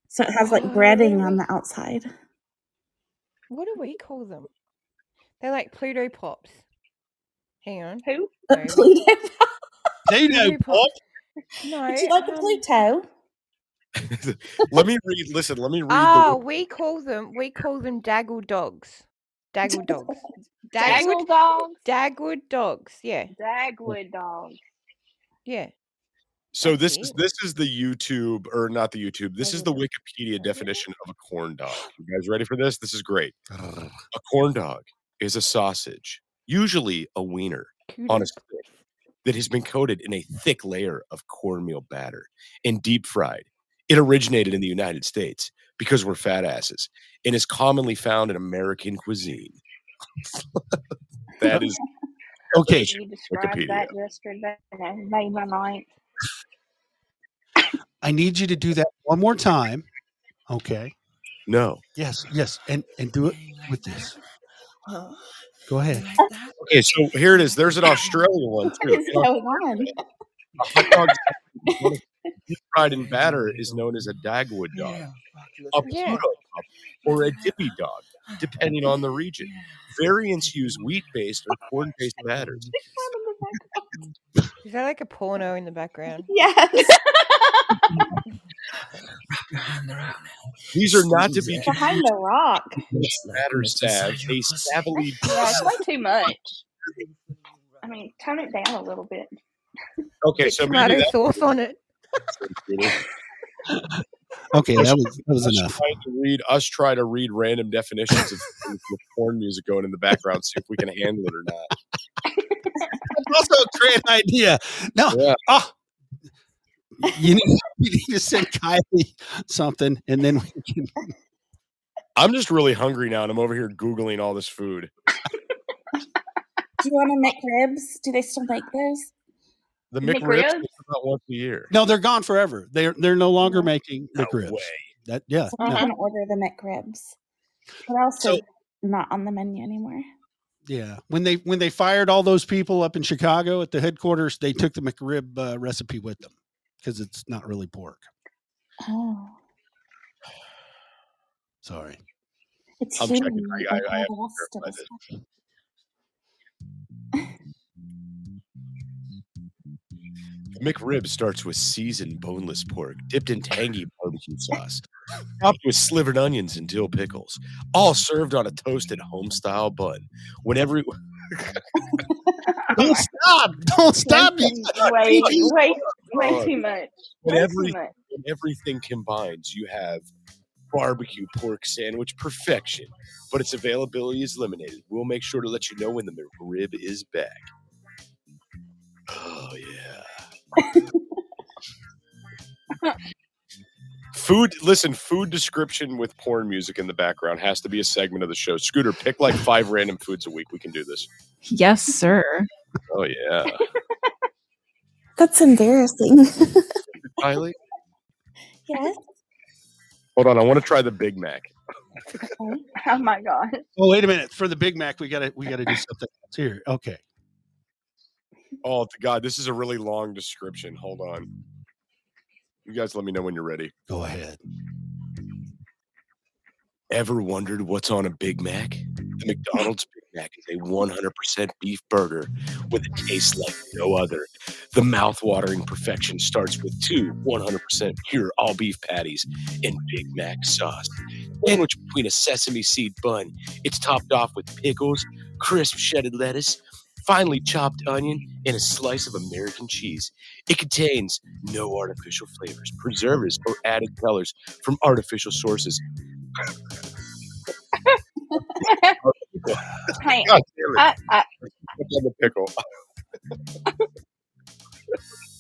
Speaker 9: So it has like breading on the outside.
Speaker 12: What do we call them? They're like Pluto pops. Hang on.
Speaker 10: Who?
Speaker 12: No.
Speaker 9: Pluto
Speaker 12: Pluto pops. No.
Speaker 9: Would you like a
Speaker 12: um,
Speaker 9: Pluto?
Speaker 8: Let me read. Listen, let me read.
Speaker 12: Oh,
Speaker 8: the
Speaker 12: we call them we call them daggle dogs. Daggle dogs.
Speaker 10: Daggle dogs.
Speaker 12: Dagwood dogs. Yeah.
Speaker 10: Dagwood dogs.
Speaker 12: Yeah.
Speaker 8: So this
Speaker 12: it.
Speaker 8: is this is the YouTube or not the YouTube. This is the Wikipedia definition of a corn dog. You guys ready for this? This is great. A corn dog is a sausage, usually a wiener, on a stick that has been coated in a thick layer of cornmeal batter and deep fried. It originated in the United States because we're fat asses and is commonly found in American cuisine. that is
Speaker 11: Okay.
Speaker 10: You described
Speaker 8: Wikipedia.
Speaker 10: that yesterday, and it made my night.
Speaker 11: I need you to do that one more time. Okay.
Speaker 8: no.
Speaker 11: Yes, yes. And and do it with this. Go ahead.
Speaker 8: Okay, so here it is. There's an Australian one too.
Speaker 9: What is
Speaker 8: In
Speaker 9: going on?
Speaker 8: hot dog deep fried in batter is known as a dagwood dog, a
Speaker 12: Yeah.
Speaker 8: pluto pup, or a dippy dog, depending on the region. Variants use wheat based or corn based batters.
Speaker 12: Is that like a porno in the background?
Speaker 9: Yes.
Speaker 8: These are not to be
Speaker 9: Behind the rock.
Speaker 8: confused with batter salve. They savily
Speaker 10: Yeah, it's way too much. I mean, tone it down a little bit.
Speaker 8: okay, so maybe
Speaker 12: Tomato
Speaker 8: that
Speaker 12: sauce on it.
Speaker 11: Okay, that was that was
Speaker 8: us
Speaker 11: enough.
Speaker 8: Trying to read us try to read random definitions of things with porn music going in the background, see if we can handle it or not.
Speaker 11: That's also a great idea. No,
Speaker 8: Yeah.
Speaker 11: oh, You need, you need to send Kylie something, and then we can.
Speaker 8: I'm just really hungry now, and I'm over here googling all this food.
Speaker 9: Do you want to make ribs? Do they still make those?
Speaker 8: The
Speaker 9: McRibs?
Speaker 8: McRibs come out once a year.
Speaker 11: No, they're gone forever. They're they're no longer making
Speaker 8: No Oh.
Speaker 11: McRibs.
Speaker 8: way.
Speaker 11: That yeah.
Speaker 9: I'm
Speaker 11: no.
Speaker 9: gonna order the McRibs. What else is not on the menu anymore?
Speaker 11: Yeah, when they when they fired all those people up in Chicago at the headquarters, they took the McRib uh, recipe with them because it's not really pork.
Speaker 9: Oh,
Speaker 11: Sorry.
Speaker 9: it's
Speaker 11: I'm
Speaker 9: hidden.
Speaker 11: checking. I-
Speaker 9: like
Speaker 11: I- I
Speaker 9: all
Speaker 11: have
Speaker 9: the
Speaker 11: to verify
Speaker 9: rest of the
Speaker 11: this.
Speaker 9: stuff.
Speaker 8: McRib starts with seasoned boneless pork dipped in tangy barbecue sauce, topped with slivered onions and dill pickles, all served on a toasted home style bun. When every
Speaker 11: don't stop, don't stop.
Speaker 10: Way, too- way, way, way
Speaker 8: Oh,
Speaker 10: too much.
Speaker 8: when,
Speaker 10: Way too
Speaker 8: every,
Speaker 10: much.
Speaker 8: when everything combines, you have barbecue pork sandwich perfection, but its availability is limited. We'll make sure to let you know when the McRib is back. Oh yeah. Food, listen, food description with porn music in the background has to be a segment of the show. Scooter, pick like five random foods a week. We can do this.
Speaker 2: Yes, sir.
Speaker 8: Oh, yeah.
Speaker 20: That's embarrassing.
Speaker 8: Kylie?
Speaker 9: Yes.
Speaker 8: Hold on. I want to try the Big Mac.
Speaker 10: Oh my god.
Speaker 11: Oh wait a minute. For the Big Mac, we gotta we gotta do something else here. Okay.
Speaker 8: Oh, th- God. This is a really long description. Hold on. You guys let me know when you're ready.
Speaker 11: Go ahead.
Speaker 8: Ever wondered what's on a Big Mac? The McDonald's Big Mac is a 100% beef burger with a taste like no other. The mouth-watering perfection starts with two 100% pure all-beef patties and Big Mac sauce. Sandwiched between a sesame seed bun, it's topped off with pickles, crisp shredded lettuce, finely chopped onion, and a slice of American cheese. It contains no artificial flavors, preservatives, or added colors from artificial sources.
Speaker 10: Hey,
Speaker 8: God damn
Speaker 10: I,
Speaker 8: it.
Speaker 10: I,
Speaker 8: Put down the pickle.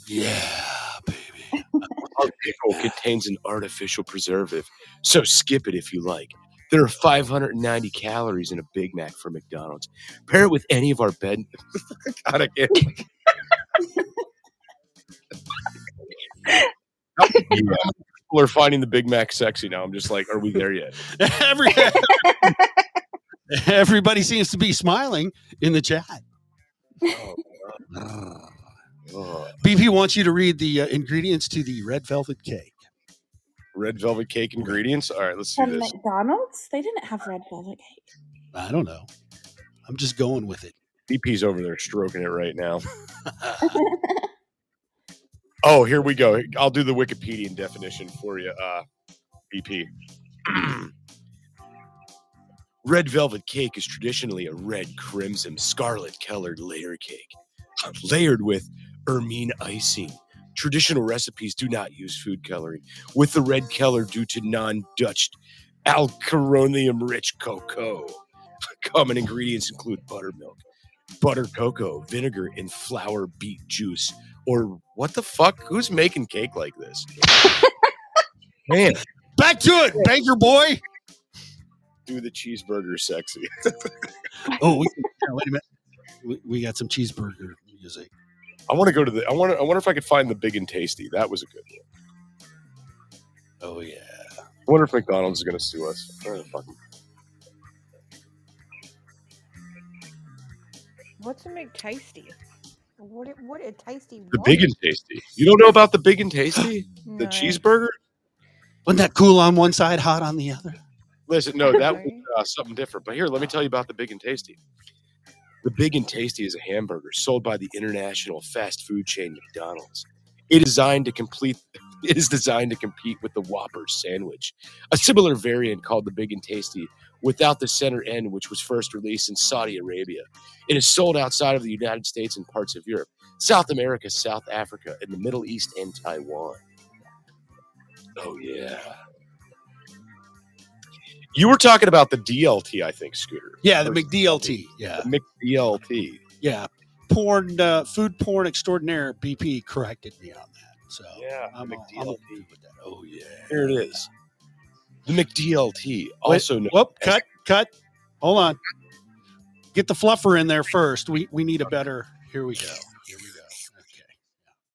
Speaker 8: yeah, baby. Our pickle contains an artificial preservative, so skip it if you like. There are 590 calories in a Big Mac from McDonald's. Pair it with any of our bed. God, I can't. How many People are finding the Big Mac sexy now. I'm just like, are we there yet?
Speaker 11: Every, everybody seems to be smiling in the chat.
Speaker 8: Oh,
Speaker 11: BP wants you to read the uh, ingredients to the red velvet cake.
Speaker 8: red velvet cake ingredients. All right, let's do
Speaker 9: From
Speaker 8: this.
Speaker 9: McDonald's, they didn't have red velvet cake.
Speaker 11: I don't know. I'm just going with it.
Speaker 8: DP's over there stroking it right now. Oh, here we go. I'll do the Wikipedian definition for you, uh, BP. red velvet cake is traditionally a red, crimson, scarlet colored layer cake, layered with ermine icing. Traditional recipes do not use food coloring, with the red color due to non Dutch alcaronium rich cocoa. Common ingredients include buttermilk, butter cocoa, vinegar, and flour beet juice. Or what the fuck? Who's making cake like this? Man.
Speaker 11: Back to it, banker boy.
Speaker 8: Do the cheeseburger sexy.
Speaker 11: Oh, we, yeah, wait a minute. We, we got some cheeseburger music.
Speaker 8: I want to go to the I want to, I wonder if I could find the big and tasty. That was a good one.
Speaker 11: Oh yeah.
Speaker 8: I wonder if McDonald's is gonna sue us. Oh, fuck.
Speaker 12: What's a McTasty? What? a- What a tasty.
Speaker 8: The big and tasty. You don't know about the big and tasty? The
Speaker 12: No.
Speaker 8: cheeseburger?
Speaker 11: Wasn't that cool on one side, hot on the other?
Speaker 8: Listen, no, that was uh, something different. But here, let me tell you about the Big and Tasty. The Big and Tasty is a hamburger sold by the international fast food chain McDonald's. It is designed to complete. It is designed to compete with the Whopper sandwich, a similar variant called the Big and Tasty without the center end, which was first released in Saudi Arabia. It is sold outside of the United States and parts of Europe, South America, South Africa, and the Middle East and Taiwan. Oh yeah. You were talking about the DLT, I think, Scooter.
Speaker 11: Yeah, the
Speaker 8: Or-
Speaker 11: McDLT. Yeah.
Speaker 8: The McDLT.
Speaker 11: Yeah. Porn, uh, food porn extraordinaire BP corrected me on that. So
Speaker 8: Yeah,
Speaker 11: I'm,
Speaker 8: big
Speaker 11: all- I'm
Speaker 8: deal.
Speaker 11: all good with that. Oh yeah.
Speaker 8: Here it is. The McDLT,
Speaker 11: Wait,
Speaker 8: also known
Speaker 11: whoop, cut, cut. Hold on. Get the fluffer in there first. We we need a better. Here we go. Here we go. Okay.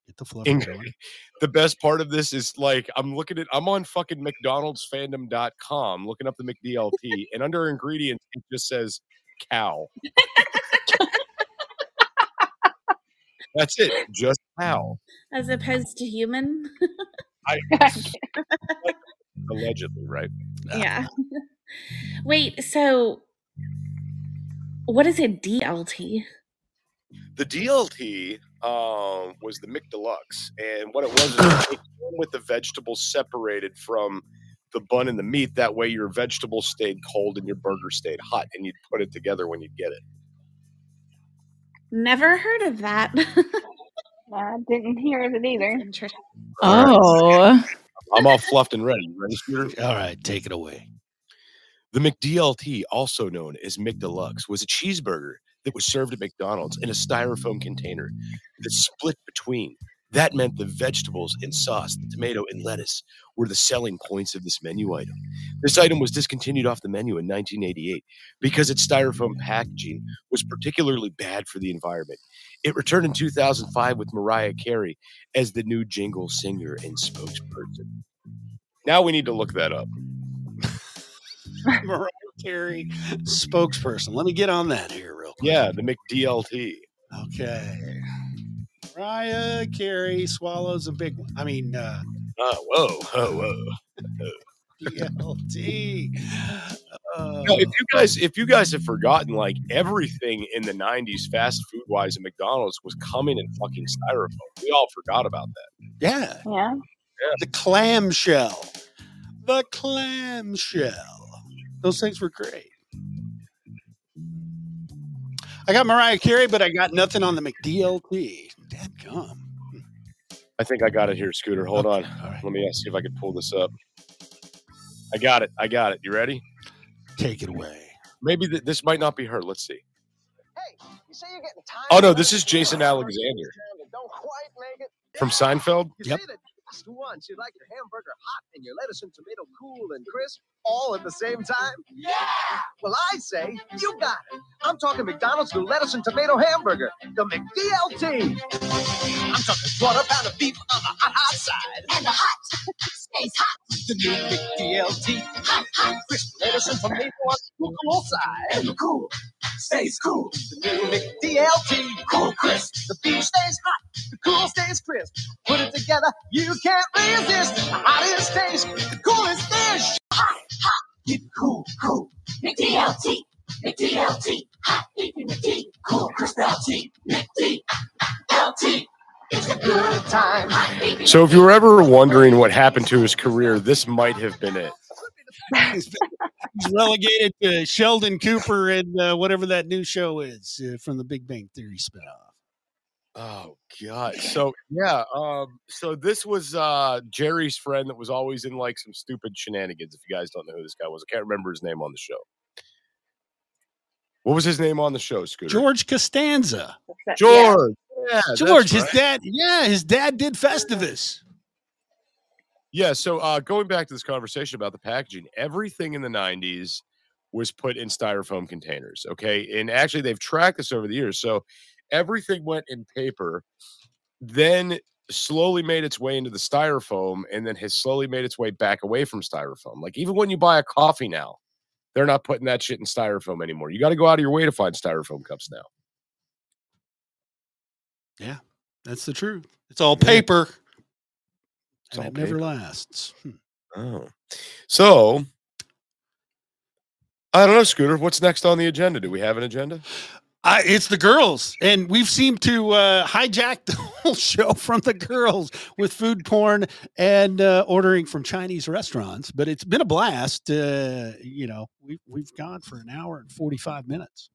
Speaker 11: Get the fluffer
Speaker 8: And
Speaker 11: going.
Speaker 8: the best part of this is like I'm looking at I'm on fucking McDonald'sfandom.com looking up the McDLT and under ingredients it just says cow. That's it. Just cow.
Speaker 9: As opposed to human.
Speaker 11: Mm.
Speaker 8: I allegedly, right?
Speaker 9: yeah. Wait, so what is a DLT?
Speaker 8: The DLT um, was the McDeluxe, and what it was is it came with the vegetables separated from the bun and the meat. That way, your vegetable stayed cold and your burger stayed hot, and you'd put it together when you'd get it.
Speaker 9: Never heard of that.
Speaker 10: I didn't hear of it either.
Speaker 2: Oh.
Speaker 8: I'm all fluffed and ready. You Ready, Scooter?
Speaker 11: All right, take it away.
Speaker 8: The McDLT, also known as McDeluxe, was a cheeseburger that was served at McDonald's in a styrofoam container that split between. That meant the vegetables and sauce, the tomato and lettuce, were the selling points of this menu item. This item was discontinued off the menu in 1988 because its styrofoam packaging was particularly bad for the environment. It returned in 2005 with Mariah Carey as the new jingle singer and spokesperson. Now we need to look that up.
Speaker 11: Mariah Carey spokesperson. Let me get on that here real quick.
Speaker 8: Yeah, the McDLT.
Speaker 11: Okay. Mariah Carey swallows a big one. I mean, uh,
Speaker 8: Oh, whoa, whoa, whoa.
Speaker 11: DLT. Uh,
Speaker 8: No, if you guys, if you guys have forgotten, like everything in the '90s, fast food wise, at McDonald's was coming in fucking styrofoam. We all forgot about that.
Speaker 11: yeah.
Speaker 10: Yeah.
Speaker 11: The clamshell. The clamshell. Those things were great. I got Mariah Carey, but I got nothing on the McDLT. Damn gum.
Speaker 8: I think I got it here, Scooter. Hold on. Let me uh, see if I can pull this up. I got it. I got it. You ready?
Speaker 11: Take it away.
Speaker 8: Maybe th- this might not be her. Let's see.
Speaker 14: You say you're getting tired.
Speaker 8: Oh no, this is Jason Alexander from Seinfeld.
Speaker 11: Yep.
Speaker 14: Just once, you'd like your hamburger hot and your lettuce and tomato cool and crisp all at the same time? Yeah! Well, I say, you got it. I'm talking McDonald's new lettuce and tomato hamburger, the McDLT. I'm talking quarter pound of beef uh, on the hot, hot side. And the hot stays hot. The new McDLT. Hot, hot. Crisp lettuce and tomato on the cool side. And the cool stays cool. The new McDLT. Cool crisp. The beef stays hot. The cool stays crisp. Put it together, you can't resist. The hottest taste, the coolest dish. Hot, hot, get cool, cool. McDLT, McDLT, hot, eating McD, cool, crisp LT, McDLT. It's a good time. Hot, eating
Speaker 8: So if you were ever wondering what happened to his career, this might have been it.
Speaker 11: He's relegated to Sheldon Cooper and uh, whatever that new show is uh, from the Big Bang Theory spinoff.
Speaker 8: Oh god. So yeah, um so this was uh Jerry's friend that was always in like some stupid shenanigans if you guys don't know who this guy was. I can't remember his name on the show. What was his name on the show, Scooter?
Speaker 11: George Costanza.
Speaker 8: George. Yeah, that's
Speaker 11: George, his
Speaker 8: right.
Speaker 11: dad. Yeah, his dad did Festivus.
Speaker 8: Yeah, so uh going back to this conversation about the packaging, everything in the 90s was put in styrofoam containers, okay? And actually they've tracked this over the years. So everything went in paper, then slowly made its way into the styrofoam and then has slowly made its way back away from styrofoam. Like even when you buy a coffee now, they're not putting that shit in styrofoam anymore. You got to go out of your way to find styrofoam cups now.
Speaker 11: Yeah, that's the truth. It's all paper. and
Speaker 8: all
Speaker 11: it never
Speaker 8: paper.
Speaker 11: lasts. Hmm.
Speaker 8: Oh. So I don't know, Scooter. What's next on the agenda? Do we have an agenda?
Speaker 11: I, it's the girls, and we've seemed to uh, hijack the whole show from the girls with food porn and uh, ordering from Chinese restaurants. But it's been a blast. Uh, you know, we've we've gone for an hour and forty five minutes.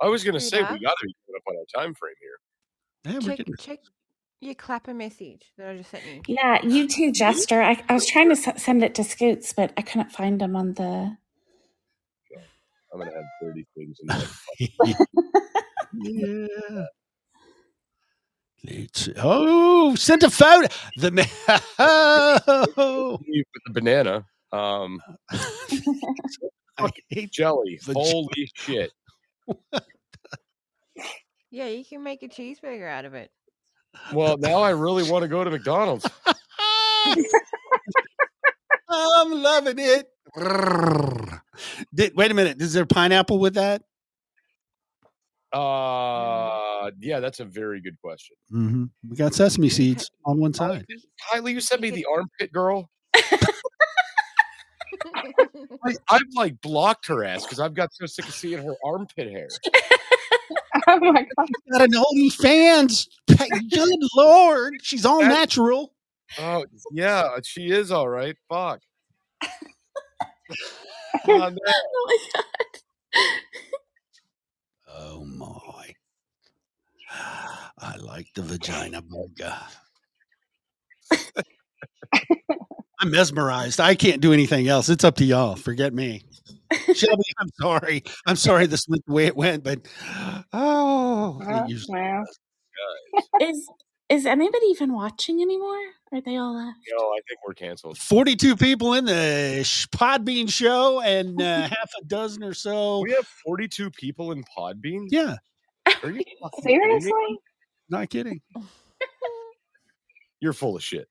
Speaker 8: I was going to say we got
Speaker 12: Scooter?
Speaker 8: to be coming up on our time frame here.
Speaker 11: Yeah, we're
Speaker 12: Check,
Speaker 11: getting-
Speaker 12: check your clapper message that I just sent you.
Speaker 9: Yeah, you too, Jester. I, I was trying to s- send it to Scoots, but I couldn't find him on the.
Speaker 8: I'm going to have 30 things in there.
Speaker 11: yeah. It's- oh, sent a photo. The ma-
Speaker 8: leave with the banana. Um, jelly.
Speaker 11: the
Speaker 8: Holy shit!
Speaker 12: Yeah, you can make a cheeseburger out of it.
Speaker 8: Well, now I really want to go to McDonald's.
Speaker 11: I'm loving it. Did, wait a minute. Is there pineapple with that?
Speaker 8: Uh, yeah, that's a very good question.
Speaker 11: Mm-hmm. We got sesame seeds on one side.
Speaker 8: Kylie, you sent me the armpit girl. I, I've like blocked her ass because I've got so sick of seeing her armpit hair.
Speaker 11: Oh my god! Got an oldie fans. Good lord, she's all natural.
Speaker 8: Oh yeah, she is all right. Fuck. oh,
Speaker 13: my
Speaker 11: Oh my! I like the vagina burger. I'm mesmerized. I can't do anything else. It's up to y'all. Forget me. Shelby, I'm sorry. I'm sorry this went the way it went, but oh,
Speaker 9: Oh,
Speaker 11: it usually
Speaker 9: wow. is is anybody even watching anymore? Are they all uh, left?
Speaker 8: Yo, I think we're canceled.
Speaker 11: 42 people in the sh- Podbean show and uh, half a dozen or so.
Speaker 8: We have 42 people in Podbean.
Speaker 11: Yeah,
Speaker 8: Are you fucking kidding me?
Speaker 10: Seriously?
Speaker 11: not kidding.
Speaker 8: You're full of shit.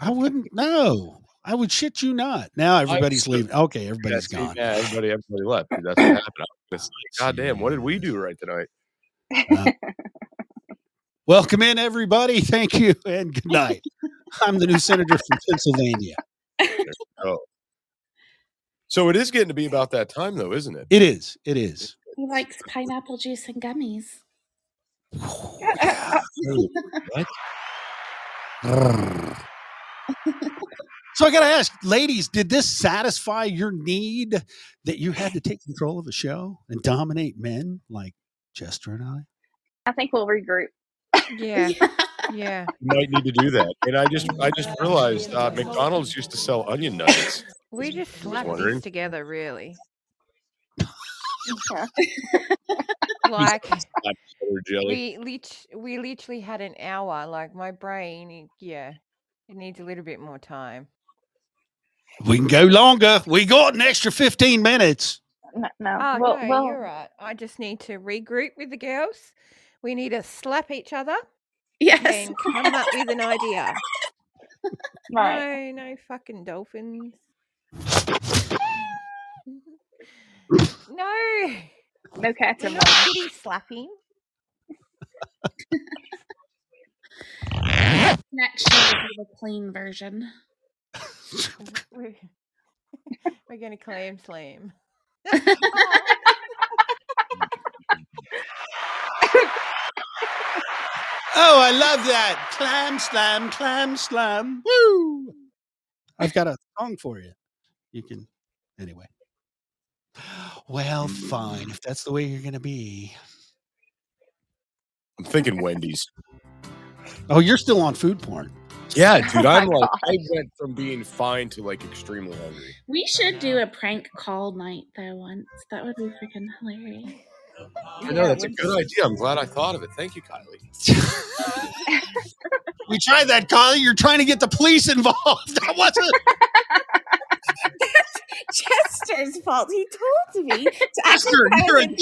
Speaker 11: I wouldn't. No, I would shit you not. Now everybody's
Speaker 8: so-
Speaker 11: leaving. Okay, everybody's
Speaker 8: Yeah, see,
Speaker 11: gone.
Speaker 8: Yeah, everybody, everybody left. Dude, that's what happened. I was just like, God damn, what did we do right tonight?
Speaker 11: Welcome in, everybody. Thank you and good night. I'm the new senator from Pennsylvania.
Speaker 8: Oh. So it is getting to be about that time, though, isn't it?
Speaker 11: It is. It is.
Speaker 9: He likes pineapple juice and gummies.
Speaker 11: So I got to ask, ladies, did this satisfy your need that you had to take control of a show and dominate men like Chester and I?
Speaker 10: I think we'll regroup.
Speaker 12: Yeah. yeah.
Speaker 8: You might need to do that. And I just, I just realized uh, McDonald's used to sell onion nuggets.
Speaker 12: We just slapped
Speaker 8: wondering.
Speaker 12: these together, really.
Speaker 8: These
Speaker 12: like
Speaker 8: slap butter jelly.
Speaker 12: we lit- we literally had an hour. Like my brain, it- yeah, it needs a little bit more time.
Speaker 11: We can go longer. We got an extra 15 minutes.
Speaker 10: No, no.
Speaker 12: Oh
Speaker 10: well,
Speaker 12: no,
Speaker 10: well,
Speaker 12: you're right. I just need to regroup with the girls. We need to slap each other.
Speaker 9: Yes.
Speaker 12: And come up with an idea.
Speaker 10: Right.
Speaker 12: No, no fucking dolphins. no.
Speaker 10: No cats
Speaker 12: We're
Speaker 10: in
Speaker 12: not kitty slapping.
Speaker 9: Not sure would be the clean version.
Speaker 12: We're, we're gonna clam slam.
Speaker 11: Oh, I love that. Clam slam, clam slam. Woo! I've got a song for you. You can, anyway. Well, fine. If that's the way you're going to be.
Speaker 8: I'm thinking Wendy's.
Speaker 11: Oh, you're still on food porn.
Speaker 8: Yeah, dude,
Speaker 9: Oh my
Speaker 8: I'm like, I went from being fine to like extremely hungry.
Speaker 9: We should do
Speaker 10: Uh-huh.
Speaker 9: a prank call night though once. That would be freaking hilarious.
Speaker 10: Uh-huh.
Speaker 8: I know that's a good idea. I'm glad I thought of it. Thank you, Kylie.
Speaker 11: We tried that, Carly. You're trying to get the police involved. That wasn't.
Speaker 9: Chester's fault. He told me. To
Speaker 8: act Chester, like I you're was a jerk.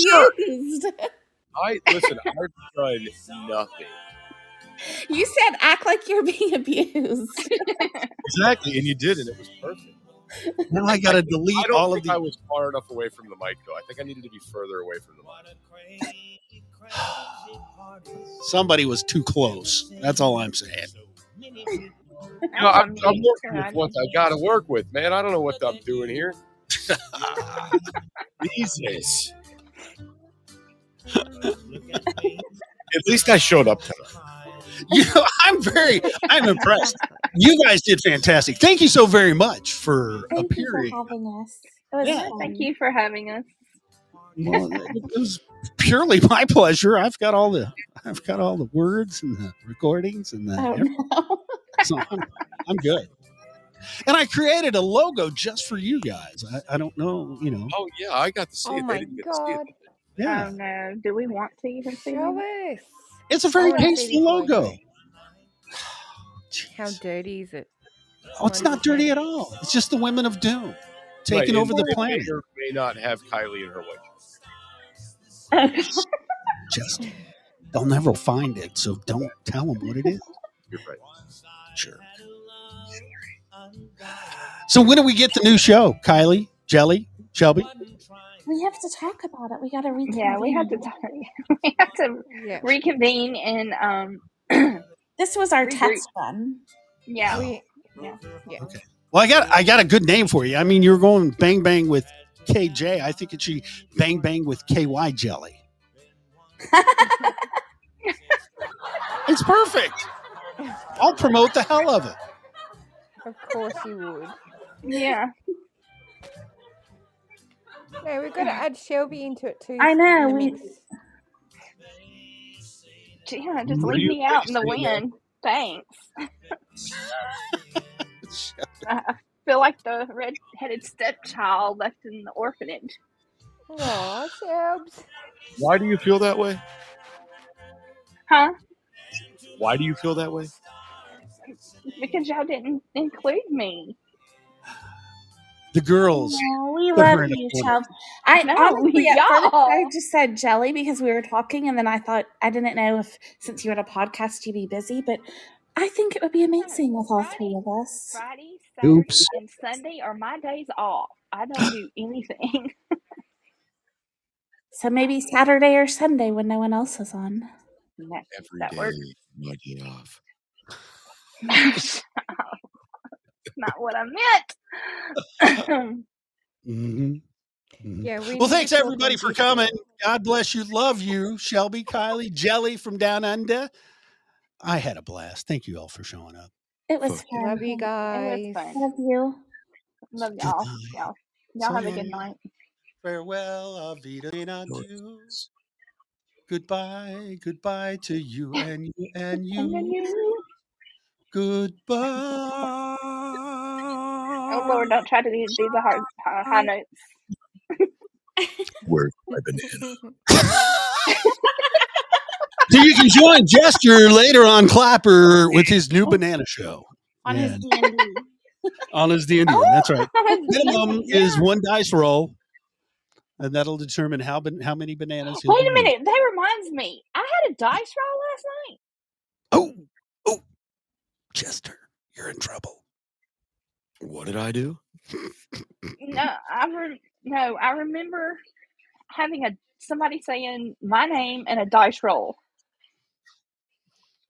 Speaker 9: jerk.
Speaker 8: I listen. I've done nothing.
Speaker 9: You said act like you're being abused.
Speaker 8: Exactly, and you did, and it was perfect.
Speaker 11: Now I got to
Speaker 8: I
Speaker 11: delete
Speaker 8: don't
Speaker 11: all of
Speaker 8: think
Speaker 11: the.
Speaker 8: I was far enough away from the mic, though. I think I needed to be further away from the mic.
Speaker 11: Somebody was too close. That's all I'm saying.
Speaker 8: You know, I'm, I'm working with what I got to work with, man. I don't know what I'm doing here. Jesus. At least I showed up tonight.
Speaker 11: You know, I'm very, I'm impressed. You guys did fantastic. Thank you so very much for
Speaker 9: Thank you for
Speaker 11: appearing.
Speaker 9: having us. It was
Speaker 10: Yeah,
Speaker 9: fun.
Speaker 10: thank you for having us.
Speaker 11: Well, it it was purely my pleasure. I've got all the I've got all the words and the recordings and the
Speaker 9: Oh,
Speaker 11: everything. so I'm, I'm good. And I created a logo just for you guys. I, I don't know, you know.
Speaker 8: Oh yeah, I got to see
Speaker 12: Oh
Speaker 8: it. They
Speaker 12: my
Speaker 8: didn't get to see it.
Speaker 12: god.
Speaker 11: Yeah.
Speaker 10: Oh no. Do we want to even see
Speaker 12: Show
Speaker 10: them?
Speaker 12: us.
Speaker 11: Oh, It's a very
Speaker 12: I wanna see
Speaker 11: pasty
Speaker 12: these
Speaker 11: logo.
Speaker 12: How dirty is it?
Speaker 11: Oh, it's not dirty at all. It's just the women of doom taking
Speaker 8: Right,
Speaker 11: over
Speaker 8: it-
Speaker 11: the
Speaker 8: it
Speaker 11: planet.
Speaker 8: May or may not have Kylie in her white.
Speaker 11: Just they'll never find it, so don't tell them what it is.
Speaker 8: You're right.
Speaker 11: Sure. So when do we get the new show, Kylie, Jelly, Shelby?
Speaker 9: We have to talk about it. We got to reconvene.
Speaker 10: Yeah, we have to talk. We have to reconvene and um.
Speaker 9: this was our
Speaker 10: regroup.
Speaker 9: text one.
Speaker 10: Yeah.
Speaker 12: yeah. yeah. Okay.
Speaker 11: Well, I got I got a good name for you. I mean, you're going bang bang with KJ. I think it should be bang bang with KY Jelly. it's perfect. I'll promote the hell of it.
Speaker 12: Of course you would.
Speaker 10: Yeah.
Speaker 12: No, we've got to add Shelby into it too.
Speaker 10: I know,
Speaker 12: in the
Speaker 10: we-
Speaker 12: mix.
Speaker 10: Yeah, just
Speaker 12: What do
Speaker 10: leave
Speaker 12: you
Speaker 10: me out in the
Speaker 12: think, Sheila?
Speaker 10: wind. Thanks. I I feel like the red-headed stepchild left in the orphanage.
Speaker 12: Aw, Shelbs.
Speaker 8: Why do you feel that way?
Speaker 10: Huh?
Speaker 8: Why do you feel that way?
Speaker 10: Because y'all didn't include me.
Speaker 11: The girls.
Speaker 9: No, we
Speaker 11: Put her
Speaker 9: love
Speaker 11: in a
Speaker 9: you,
Speaker 11: corner.
Speaker 9: Shelby. I
Speaker 10: No,
Speaker 9: honestly, at first,
Speaker 10: y'all.
Speaker 9: I just said jelly because we were talking, and then I thought I didn't know if since you had a podcast, you'd be busy. But I think it would be amazing with all three of us.
Speaker 10: Friday, Saturday,
Speaker 11: Oops.
Speaker 10: and Sunday are my days off. I don't do anything.
Speaker 9: So maybe Saturday or Sunday when no one else is on.
Speaker 10: And that,
Speaker 8: Every
Speaker 10: that works.
Speaker 8: day, my day off.
Speaker 10: That's not what I meant.
Speaker 11: Mhm.
Speaker 12: Yeah,
Speaker 11: Well,
Speaker 12: we need to
Speaker 11: thanks
Speaker 12: talk
Speaker 11: everybody
Speaker 12: on
Speaker 11: for
Speaker 12: Discord.
Speaker 11: coming. God bless you. Love you, Shelby, Kylie, Jelly from Down Under. I had a blast. Thank you all for showing up.
Speaker 9: It was fun.
Speaker 12: Love you
Speaker 10: it was
Speaker 12: guys.
Speaker 10: fun.
Speaker 9: Love you.
Speaker 10: Love
Speaker 11: Good
Speaker 10: y'all.
Speaker 11: night.
Speaker 10: Y'all, y'all
Speaker 11: So
Speaker 10: have a good
Speaker 11: long.
Speaker 10: night.
Speaker 11: Farewell, Avita adieu. Goodbye, goodbye to you and you and
Speaker 10: And then
Speaker 11: you.
Speaker 10: you.
Speaker 11: Goodbye.
Speaker 10: Oh Lord, don't try to do, do the hard high, high notes.
Speaker 8: Where's my banana?
Speaker 11: So you can join Jester later on Clapper with his new banana show
Speaker 9: On his
Speaker 11: Yeah.
Speaker 9: D and D.
Speaker 11: on his D and D. That's right. Minimum
Speaker 10: Wait
Speaker 11: is one dice roll, and that'll determine how ban- how many bananas he'll be
Speaker 10: a
Speaker 11: making.
Speaker 10: minute. That reminds me. I had a dice roll last night.
Speaker 11: Oh, oh, Jester, you're in trouble.
Speaker 8: What did I do?
Speaker 10: No, I re- no, I remember having a somebody saying my name and a dice roll.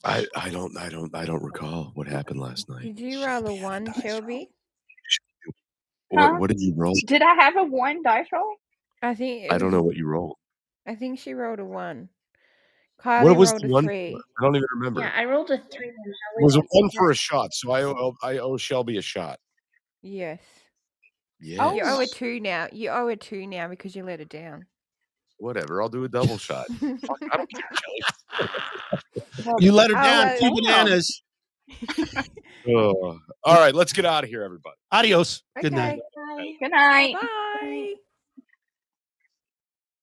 Speaker 8: I, I don't I don't I don't recall what happened last night.
Speaker 12: Did you roll a one, Shelby?
Speaker 10: Huh?
Speaker 8: What what did you roll?
Speaker 10: Did I have a one dice roll?
Speaker 12: I think it
Speaker 8: I don't
Speaker 12: was.
Speaker 8: know what you rolled.
Speaker 12: I think she rolled a one. Kylie
Speaker 8: What was
Speaker 12: rolled
Speaker 8: the
Speaker 12: a
Speaker 8: one? for?
Speaker 12: three.
Speaker 8: I don't even remember.
Speaker 13: Yeah, I rolled a three and
Speaker 8: It
Speaker 13: Ellie
Speaker 8: was a
Speaker 13: rolled a
Speaker 8: one
Speaker 13: one.
Speaker 8: for a shot, so I owe, I owe Shelby a shot.
Speaker 12: Yes.
Speaker 8: Yes.
Speaker 12: You owe
Speaker 10: Oh.
Speaker 12: her two now. You owe her two now because you let her down.
Speaker 8: Whatever. I'll do a double shot. Fuck, I don't care,
Speaker 11: You let her
Speaker 12: Oh,
Speaker 11: down.
Speaker 12: well,
Speaker 11: Two
Speaker 12: damn.
Speaker 11: bananas.
Speaker 8: Shelby. Ugh. all right, let's get out of here, everybody.
Speaker 11: Adios. Good night.
Speaker 12: Okay.
Speaker 10: Good night.
Speaker 12: Bye.